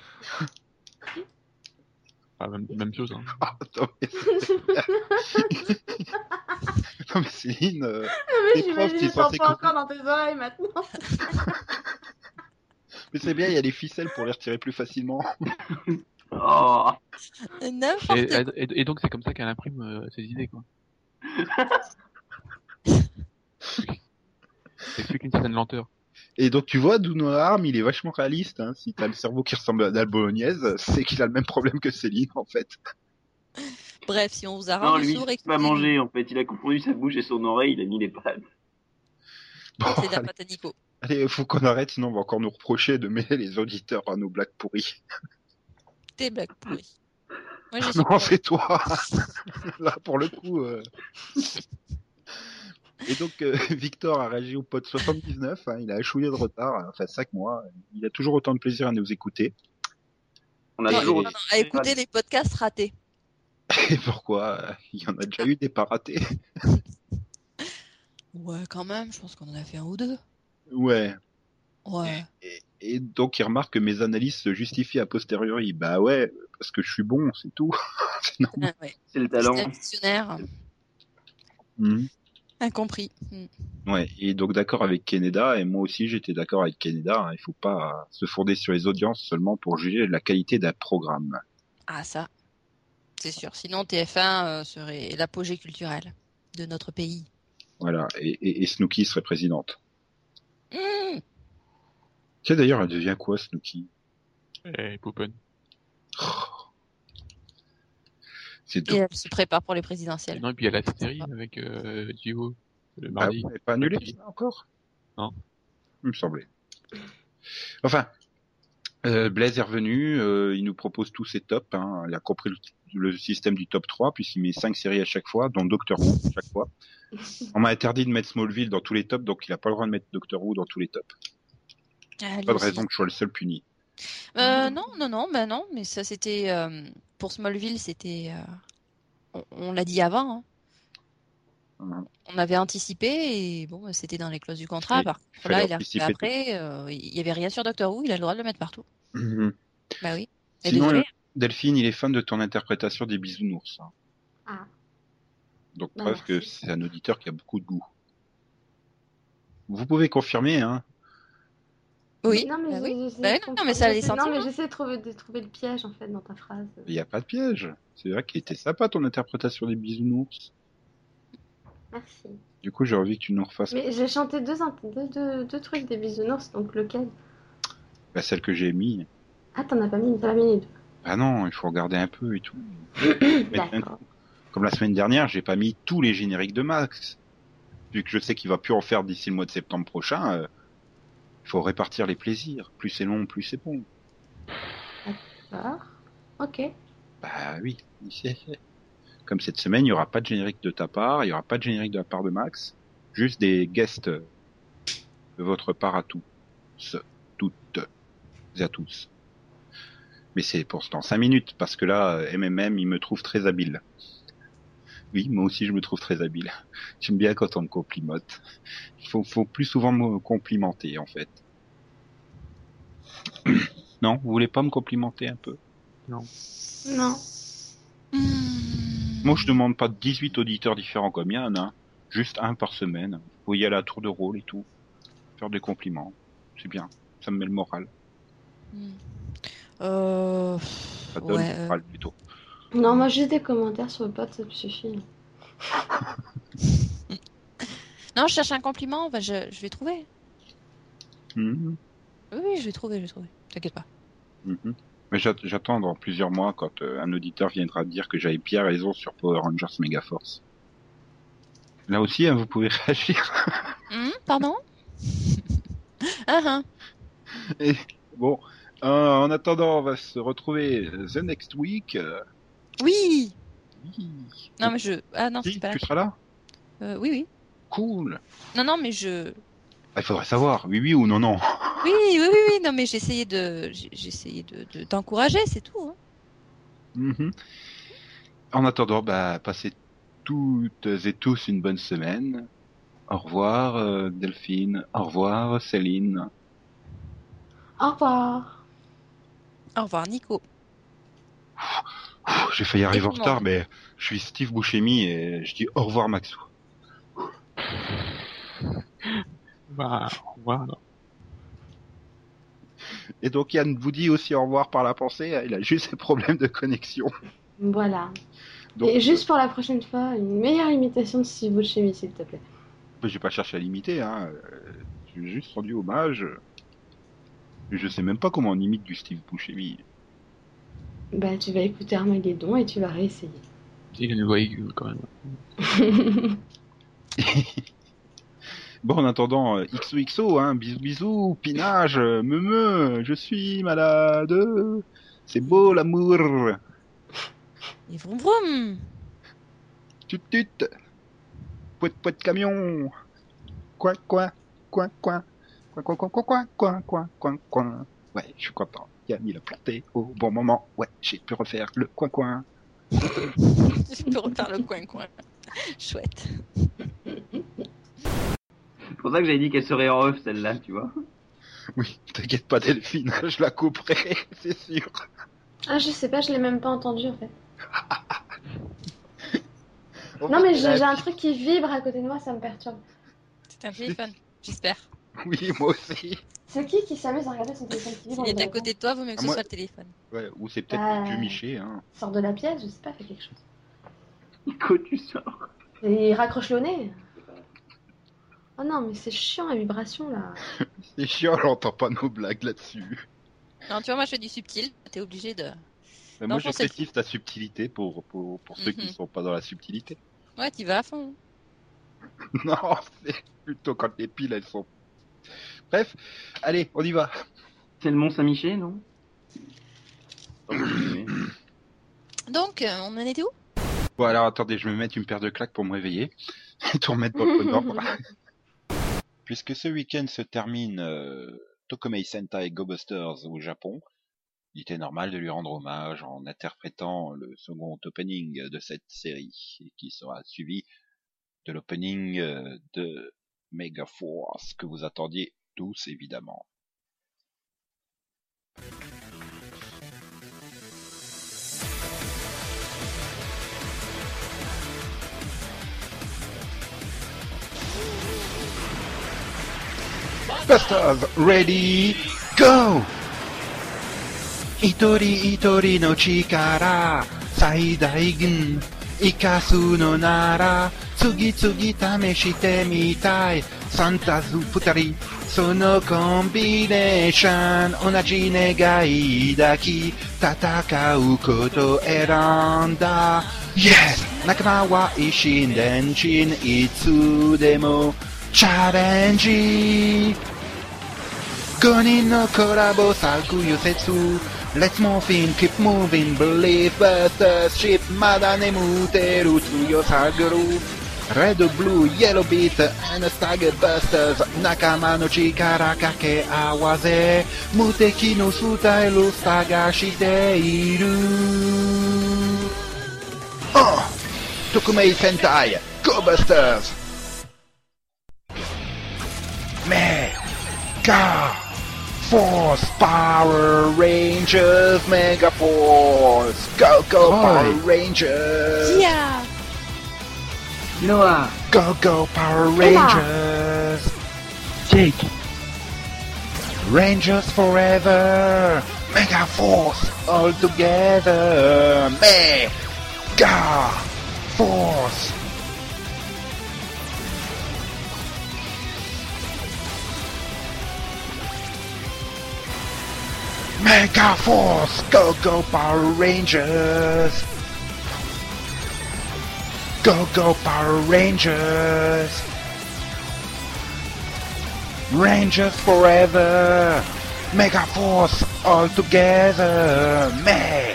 D: Ah, même, même chose. Hein.
A: Ah, attends, mais c'est- *laughs* non mais Céline, euh, Les
B: Mais
A: profs
B: j'imagine
A: qui
B: ils sont
A: pensaient
B: pas
A: qu'on-
B: encore dans tes oreilles maintenant.
A: mais c'est bien, il y a des ficelles pour les retirer plus facilement.
E: Oh,
C: N'importe
D: Et, euh,
C: quoi.
D: et- et donc, c'est comme ça qu'elle imprime euh, ses idées, quoi. Ça explique une certaine lenteur.
A: Et donc tu vois, Duno Arm, il est vachement réaliste. Hein. Si t'as le cerveau qui ressemble à la bolognaise, c'est qu'il a le même problème que Céline en fait.
C: Bref, si on vous a
E: non,
C: rendu
E: lui,
C: sourd,
E: il va
C: excusez-nous.
E: manger, en fait. Il a confondu sa bouche et son oreille, il a mis les pattes.
A: Bon,
C: C'est de
A: Oh,
C: la
A: allez,
C: pâte à Nico.
A: allez, faut qu'on arrête, sinon on va encore nous reprocher de mêler les auditeurs à nos blagues pourries.
C: T'es blague pourrie. Moi, je
A: *laughs*
C: suis
A: Non,
C: pour.
A: c'est toi. *laughs* Là, pour le coup. euh. Et donc, euh, *laughs* Victor a réagi au pod 79. hein, il a échoué de retard, hein, enfin 5 mois. Il a toujours autant de plaisir à nous écouter.
E: On a
A: Non,
E: toujours
A: non,
E: aussi-
C: à écouter les podcasts ratés.
A: Et pourquoi euh, Il y en a déjà eu des pas ratés.
C: Ouais, quand même, je pense qu'on en a fait un ou deux.
A: Ouais.
C: Ouais.
A: Et, et donc, il remarque que mes analyses se justifient a posteriori. Bah ouais, parce que je suis bon, c'est tout. C'est normal. *laughs*
C: Ah ouais.
E: C'est le talent.
C: C'est un dictionnaire
A: Mhm.
C: incompris. Hmm.
A: Ouais, et donc d'accord avec Keneda, et moi aussi j'étais d'accord avec Keneda, hein, il faut pas euh, se fonder sur les audiences seulement pour juger la qualité d'un programme.
C: Ah, ça, c'est sûr. Sinon, TF1 euh, serait l'apogée culturelle de notre pays.
A: Voilà, et, et, et Snooki serait présidente.
C: Hmm.
A: Tu sais d'ailleurs, elle devient quoi Snooki
D: Et Poupon.
A: C'est
C: Et
A: tout.
C: elle se prépare pour les
D: Et
C: présidentielles.
D: non, et puis il y a la série avec euh, Gio, le
A: Ah,
D: mardi.
A: vous n'avez pas annulé ça encore
D: Non.
A: Il me semblait. Enfin, euh, Blaise est revenu, euh, il nous propose tous ses tops, hein, il a compris le, le système du top 3 puisqu'il met 5 séries à chaque fois, dont Doctor Who à chaque fois. On m'a interdit de mettre Smallville dans tous les tops, donc il a pas le droit de mettre Doctor Who dans tous les tops.
C: Ah, lui
A: Pas de
C: aussi.
A: raison que je sois le seul puni.
C: Euh,
A: Mmh.
C: non, non, non, bah non, mais ça c'était euh, pour Smallville, c'était euh, on, on l'a dit avant. hein.
A: Mhm.
C: On avait anticipé et bon, ben, c'était dans les clauses du contrat.
A: Oui,
C: Par contre,
A: fallait
C: là, il est arrivé
A: anticiper
C: après, euh, il n'y avait rien sur Doctor Who, il a le droit de le mettre partout.
A: Mhm.
C: Bah oui. Et
A: Sinon,
C: désolé,
A: euh, Delphine, il est fan de ton interprétation des bisounours. hein.
B: Ah.
A: Donc
B: Bah,
A: preuve que
B: merci.
A: c'est un auditeur qui a beaucoup de goût. Vous pouvez confirmer, hein
C: Oui.
B: Non, mais,
C: Bah
B: j'ai-
C: oui.
B: j'ai-
C: Bah
B: j'ai
C: non,
B: compris.
C: mais ça, les
B: J'essaie- Non, mais
C: sentiments.
B: j'essaie de trouver, de trouver le piège, en fait, dans ta phrase.
A: Il n'y a pas de piège. C'est vrai qu'il était sympa ton interprétation des bisounours.
B: Merci.
A: Du coup, j'ai envie que tu nous refasses
B: Mais j'ai chanté deux, int- deux, deux, deux trucs des bisounours, donc lequel
A: bah, celle que j'ai mis.
B: Ah, t'en as pas mis une, t'en as mis les deux.
A: Ah non, il faut regarder un peu et
B: *coughs*
A: tout. Mais d'un
B: D'accord.
A: Comme la semaine dernière, j'ai pas mis tous les génériques de Max. Vu que je sais qu'il va plus en faire d'ici le mois de septembre prochain, il faut répartir les plaisirs. Plus c'est long, plus c'est bon.
B: D'accord. Ok.
A: Bah oui, c'est- comme cette semaine, il n'y aura pas de générique de ta part, il n'y aura pas de générique de la part de Max, juste des guests euh, de votre part à tous, toutes et à tous. Mais c'est pour ce temps 5 minutes, parce que là, euh, MMM, il me trouve très habile. Oui, moi aussi, je me trouve très habile. J'aime bien quand on me complimente. Il faut, faut plus souvent me complimenter, en fait. *coughs* Non, vous voulez pas me complimenter un peu
B: Non.
A: Moi, je demande pas 18 auditeurs différents comme Yann, hein. juste un par semaine. Vous y aller à tour de rôle et tout. Faire des compliments. C'est bien. Ça me met le moral.
C: Mmh. Euh...
A: Ça donne
C: Ouais, euh.
A: le moral, plutôt.
B: Non, moi juste des commentaires sur le pote, ça me suffit.
C: Non, je cherche un compliment, bah, je, je vais trouver.
A: Mhm.
C: Oui, oui, je vais trouver, je vais trouver. T'inquiète pas.
A: Mhm. Mais j'at- j'attends dans plusieurs mois quand euh, un auditeur viendra dire que j'avais bien raison sur Power Rangers Megaforce. Là aussi, hein, vous pouvez *laughs* réagir. Mmh.
C: Hum,
A: *laughs*
C: pardon Ah, ah.
A: Bon, euh, en attendant, on va se retrouver the next week. Euh,
C: Oui
A: oui.
C: Non, mais je... Ah non,
A: Oui,
C: c'est pas là.
A: tu seras là
C: Euh, oui, oui.
A: Cool.
C: Non, non, mais je...
A: Ah, Il faudrait savoir, oui, oui ou non, non.
C: Oui, oui, oui, oui. Non, mais j'essayais de... j'ai- J'essayais de de- d'encourager, c'est tout. hein.
A: Mhm. En attendant, bah, passez toutes et tous une bonne semaine. Au revoir euh, Delphine, au revoir Céline,
B: Au revoir.
C: Au revoir, Nico.
A: Ouh, J'ai failli arriver en
C: Tout le
A: retard,
C: monde.
A: mais je suis Steve Buscemi et je dis au revoir Maxou.
D: Bah, au revoir, alors.
A: Et donc Yann vous dit aussi au revoir par la pensée, il a juste des problèmes de connexion.
B: Voilà.
A: Donc, euh,
B: Et juste pour la prochaine fois, une meilleure imitation de Steve Buscemi, s'il te plaît.
A: euh, j'ai pas cherché à l'imiter, hein. euh, J'ai juste rendu hommage. Je sais même pas comment on imite du Steve Buscemi.
B: Bah, tu vas écouter Armageddon et tu vas réessayer.
D: Il a une voix aiguë, euh, quand même.
A: Bon, en attendant, euh, XOXO, hein, bisous bisous, pinage, euh, me me, je suis malade. C'est beau l'amour.
C: Et vroom vroom
A: Tut tut. Pouet pouet camion. Quoi quoi quoi quoi. Quoi quoi quoi quoi quoi quoi quoi quoi quoi. Ouais, je suis content. Yann, il a planté au bon moment. Ouais, j'ai pu refaire le coin coin.
C: *laughs* Je peux refaire le coin-coin. Chouette.
E: C'est pour ça que j'avais dit qu'elle serait en off celle-là, tu vois. *laughs*
A: Oui, t'inquiète pas Delphine, *laughs* je la couperai, *laughs* c'est sûr.
B: Ah, je sais pas, je l'ai même pas entendu en fait.
A: En
B: Non,
A: fait,
B: mais
A: elle a-
B: j'ai j'ai un truc qui vibre à côté de moi, ça me perturbe.
C: C'est un téléphone, j'espère.
A: *laughs* Oui, moi aussi.
B: C'est qui qui s'amuse à regarder son téléphone qui vibre
C: S'il est
B: dans
C: à
B: le
C: côté de toi, vaut mieux que ce
A: Moi-
C: soit le téléphone.
A: Ouais, ou c'est peut-être
B: Ah.
A: du Miché, hein.
B: coin Sors de la pièce, je sais pas, fais quelque chose.
E: Nico, tu sors.
B: Et il raccroche le nez. Oh non, mais c'est chiant la vibration là.
A: C'est chiant, on entend pas nos blagues là-dessus.
C: Non, tu vois, moi je fais du subtil, t'es obligé de...
A: Mais
C: Non,
A: moi,
C: pour celle-
A: j'apprécie ta subtilité pour, pour, pour ceux qui
C: Mhm.
A: sont pas dans la subtilité.
C: Ouais, t'y vas à fond.
A: *laughs* Non, c'est plutôt quand les piles, elles sont... Bref, allez, on y va.
E: C'est le Mont-Saint-Michel, non
C: Donc, euh, on en était où
A: Bon, alors, attendez, je vais me mettre une paire de claques pour me réveiller. *laughs* Et tout remettre dans le
B: *laughs*
A: bon ordre. Puisque ce week-end se termine euh, Tokumei Sentai Go Busters au Japon, il était normal de lui rendre hommage en interprétant le second opening de cette série, et qui sera suivi de l'opening euh, de Mega Force que vous attendiez tous évidemment. Busters, *laughs* ready, go! 一人一人の力、最大限、生かすのなら、次々試してみたい。サンタズ二人、そのコンビネーション、同じ願い抱き、戦うことを選んだ。Yes! 仲間は一心伝心、いつでも、チャレンジ5人のコラボ作業説 Let's move in, keep moving, believe Busters ship まだ眠ってる強さグルー Red, blue, yellow beat, and stag busters 仲間の力掛け合わせ無敵のスタイル探している Oh!
J: Tokumei Sentai, Go Busters Mega Force Power Rangers Mega Force Go Go Power Rangers
K: Yeah
L: Noah
J: Go Go Power
M: Emma.
J: Rangers
N: Jake
J: Rangers Forever Mega Force All Together Mega Force Mega Force Go Go Power Rangers Go Go Power Rangers Rangers forever! Mega Force all together! Mega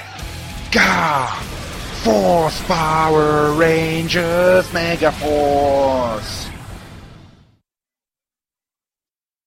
J: Force Power Rangers Mega Force!